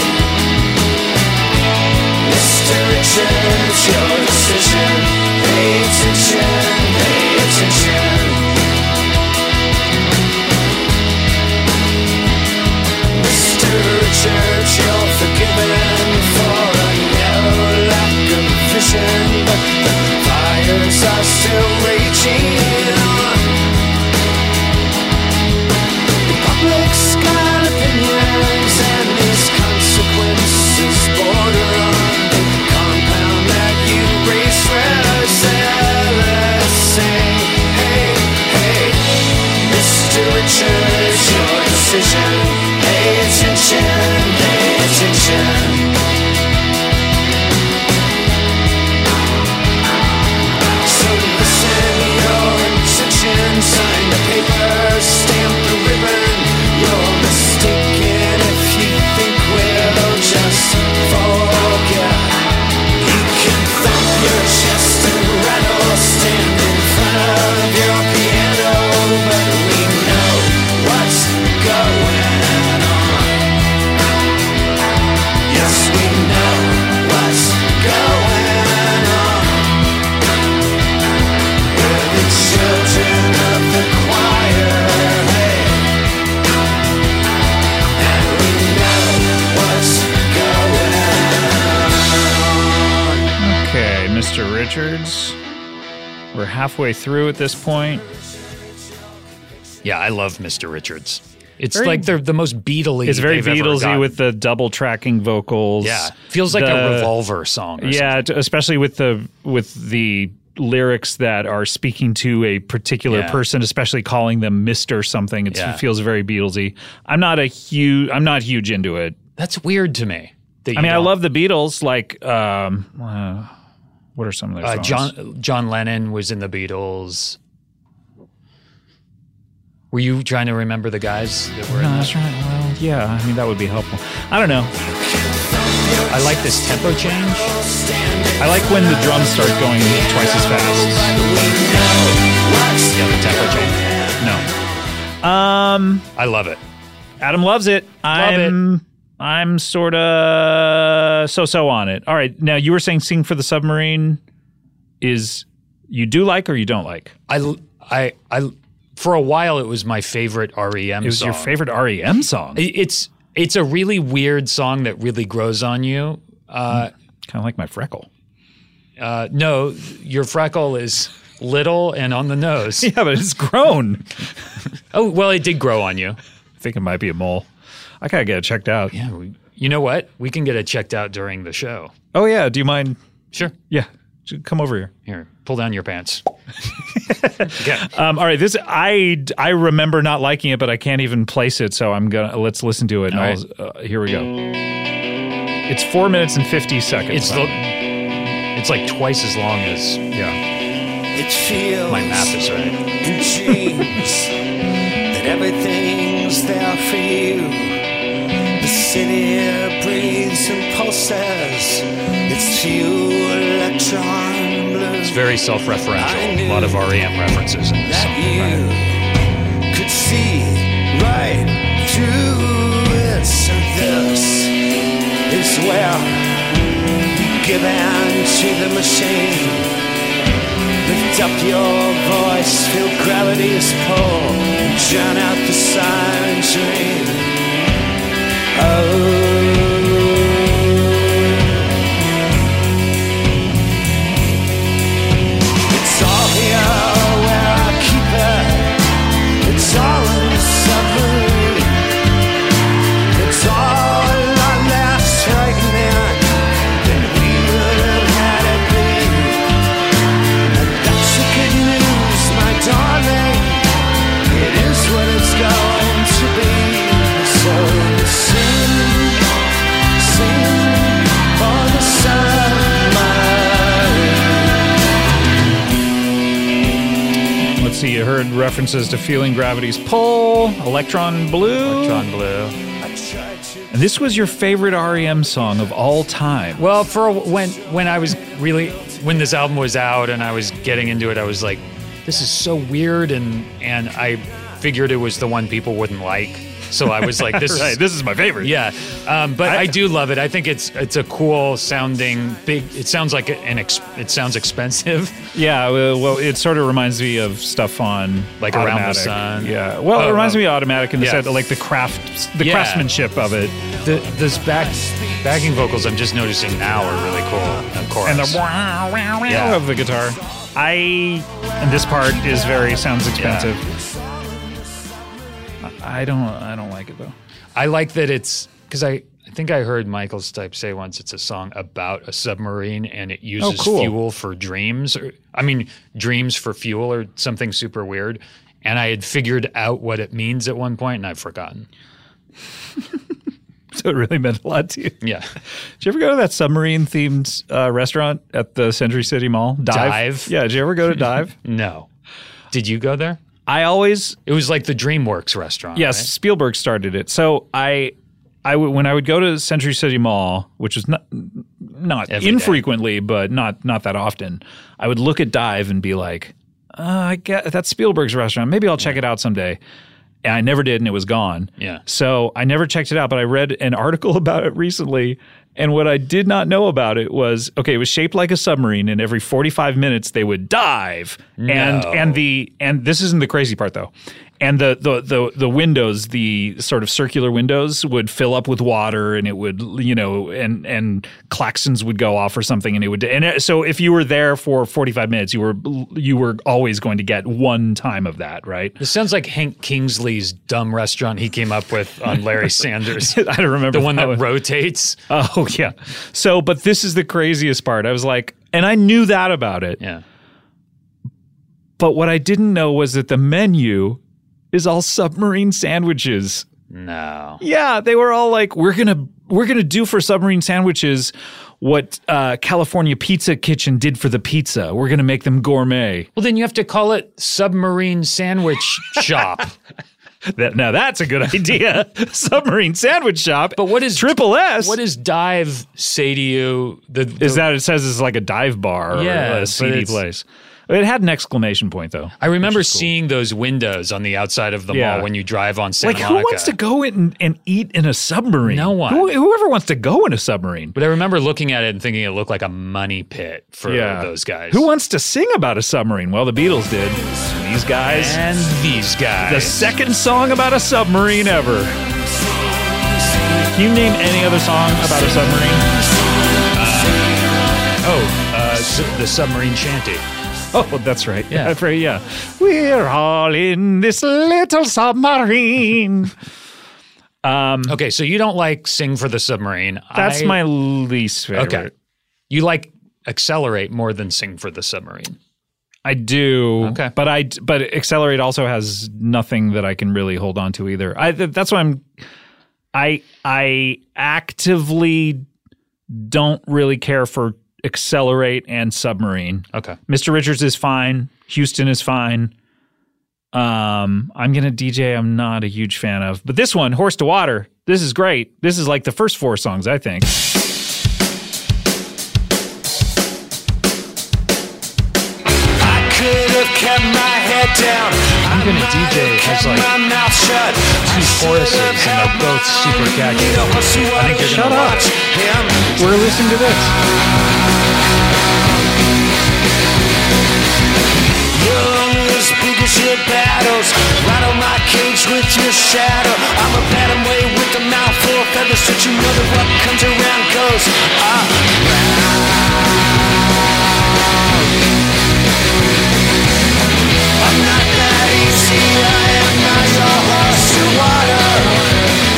S3: Mr. Richards, your decision. Pay attention, pay attention. Mr. Richards, you're forgiven for a narrow lack of vision, but the fires are still raging on. The public's got opinions, and these consequences border on the compound that you race rather saying, hey, hey, Mr. Richards, your decision. Pay attention, pay attention. So listen, your intention, sign the paper, stamp the ribbon. You're mistaken if you think we'll just forget. You can thump your chest and rattle, stand in front of your piano, but we know what's going on. Yes, we know what's going on. We're the children of the choir, hey. And we know what's going on.
S1: Okay, Mr. Richards. We're halfway through at this point.
S5: Yeah, I love Mr. Richards. It's
S1: Very-
S5: like they're the most Beatlesy.
S1: It's very
S5: they've ever
S1: Beatlesy
S5: gotten.
S1: with the double tracking vocals.
S5: yeah, feels like a
S1: The-
S5: revolver song. Or
S1: Yeah, t- especially with the with the lyrics that are speaking to a particular
S5: Yeah.
S1: person, especially calling them Mister something. It's,
S5: Yeah.
S1: It feels very Beatlesy. I'm not a huge. I'm not huge into it.
S5: That's weird to me. that
S1: I
S5: you
S1: mean, I
S5: don't.
S1: love the Beatles. Like, um, uh, what are some of their
S5: uh,
S1: songs?
S5: John John Lennon was in the Beatles. Were you trying to remember the guys that were
S1: No,
S5: in
S1: that's
S5: that?
S1: right. Well, Uh, yeah. I mean, that would be helpful. I don't know.
S5: I like this tempo change.
S1: I like when the drums start going twice as fast.
S5: Yeah, the tempo change.
S1: No, Um,
S5: I love it.
S1: Adam loves it. I'm I'm sort of so so on it. All right, now you were saying "Sing for the Submarine" is you do like or you don't like?
S5: I I I for a while it was my favorite REM.
S1: It was your favorite REM song, kind
S5: It's it's a really weird song that really grows on you. Uh,
S1: of like my freckle.
S5: Uh, no, your freckle is little and on the nose. yeah,
S1: but it's grown.
S5: oh, well, it did grow on you. I
S1: think it might be a mole. I gotta get it checked out.
S5: Yeah, we, you know what? We can get it checked out during the show.
S1: Oh yeah. Do you mind?
S5: Sure.
S1: Yeah. J- Come over here.
S5: Here, pull down your pants.
S1: Um, all right. This I I remember not liking it, but I can't even place it. So I'm gonna let's listen to it. And
S5: All
S1: I'll, uh, here we go. It's four minutes and fifty seconds.
S5: It's the, it's like twice as long as yeah.
S3: It feels
S5: My math is right.
S3: and dreams that everything's there for you. The city breathes and pulses. It's you, electron blue.
S5: It's very self-referential. A lot of REM references in this song.
S3: You could see right through it. So this is where you give in to the machine. Lift up your voice, feel gravity's pull, drown out the siren dream. Oh. It's all here where I keep it. It's all in the submarine. It's all along that straightening. Then we would have had it be. That's the good news, my darling. It is what it's going to be. So sing, sing for the summer.
S1: Let's see. You heard references to feeling gravity's pull, electron blue, electron
S5: blue.
S1: And this was your favorite
S5: E
S1: REM song of all time.
S5: Well, for a, when when I was really when this album was out and I was getting into it, I was like, this is so weird, and and I figured it was the one people wouldn't like. So I was like, this
S1: Right,
S5: is,
S1: this is my favorite.
S5: Yeah, um, but I, do love it. I think it's it's a cool sounding big. It sounds like an ex, it sounds expensive.
S1: Yeah, well, well, it sort of reminds me of stuff on
S5: Like Around the
S1: Automatic.
S5: Sun.
S1: Yeah, well,
S5: Oh,
S1: it reminds
S5: oh.
S1: me of Automatic in the
S5: Yeah.
S1: sense, like the craft, the
S5: Yeah.
S1: craftsmanship of it,
S5: The those back backing vocals I'm just noticing now are really cool. Of course,
S1: and the wow, wow, wow
S5: Yeah.
S1: of the guitar. I and this part is very sounds expensive. I I don't, I don't like it though.
S5: I like that it's because I, I think I heard Michael Stipe say once it's a song about a submarine and it uses
S1: Oh, cool.
S5: fuel for dreams or I mean dreams for fuel or something super weird. And I had figured out what it means at one point and I've forgotten.
S1: So it really meant a lot to you. Did
S5: Yeah.
S1: you ever go to that submarine themed uh, restaurant at the Century City Mall?
S5: Dive?
S1: Yeah. Did you ever go to Dive?
S5: No. Did you go there?
S1: I always
S5: It was like the DreamWorks restaurant.
S1: Yes, Spielberg started it. So I, I would when I would go to Century City Mall, which was not not
S5: Every day.
S1: infrequently, but not not that often. I would look at Dive and be like, uh, I get that's Spielberg's restaurant. Maybe I'll check it out someday. And I never did, and it was gone.
S5: Yeah.
S1: So I never checked it out, but I read an article about it recently. And what I did not know about it was okay, it was shaped like a submarine, and every 45 minutes they would dive. And
S5: No.
S1: and the and this isn't the crazy part though. And the, the the the windows, the sort of circular windows would fill up with water and it would you know and and claxons would go off or something and it would and it- so if you were there for 45 minutes you were you were always going to get one time of that, right?
S5: This sounds like Hank Kingsley's dumb restaurant he came up with on Larry Sanders.
S1: I don't remember
S5: The one that
S1: one.
S5: rotates.
S1: Oh yeah. So, but this is the craziest part. I was like, and I knew that about it.
S5: Yeah.
S1: But what I didn't know was that the menu is all submarine sandwiches.
S5: No.
S1: Yeah, they were all like, we're gonna we're gonna do for submarine sandwiches what uh, California Pizza Kitchen did for the pizza. We're gonna make them gourmet.
S5: Well, then you have to call it Submarine Sandwich Shop.
S1: That, now that's a good idea. submarine sandwich shop.
S5: But what is
S1: triple S?
S5: What does dive say to you? The, the-
S1: is that? It says it's like a dive bar
S5: Yeah,
S1: or a
S5: but
S1: seedy
S5: it's-
S1: place. It had an exclamation point though.
S5: I remember seeing those windows on the outside of the
S1: Yeah.
S5: mall when you drive on Santa
S1: Like, who
S5: Monica.
S1: wants to go in and, eat in a submarine?
S5: No one.
S1: Who, whoever wants to go in a submarine.
S5: but I remember looking at it and thinking it looked like a money pit for
S1: Yeah.
S5: those guys.
S1: Who wants to sing about a submarine? Well, the Beatles did. And These guys.
S5: and these guys?
S1: the second song about a submarine ever. Can you name any other song about a submarine?
S5: oh, uh, s- su- the submarine shanty.
S1: Oh, that's right. Yeah. That's right. Yeah. We're all in this little submarine.
S5: Um, okay, so you don't like Sing for the Submarine.
S1: That's my least favorite.
S5: Okay. You like Accelerate more than Sing for the Submarine.
S1: I do. Okay. But I but accelerate also has nothing that I can really hold on to either. I th- that's why I'm I I actively don't really care for accelerate and submarine.
S5: Okay.
S1: Mr. Richards is fine. Houston is fine. Um, I'm gonna DJ. I'm not a huge fan of, but this one, Horse to Water. This is great. This is like the first four songs, I think.
S3: I could have kept my head down. I'm
S5: gonna DJ
S3: has like my mouth shut. two choruses and they're both super catchy. I think you're
S5: gonna
S3: watch him.
S1: We're listening to this.
S3: You're as big as your battles. Right on my cage with your shadow. I'm a bat I'm way with a mouth full of feathers. Don't you know that what comes around goes ah. around? I'm not that easy. I am not your horse to water.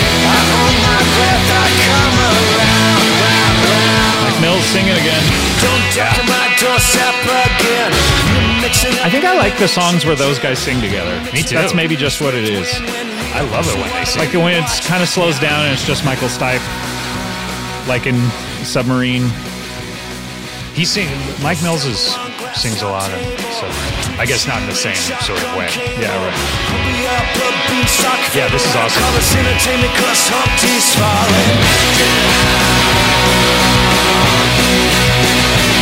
S3: I hold my breath. I come around, round, round.
S1: Mike Mills singing again.
S3: Don't duck to my doorstep again. You're mixing
S1: I think I like the songs where those guys sing together.
S3: Me too.
S1: That's maybe just what it is.
S5: I love it when they sing.
S1: Like when it kind of slows down and it's just Michael Stipe, like in Submarine.
S5: He sings. Mike Mills is, sings a lot, and so I guess not in the same sort of way.
S1: Yeah, right.
S5: Yeah, this is awesome.
S3: Call us entertainment 'cause Humpty's falling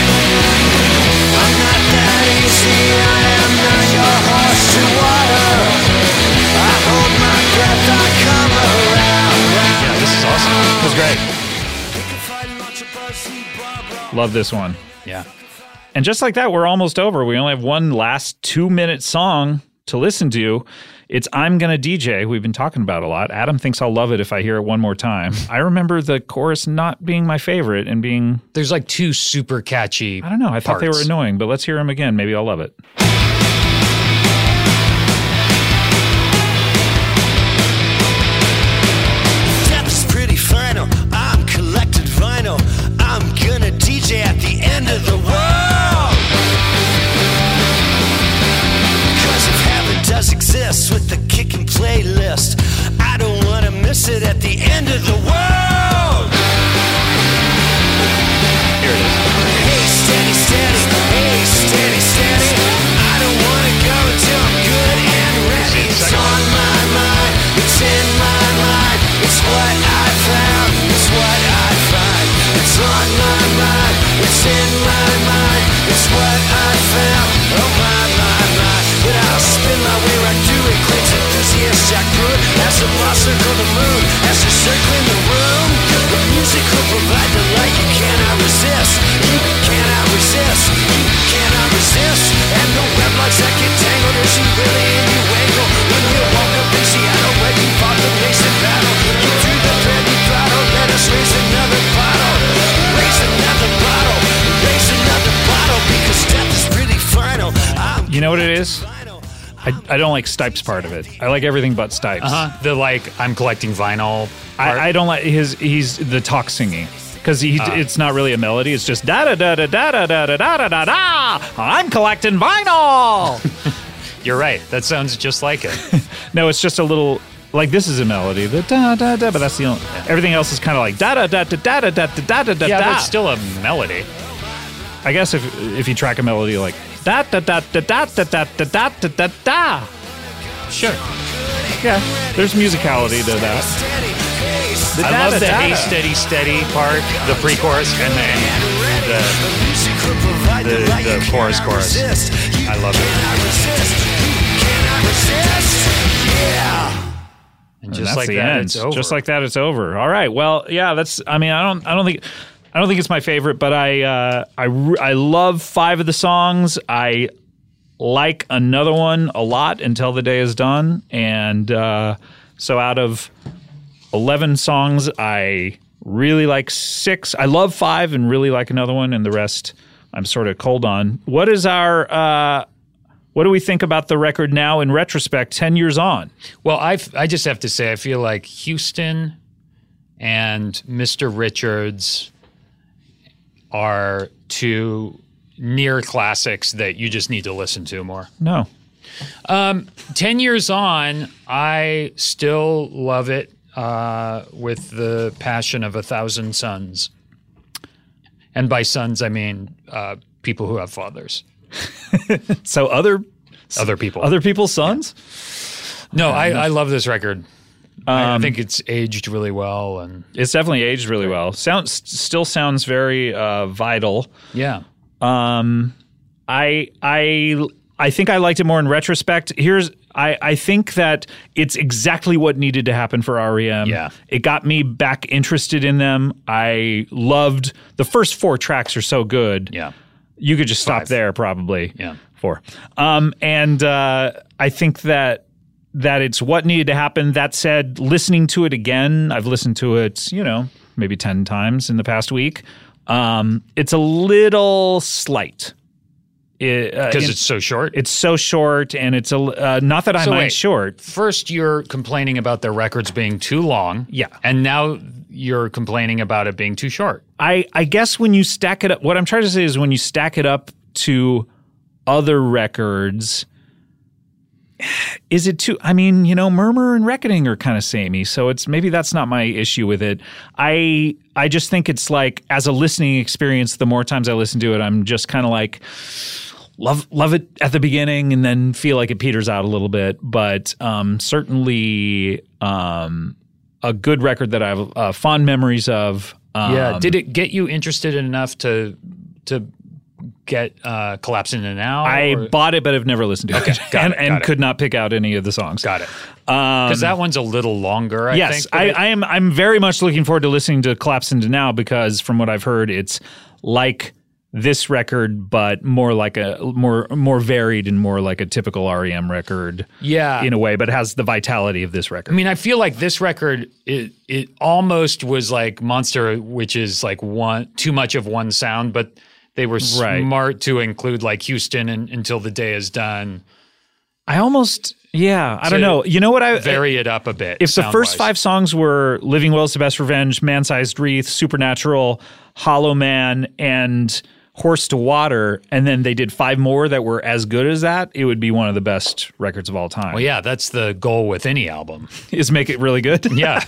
S3: down. I'm not that easy, I am not your horse to water. I hold my breath, I come around.
S5: Yeah, this is awesome. It was great.
S1: Love this one.
S5: Yeah.
S1: And just like that, we're almost over. We only have one last two minute song to listen to. It's I'm Gonna DJ, we've been talking about a lot. Adam thinks I'll love it if I hear it one more time. I remember the chorus not being my favorite and being,
S5: There's like two super catchy.
S1: I don't know, I thought they were
S5: Parts.
S1: annoying, but let's hear them again. Maybe I'll love it.
S3: Depth's pretty final. I'm collected vinyl. I'm gonna DJ at the end of the world. Cause if heaven does exist with the kicking playlist, I don't wanna miss it at the end of the world.
S5: Here it is.
S3: Hey, steady, steady. Hey, steady, steady. I don't wanna go until I'm good and ready. It's on my mind. It's in my mind. It's what I found. It's what I find. It's on my mind. It's in my mind. It's what I found. Oh my, my, my. But I'll spin my way right through it. Claims enthusiast Jack Pruitt. As the ball circle the moon. As you're circling the room. The music will provide the light. You cannot resist. You cannot resist. You cannot resist. And the weblogs that get tangled is you really in you angle. When you woke up in Seattle, where you fought the nascent battle. You threw the thread you throttle. Let us raise another bottle. Raise another bottle. Raise another bottle. Because death is pretty final. I'm
S1: You know what it is? I, I don't like Stipe's part of it. I like everything but Stipe's.
S5: Uh huh. The like I'm collecting vinyl. part.
S1: Uh-huh. I, I don't like his he's the talk singing because he it's not really a melody. It's just da da da da da da da da da da da da. I'm collecting vinyl.
S5: You're right. That sounds just like it.
S1: no, it's just a little like this is a melody. The da da da, but that's the only. Everything else is kind of like da da da da da da da da da da
S5: yeah,
S1: da.
S5: but it's still a melody.
S1: I guess if if you track a melody like da da da da da da da da da da da da.
S5: Sure.
S1: Yeah, there's musicality to that. The
S5: I love the
S1: da-da-da-da.
S5: hey steady steady part, the pre-chorus, and then the the, the chorus chorus. I love it. And just
S1: that's
S5: like
S1: the
S5: that,
S1: end.
S5: it's over.
S1: Just like that, it's over. All right. Well, yeah. That's. I mean, I don't. I don't think. I don't think it's my favorite, but I. Uh, I. re- I love five of the songs. I like another one a lot until the day is done, and uh, so out of eleven songs, I really like six. I love five and really like another one, and the rest I'm sort of cold on. What is our uh, what do we think about the record now in retrospect, ten years on?
S5: Well, I I just have to say I feel like Houston and Mr. Richards are two near classics that you just need to listen to more.
S1: No,
S5: Um, 10 years on, I still love it uh, with the passion of a thousand sons. And by sons, I mean uh, people who have fathers.
S1: so other
S5: other people,
S1: other people's sons.
S5: No, I, I love this record. I I
S1: Um,
S5: think it's aged really well, and
S1: It's definitely aged really well. Sounds still sounds very uh, vital.
S5: yeah,
S1: Um, I I I think I liked it more in retrospect. Here's I I think that it's exactly what needed to happen for REM.
S5: Yeah.
S1: it got me back interested in them. I loved the first four tracks are so good.
S5: yeah,
S1: you could just stop there probably.
S5: yeah.
S1: Four. Um, and uh, I think that that it's what needed to happen. That said, listening to it again, I've listened to it, you know, maybe ten times in the past week. Um, it's a little slight uh,
S5: Because it's so short.
S1: it's so short, and it's a l- uh, not that I
S5: So
S1: mind
S5: wait.
S1: short.
S5: First, you're complaining about their records being too long.
S1: Yeah.
S5: And now you're complaining about it being too short.
S1: I I guess when you stack it up, what I'm trying to say is when you stack it up to other records, is it too? I mean, you know, Murmur and Reckoning are kind of samey, so it's maybe that's not my issue with it. I I just think it's like as a listening experience, the more times I listen to it, I'm just kind of like. love love it at the beginning and then feel like it peters out a little bit but um, certainly um, a good record that i have uh, fond memories of um,
S5: Yeah. Did it get you interested enough to to get uh, collapse in and out?
S1: I bought it, but I've never listened to it, and, and could not pick out any of the songs.
S5: got it because that one's a little longer. I
S1: Um, yes,
S5: think.
S1: I, I am. I'm very much looking forward to listening to Collapse into Now because, from what I've heard, it's like this record, but more like a more more varied and more like a typical REM record.
S5: Yeah.
S1: in a way, but it has the vitality of this record.
S5: I mean, I feel like this record it it almost was like Monster, which is like one too much of one sound, but they were
S1: Right.
S5: smart to include like Houston and until the day is done,
S1: I almost, yeah, I
S5: To
S1: don't know. You know what I
S5: vary it up a bit.
S1: If the first
S5: sound-wise.
S1: five songs were Living Will is the Best Revenge, Man Sized Wreath, Supernatural, Hollow Man, and Horse to Water, and then they did five more that were as good as that, it would be one of the best records of all time.
S5: well, yeah, that's the goal with any album.
S1: Is make it really good.
S5: Yeah.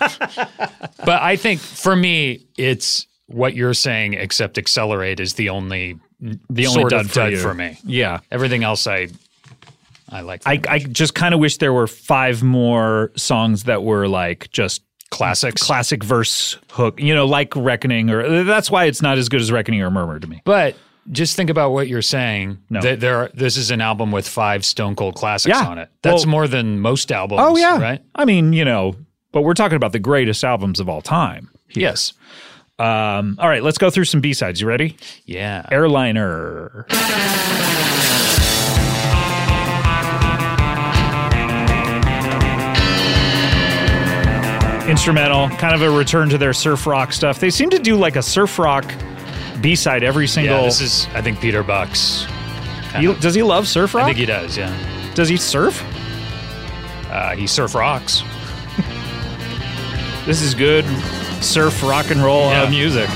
S5: but I think for me, it's what you're saying, except Accelerate is the only
S1: The only
S5: sort
S1: dud
S5: of
S1: for,
S5: dud
S1: you.
S5: for me.
S1: Yeah.
S5: Everything else I I like.
S1: I, I just kind of wish there were five more songs that were like just
S5: Classics.
S1: classic verse hook, you know, like Reckoning, or that's why it's not as good as Reckoning or Murmur to me.
S5: but just think about what you're saying.
S1: No.
S5: That there are, this is an album with five Stone Cold classics
S1: Yeah.
S5: on it. That's
S1: Well-
S5: more than most albums.
S1: Oh yeah,
S5: Right?
S1: I mean, you know, but we're talking about the greatest albums of all time.
S5: Yes.
S1: Um, all right, let's go through some B sides. You ready?
S5: Yeah.
S1: Airliner. Instrumental, kind of a return to their surf rock stuff. They seem to do like a surf rock B side every single.
S5: Yeah, this is I think Peter Buck's.
S1: He- does he love surf
S5: I
S1: rock?
S5: think he does, yeah.
S1: does he surf?
S5: Uh, he surf rocks.
S1: This is good surf rock and roll uh,
S5: Yeah.
S1: music.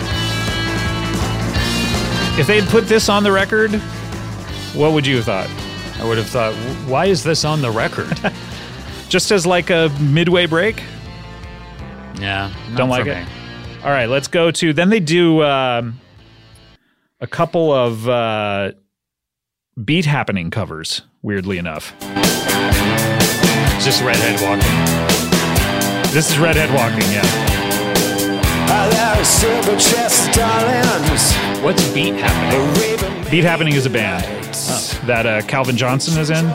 S1: If they had put this on the record, what would you have thought?
S5: I would have thought, why is this on the record?
S1: Just as like a midway break?
S5: yeah. not
S1: Don't like
S5: for
S1: it?
S5: me.
S1: All right, let's go to. Then they do um, a couple of uh, beat happening covers, weirdly enough.
S5: It's just redhead walking.
S1: This is Redhead Walking, yeah.
S3: I love silver chest darlings.
S5: What's beat happening?
S1: Beat Happening is a band that uh, Calvin Johnson is in.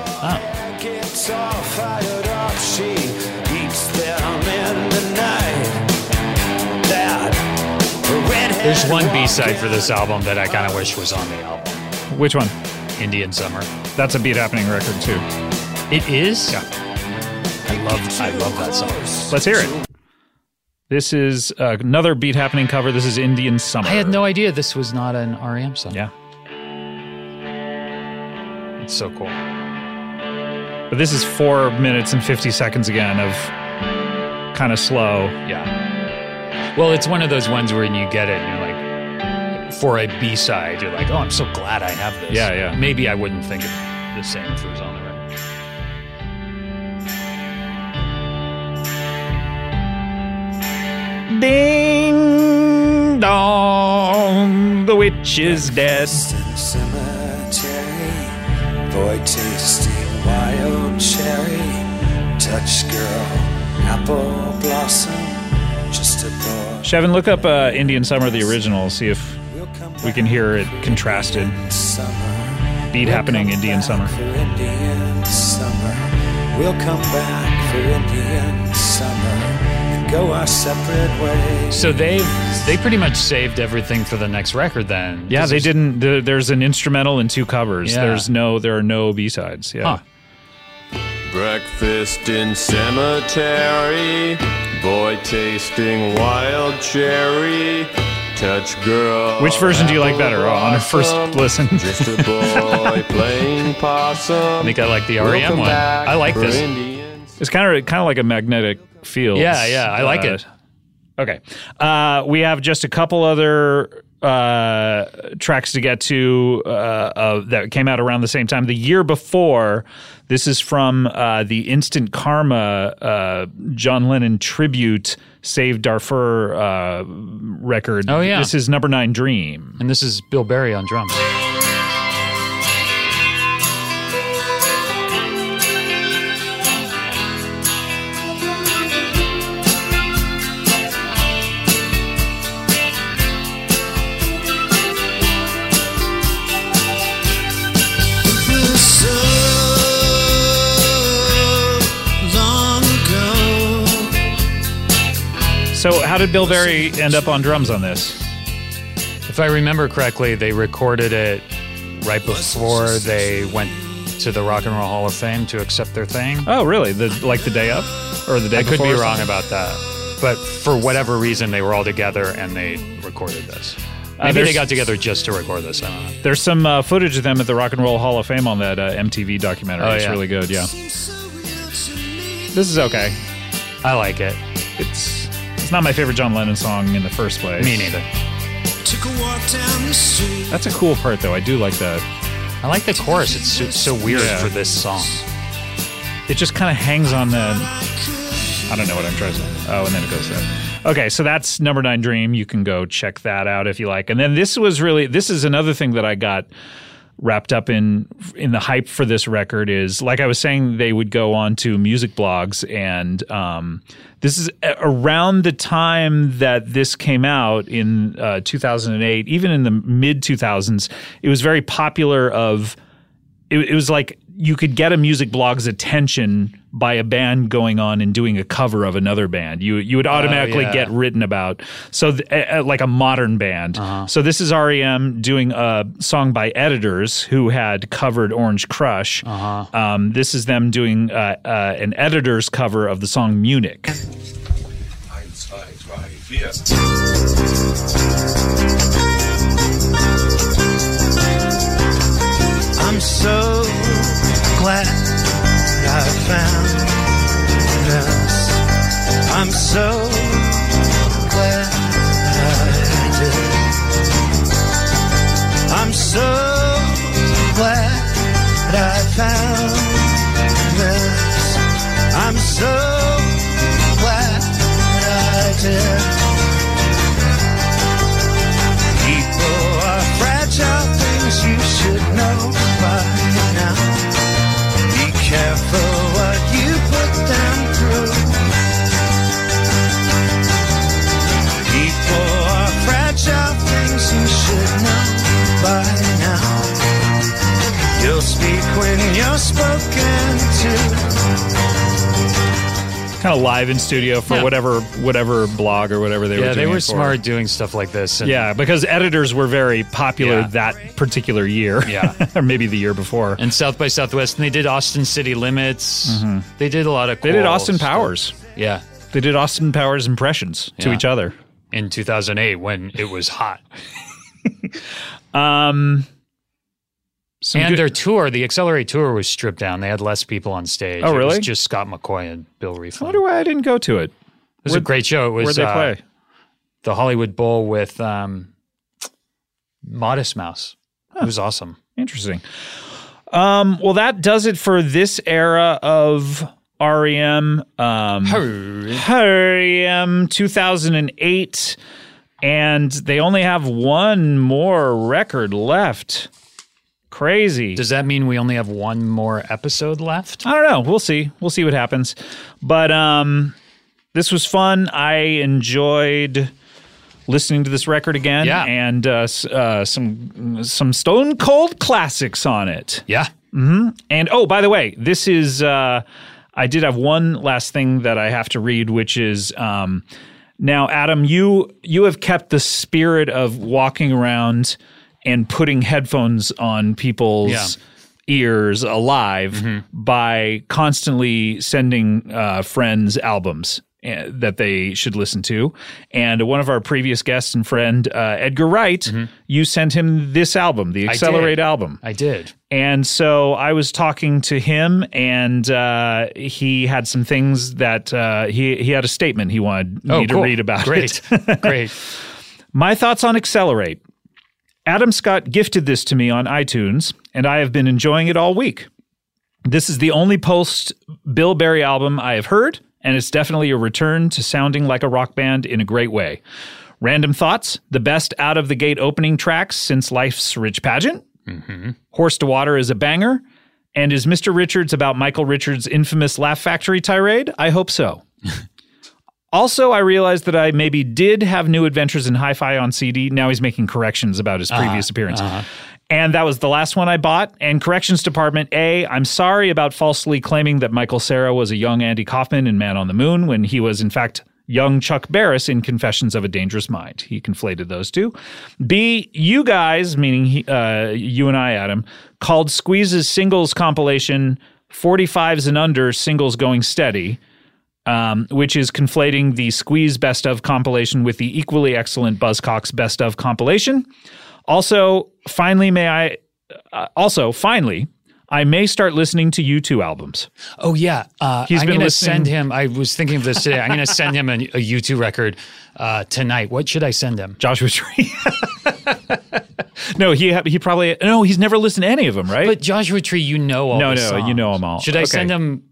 S3: Gets all fired up, she beats them in the night. That redhead
S5: There's one B side
S3: walking.
S5: for this album that I kind of wish was on the album
S1: Which one?
S5: Indian Summer.
S1: That's a beat happening record, too.
S5: It is?
S1: Yeah.
S5: I love, I love that song.
S1: Let's hear it. This is uh, another beat happening cover. This is Indian Summer.
S5: I had no idea this was not an REM song.
S1: Yeah.
S9: It's so cool. But this is four minutes and 50 seconds again of kind of slow.
S5: Yeah. Well, it's one of those ones where you get it and you're like, for a B side, you're like, oh, I'm so glad I have this.
S9: Yeah, yeah.
S5: Maybe I wouldn't think of the same if it was on the record.
S1: Ding dong, the witch is dead.
S3: Cemetery, boy tasting wild cherry, touch girl, apple blossom, just a boy.
S1: Chevin, look up uh, Indian Summer, the original, see if we can hear it contrasted. Beat happening Indian Summer.
S3: for Indian summer. We'll come back for Indian summer and go our separate ways.
S5: So they they pretty much saved everything for the next record then.
S1: Yeah,
S5: This
S1: they
S5: is-
S1: didn't. There, there's an instrumental and two covers.
S5: Yeah.
S1: There's no, there are no B sides. Yeah,
S5: Huh.
S11: Breakfast in cemetery, boy tasting wild cherry, touch girl.
S1: Which version do you like better, on a first
S11: blossom,
S1: listen?
S11: Just a boy playing possum.
S5: I think I like the REM
S11: Welcome
S5: one.
S11: back
S5: I like
S11: for
S5: this.
S11: Indian
S1: it's kind of kind of like a magnetic field.
S5: Yeah, yeah, I like it.
S1: Okay, uh, we have just a couple other uh, tracks to get to uh, uh, that came out around the same time the year before. This is from uh, the Instant Karma uh, John Lennon tribute Save Darfur uh, record.
S5: Oh, yeah.
S1: this is number nine Dream.
S5: And this is Bill Berry on drums.
S1: So, how did Bill Berry end up on drums on this?
S5: If I remember correctly, they recorded it right before they went to the Rock and Roll Hall of Fame to accept their thing.
S1: Oh, really? The like the day up or the day?
S5: I could
S1: before
S5: be
S1: or
S5: wrong
S1: something?
S5: about that. But for whatever reason, they were all together and they recorded this.
S1: Uh,
S5: Maybe they
S1: there's-
S5: got together just to record this. I don't know.
S1: There's some uh, footage of them at the Rock and Roll Hall of Fame on that uh, MTV documentary.
S5: Oh,
S1: It's
S5: yeah.
S1: really good. Yeah, this is okay.
S5: I like it.
S1: It's it's not my favorite John Lennon song in the first place.
S5: Me neither.
S3: Took a walk down the street.
S1: That's a cool part though. I do like that.
S5: I like the chorus. It's so, so weird
S1: Yeah.
S5: for this song.
S1: It just kind of hangs on the. I don't know what I'm trying to say. Oh, and then it goes there. Okay, so that's number nine dream. You can go check that out if you like. And then this was really this is another thing that I got wrapped up in in the hype for this record is like I was saying they would go on to music blogs and um, this is a- around the time that this came out in uh, 2008 even in the mid 2000s it was very popular of it, it was like you could get a music blog's attention by a band going on and doing a cover of another band. You you would automatically
S5: yeah.
S1: get written about. So th- uh, uh, like a modern band. So this is REM doing a song by editors who had covered Orange Crush. Uh-huh. Um, this is them doing uh, uh, an editor's cover of the song Munich.
S3: Eins, zwei, drei, vier. I'm so glad I found us. I'm so glad I did. I'm so glad I found us. I'm so glad I did. People are fragile things you should know by now. Be careful what you put them through. People are fragile things you should know by now. You'll speak when you're spoken to.
S1: Kind of live in studio for
S5: Yeah.
S1: whatever whatever blog or whatever they were
S5: yeah,
S1: doing
S5: they
S1: it
S5: were
S1: for.
S5: smart doing stuff like this. and-
S1: Yeah, because editors were very popular
S5: Yeah.
S1: that particular year.
S5: Yeah.
S1: or maybe the year before.
S5: And South by Southwest, and they did Austin City Limits. They did a lot of.
S1: Mm-hmm. They did
S5: cool
S1: Austin
S5: stuff.
S1: Powers.
S5: Yeah,
S1: They did Austin Powers impressions to
S5: Yeah.
S1: each other.
S5: in 2008 when it was hot.
S1: Some
S5: and
S1: good-
S5: their tour, the Accelerate tour, was stripped down. They had less people on stage.
S1: Oh,
S5: It was
S1: really?
S5: just Scott McCoy and Bill Reflin.
S1: wonder why I didn't go to it.
S5: It was a
S1: Where'd-
S5: great show. It was
S1: where'd they
S5: uh,
S1: play?
S5: the Hollywood Bowl with um, Modest Mouse. It was awesome.
S1: Interesting. Um, well, that does it for this era of REM. Um, E REM 2008. And they only have one more record left. Crazy.
S5: Does that mean we only have one more episode left?
S1: I don't know. We'll see. We'll see what happens. But um, this was fun. I enjoyed listening to this record again.
S5: Yeah.
S1: and uh, s- uh, some some Stone Cold classics on it.
S5: Yeah.
S1: hmm And oh, by the way, this is uh, I did have one last thing that I have to read, which is. Um, now, Adam, you you have kept the spirit of walking around and putting headphones on people's
S5: Yeah. Mm-hmm.
S1: ears alive by constantly sending uh, friends albums uh, that they should listen to. And one of our previous guests and friend, uh, Edgar Wright, you sent him this album, the
S5: Mm-hmm. I
S1: Accelerate
S5: did.
S1: album.
S5: I did.
S1: And so I was talking to him, and uh, he had some things that uh, he he had a statement he wanted
S5: Oh,
S1: me to
S5: cool.
S1: read about
S5: Great.
S1: it.
S5: Great.
S1: My thoughts on Accelerate. Adam Scott gifted this to me on iTunes, and I have been enjoying it all week. This is the only post Bill Berry album I have heard, and it's definitely a return to sounding like a rock band in a great way. Random thoughts: the best out of the gate opening tracks since Life's Rich Pageant. Horse to Water is a banger. And is Mr. Richards about Michael Richards' infamous Laugh Factory tirade? I hope so. also, I realized that I maybe did have New Adventures in Hi Fi on CD. Now he's making corrections about his previous appearance. And that was the last one I bought. And Corrections Department A, I'm sorry about falsely claiming that Michael Sarah was a young Andy Kaufman in Man on the Moon when he was, in fact, young Chuck Barris in Confessions of a Dangerous Mind. He conflated those two. B, you guys, meaning he, uh, you and I, Adam, called Squeeze's singles compilation 45s and Under Singles Going Steady. Um, which is conflating the Squeeze Best of compilation with the equally excellent Buzzcocks Best of compilation. Also, finally, may I? Uh, also, finally, I may start listening to you two albums.
S5: Oh yeah, uh,
S1: He's
S5: I'm
S1: been
S5: gonna
S1: listening-
S5: send him. I was thinking of this today. I'm gonna send him a, a U2 record uh, tonight. What should I send him?
S1: Joshua Tree. No, he ha- he probably no. He's never listened to any of them, right?
S5: But Joshua Tree, you know all.
S1: No,
S5: the
S1: no,
S5: songs.
S1: you know 'em all.
S5: Should I
S1: Okay.
S5: send him?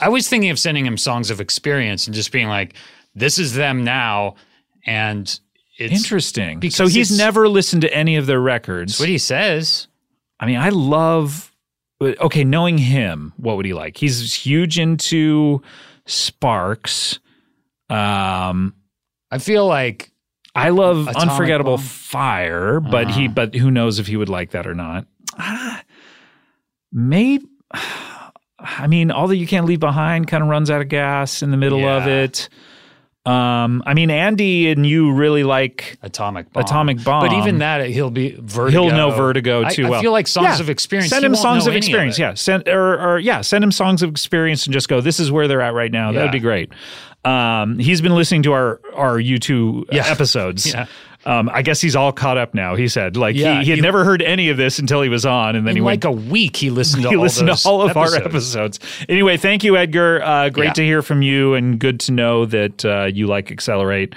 S5: I was thinking of sending him songs of experience and just being like, "This is them now," and it's
S1: Interesting.
S5: because
S1: So he's
S5: it's-
S1: never listened to any of their records.
S5: That's what he says.
S1: I mean, I love. but, Okay, knowing him, what would he like? He's huge into Sparks. Um,
S5: I feel like
S1: I love
S5: Atomic
S1: Unforgettable
S5: Bomb?
S1: Fire, but he,
S5: Uh-huh.
S1: but who knows if he would like that or not? Maybe. I mean, all that you can't leave behind kind of runs out of gas in the middle of it. Um, I mean, Andy and you really like
S5: Atomic Bomb.
S1: Atomic Bomb.
S5: But even that, he'll be vertigo.
S1: He'll know Vertigo
S5: I-
S1: too
S5: I
S1: well.
S5: feel like songs
S1: Yeah.
S5: of experience.
S1: Send
S5: he
S1: him
S5: won't
S1: songs
S5: know
S1: of
S5: any
S1: experience.
S5: it.
S1: Yeah, send or, or yeah, send him songs of experience and just go. This is where they're at right now. That'd
S5: Yeah.
S1: be great. Um, he's been listening to our our U two episodes.
S5: Yeah.
S1: Um, I guess he's all caught up now. He said, like
S5: Yeah,
S1: he, he had
S5: he-
S1: never heard any of this until he was on, and then
S5: In
S1: he went
S5: like a week, he listened to
S1: he
S5: all
S1: listened
S5: those
S1: to all of our
S5: episodes.
S1: episodes. Anyway, thank you, Edgar. Uh, great
S5: Yeah.
S1: to hear from you, and good to know that uh, you like Accelerate.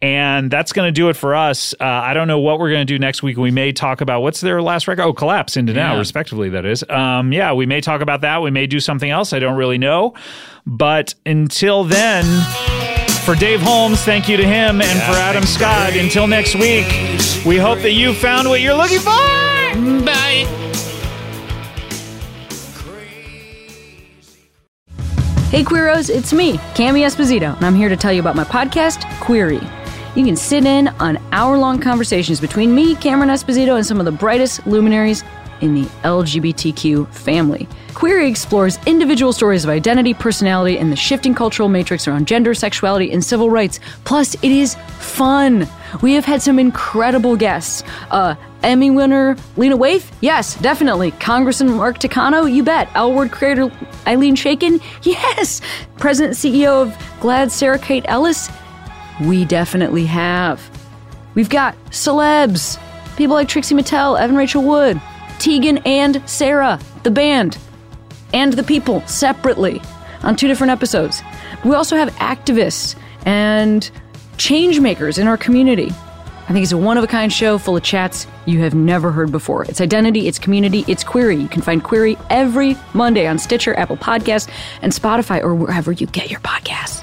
S1: And that's going to do it for us. Uh, I don't know what we're going to do next week. We may talk about what's their last record? Oh, Collapse into Now,
S5: Yeah.
S1: respectively. That is. Um, yeah, we may talk about that. We may do something else. I don't really know. But until then, for Dave Holmes, thank you to him, and for Adam Scott. Until next week, we hope that you found what you're looking for. Bye.
S12: Hey Queeros, it's me, Cami Esposito, and I'm here to tell you about my podcast, Query. You can sit in on hour-long conversations between me, Cameron Esposito, and some of the brightest luminaries in the LGBTQ family. Query explores individual stories of identity, personality, and the shifting cultural matrix around gender, sexuality, and civil rights. Plus, it is fun. We have had some incredible guests. Uh, Emmy winner Lena Waithe? Yes, definitely. Congressman Mark Takano? You bet. L Word creator Eileen Shaken? Yes. President and CEO of Glad Sarah Kate Ellis? We definitely have. We've got celebs, people like Trixie Mattel, Evan Rachel Wood, Tegan and Sarah, the band, and the people separately on two different episodes. We also have activists and change makers in our community. I think it's a one of a kind show full of chats you have never heard before. It's identity, it's community, it's query. You can find query every Monday on Stitcher, Apple Podcasts, and Spotify, or wherever you get your podcasts.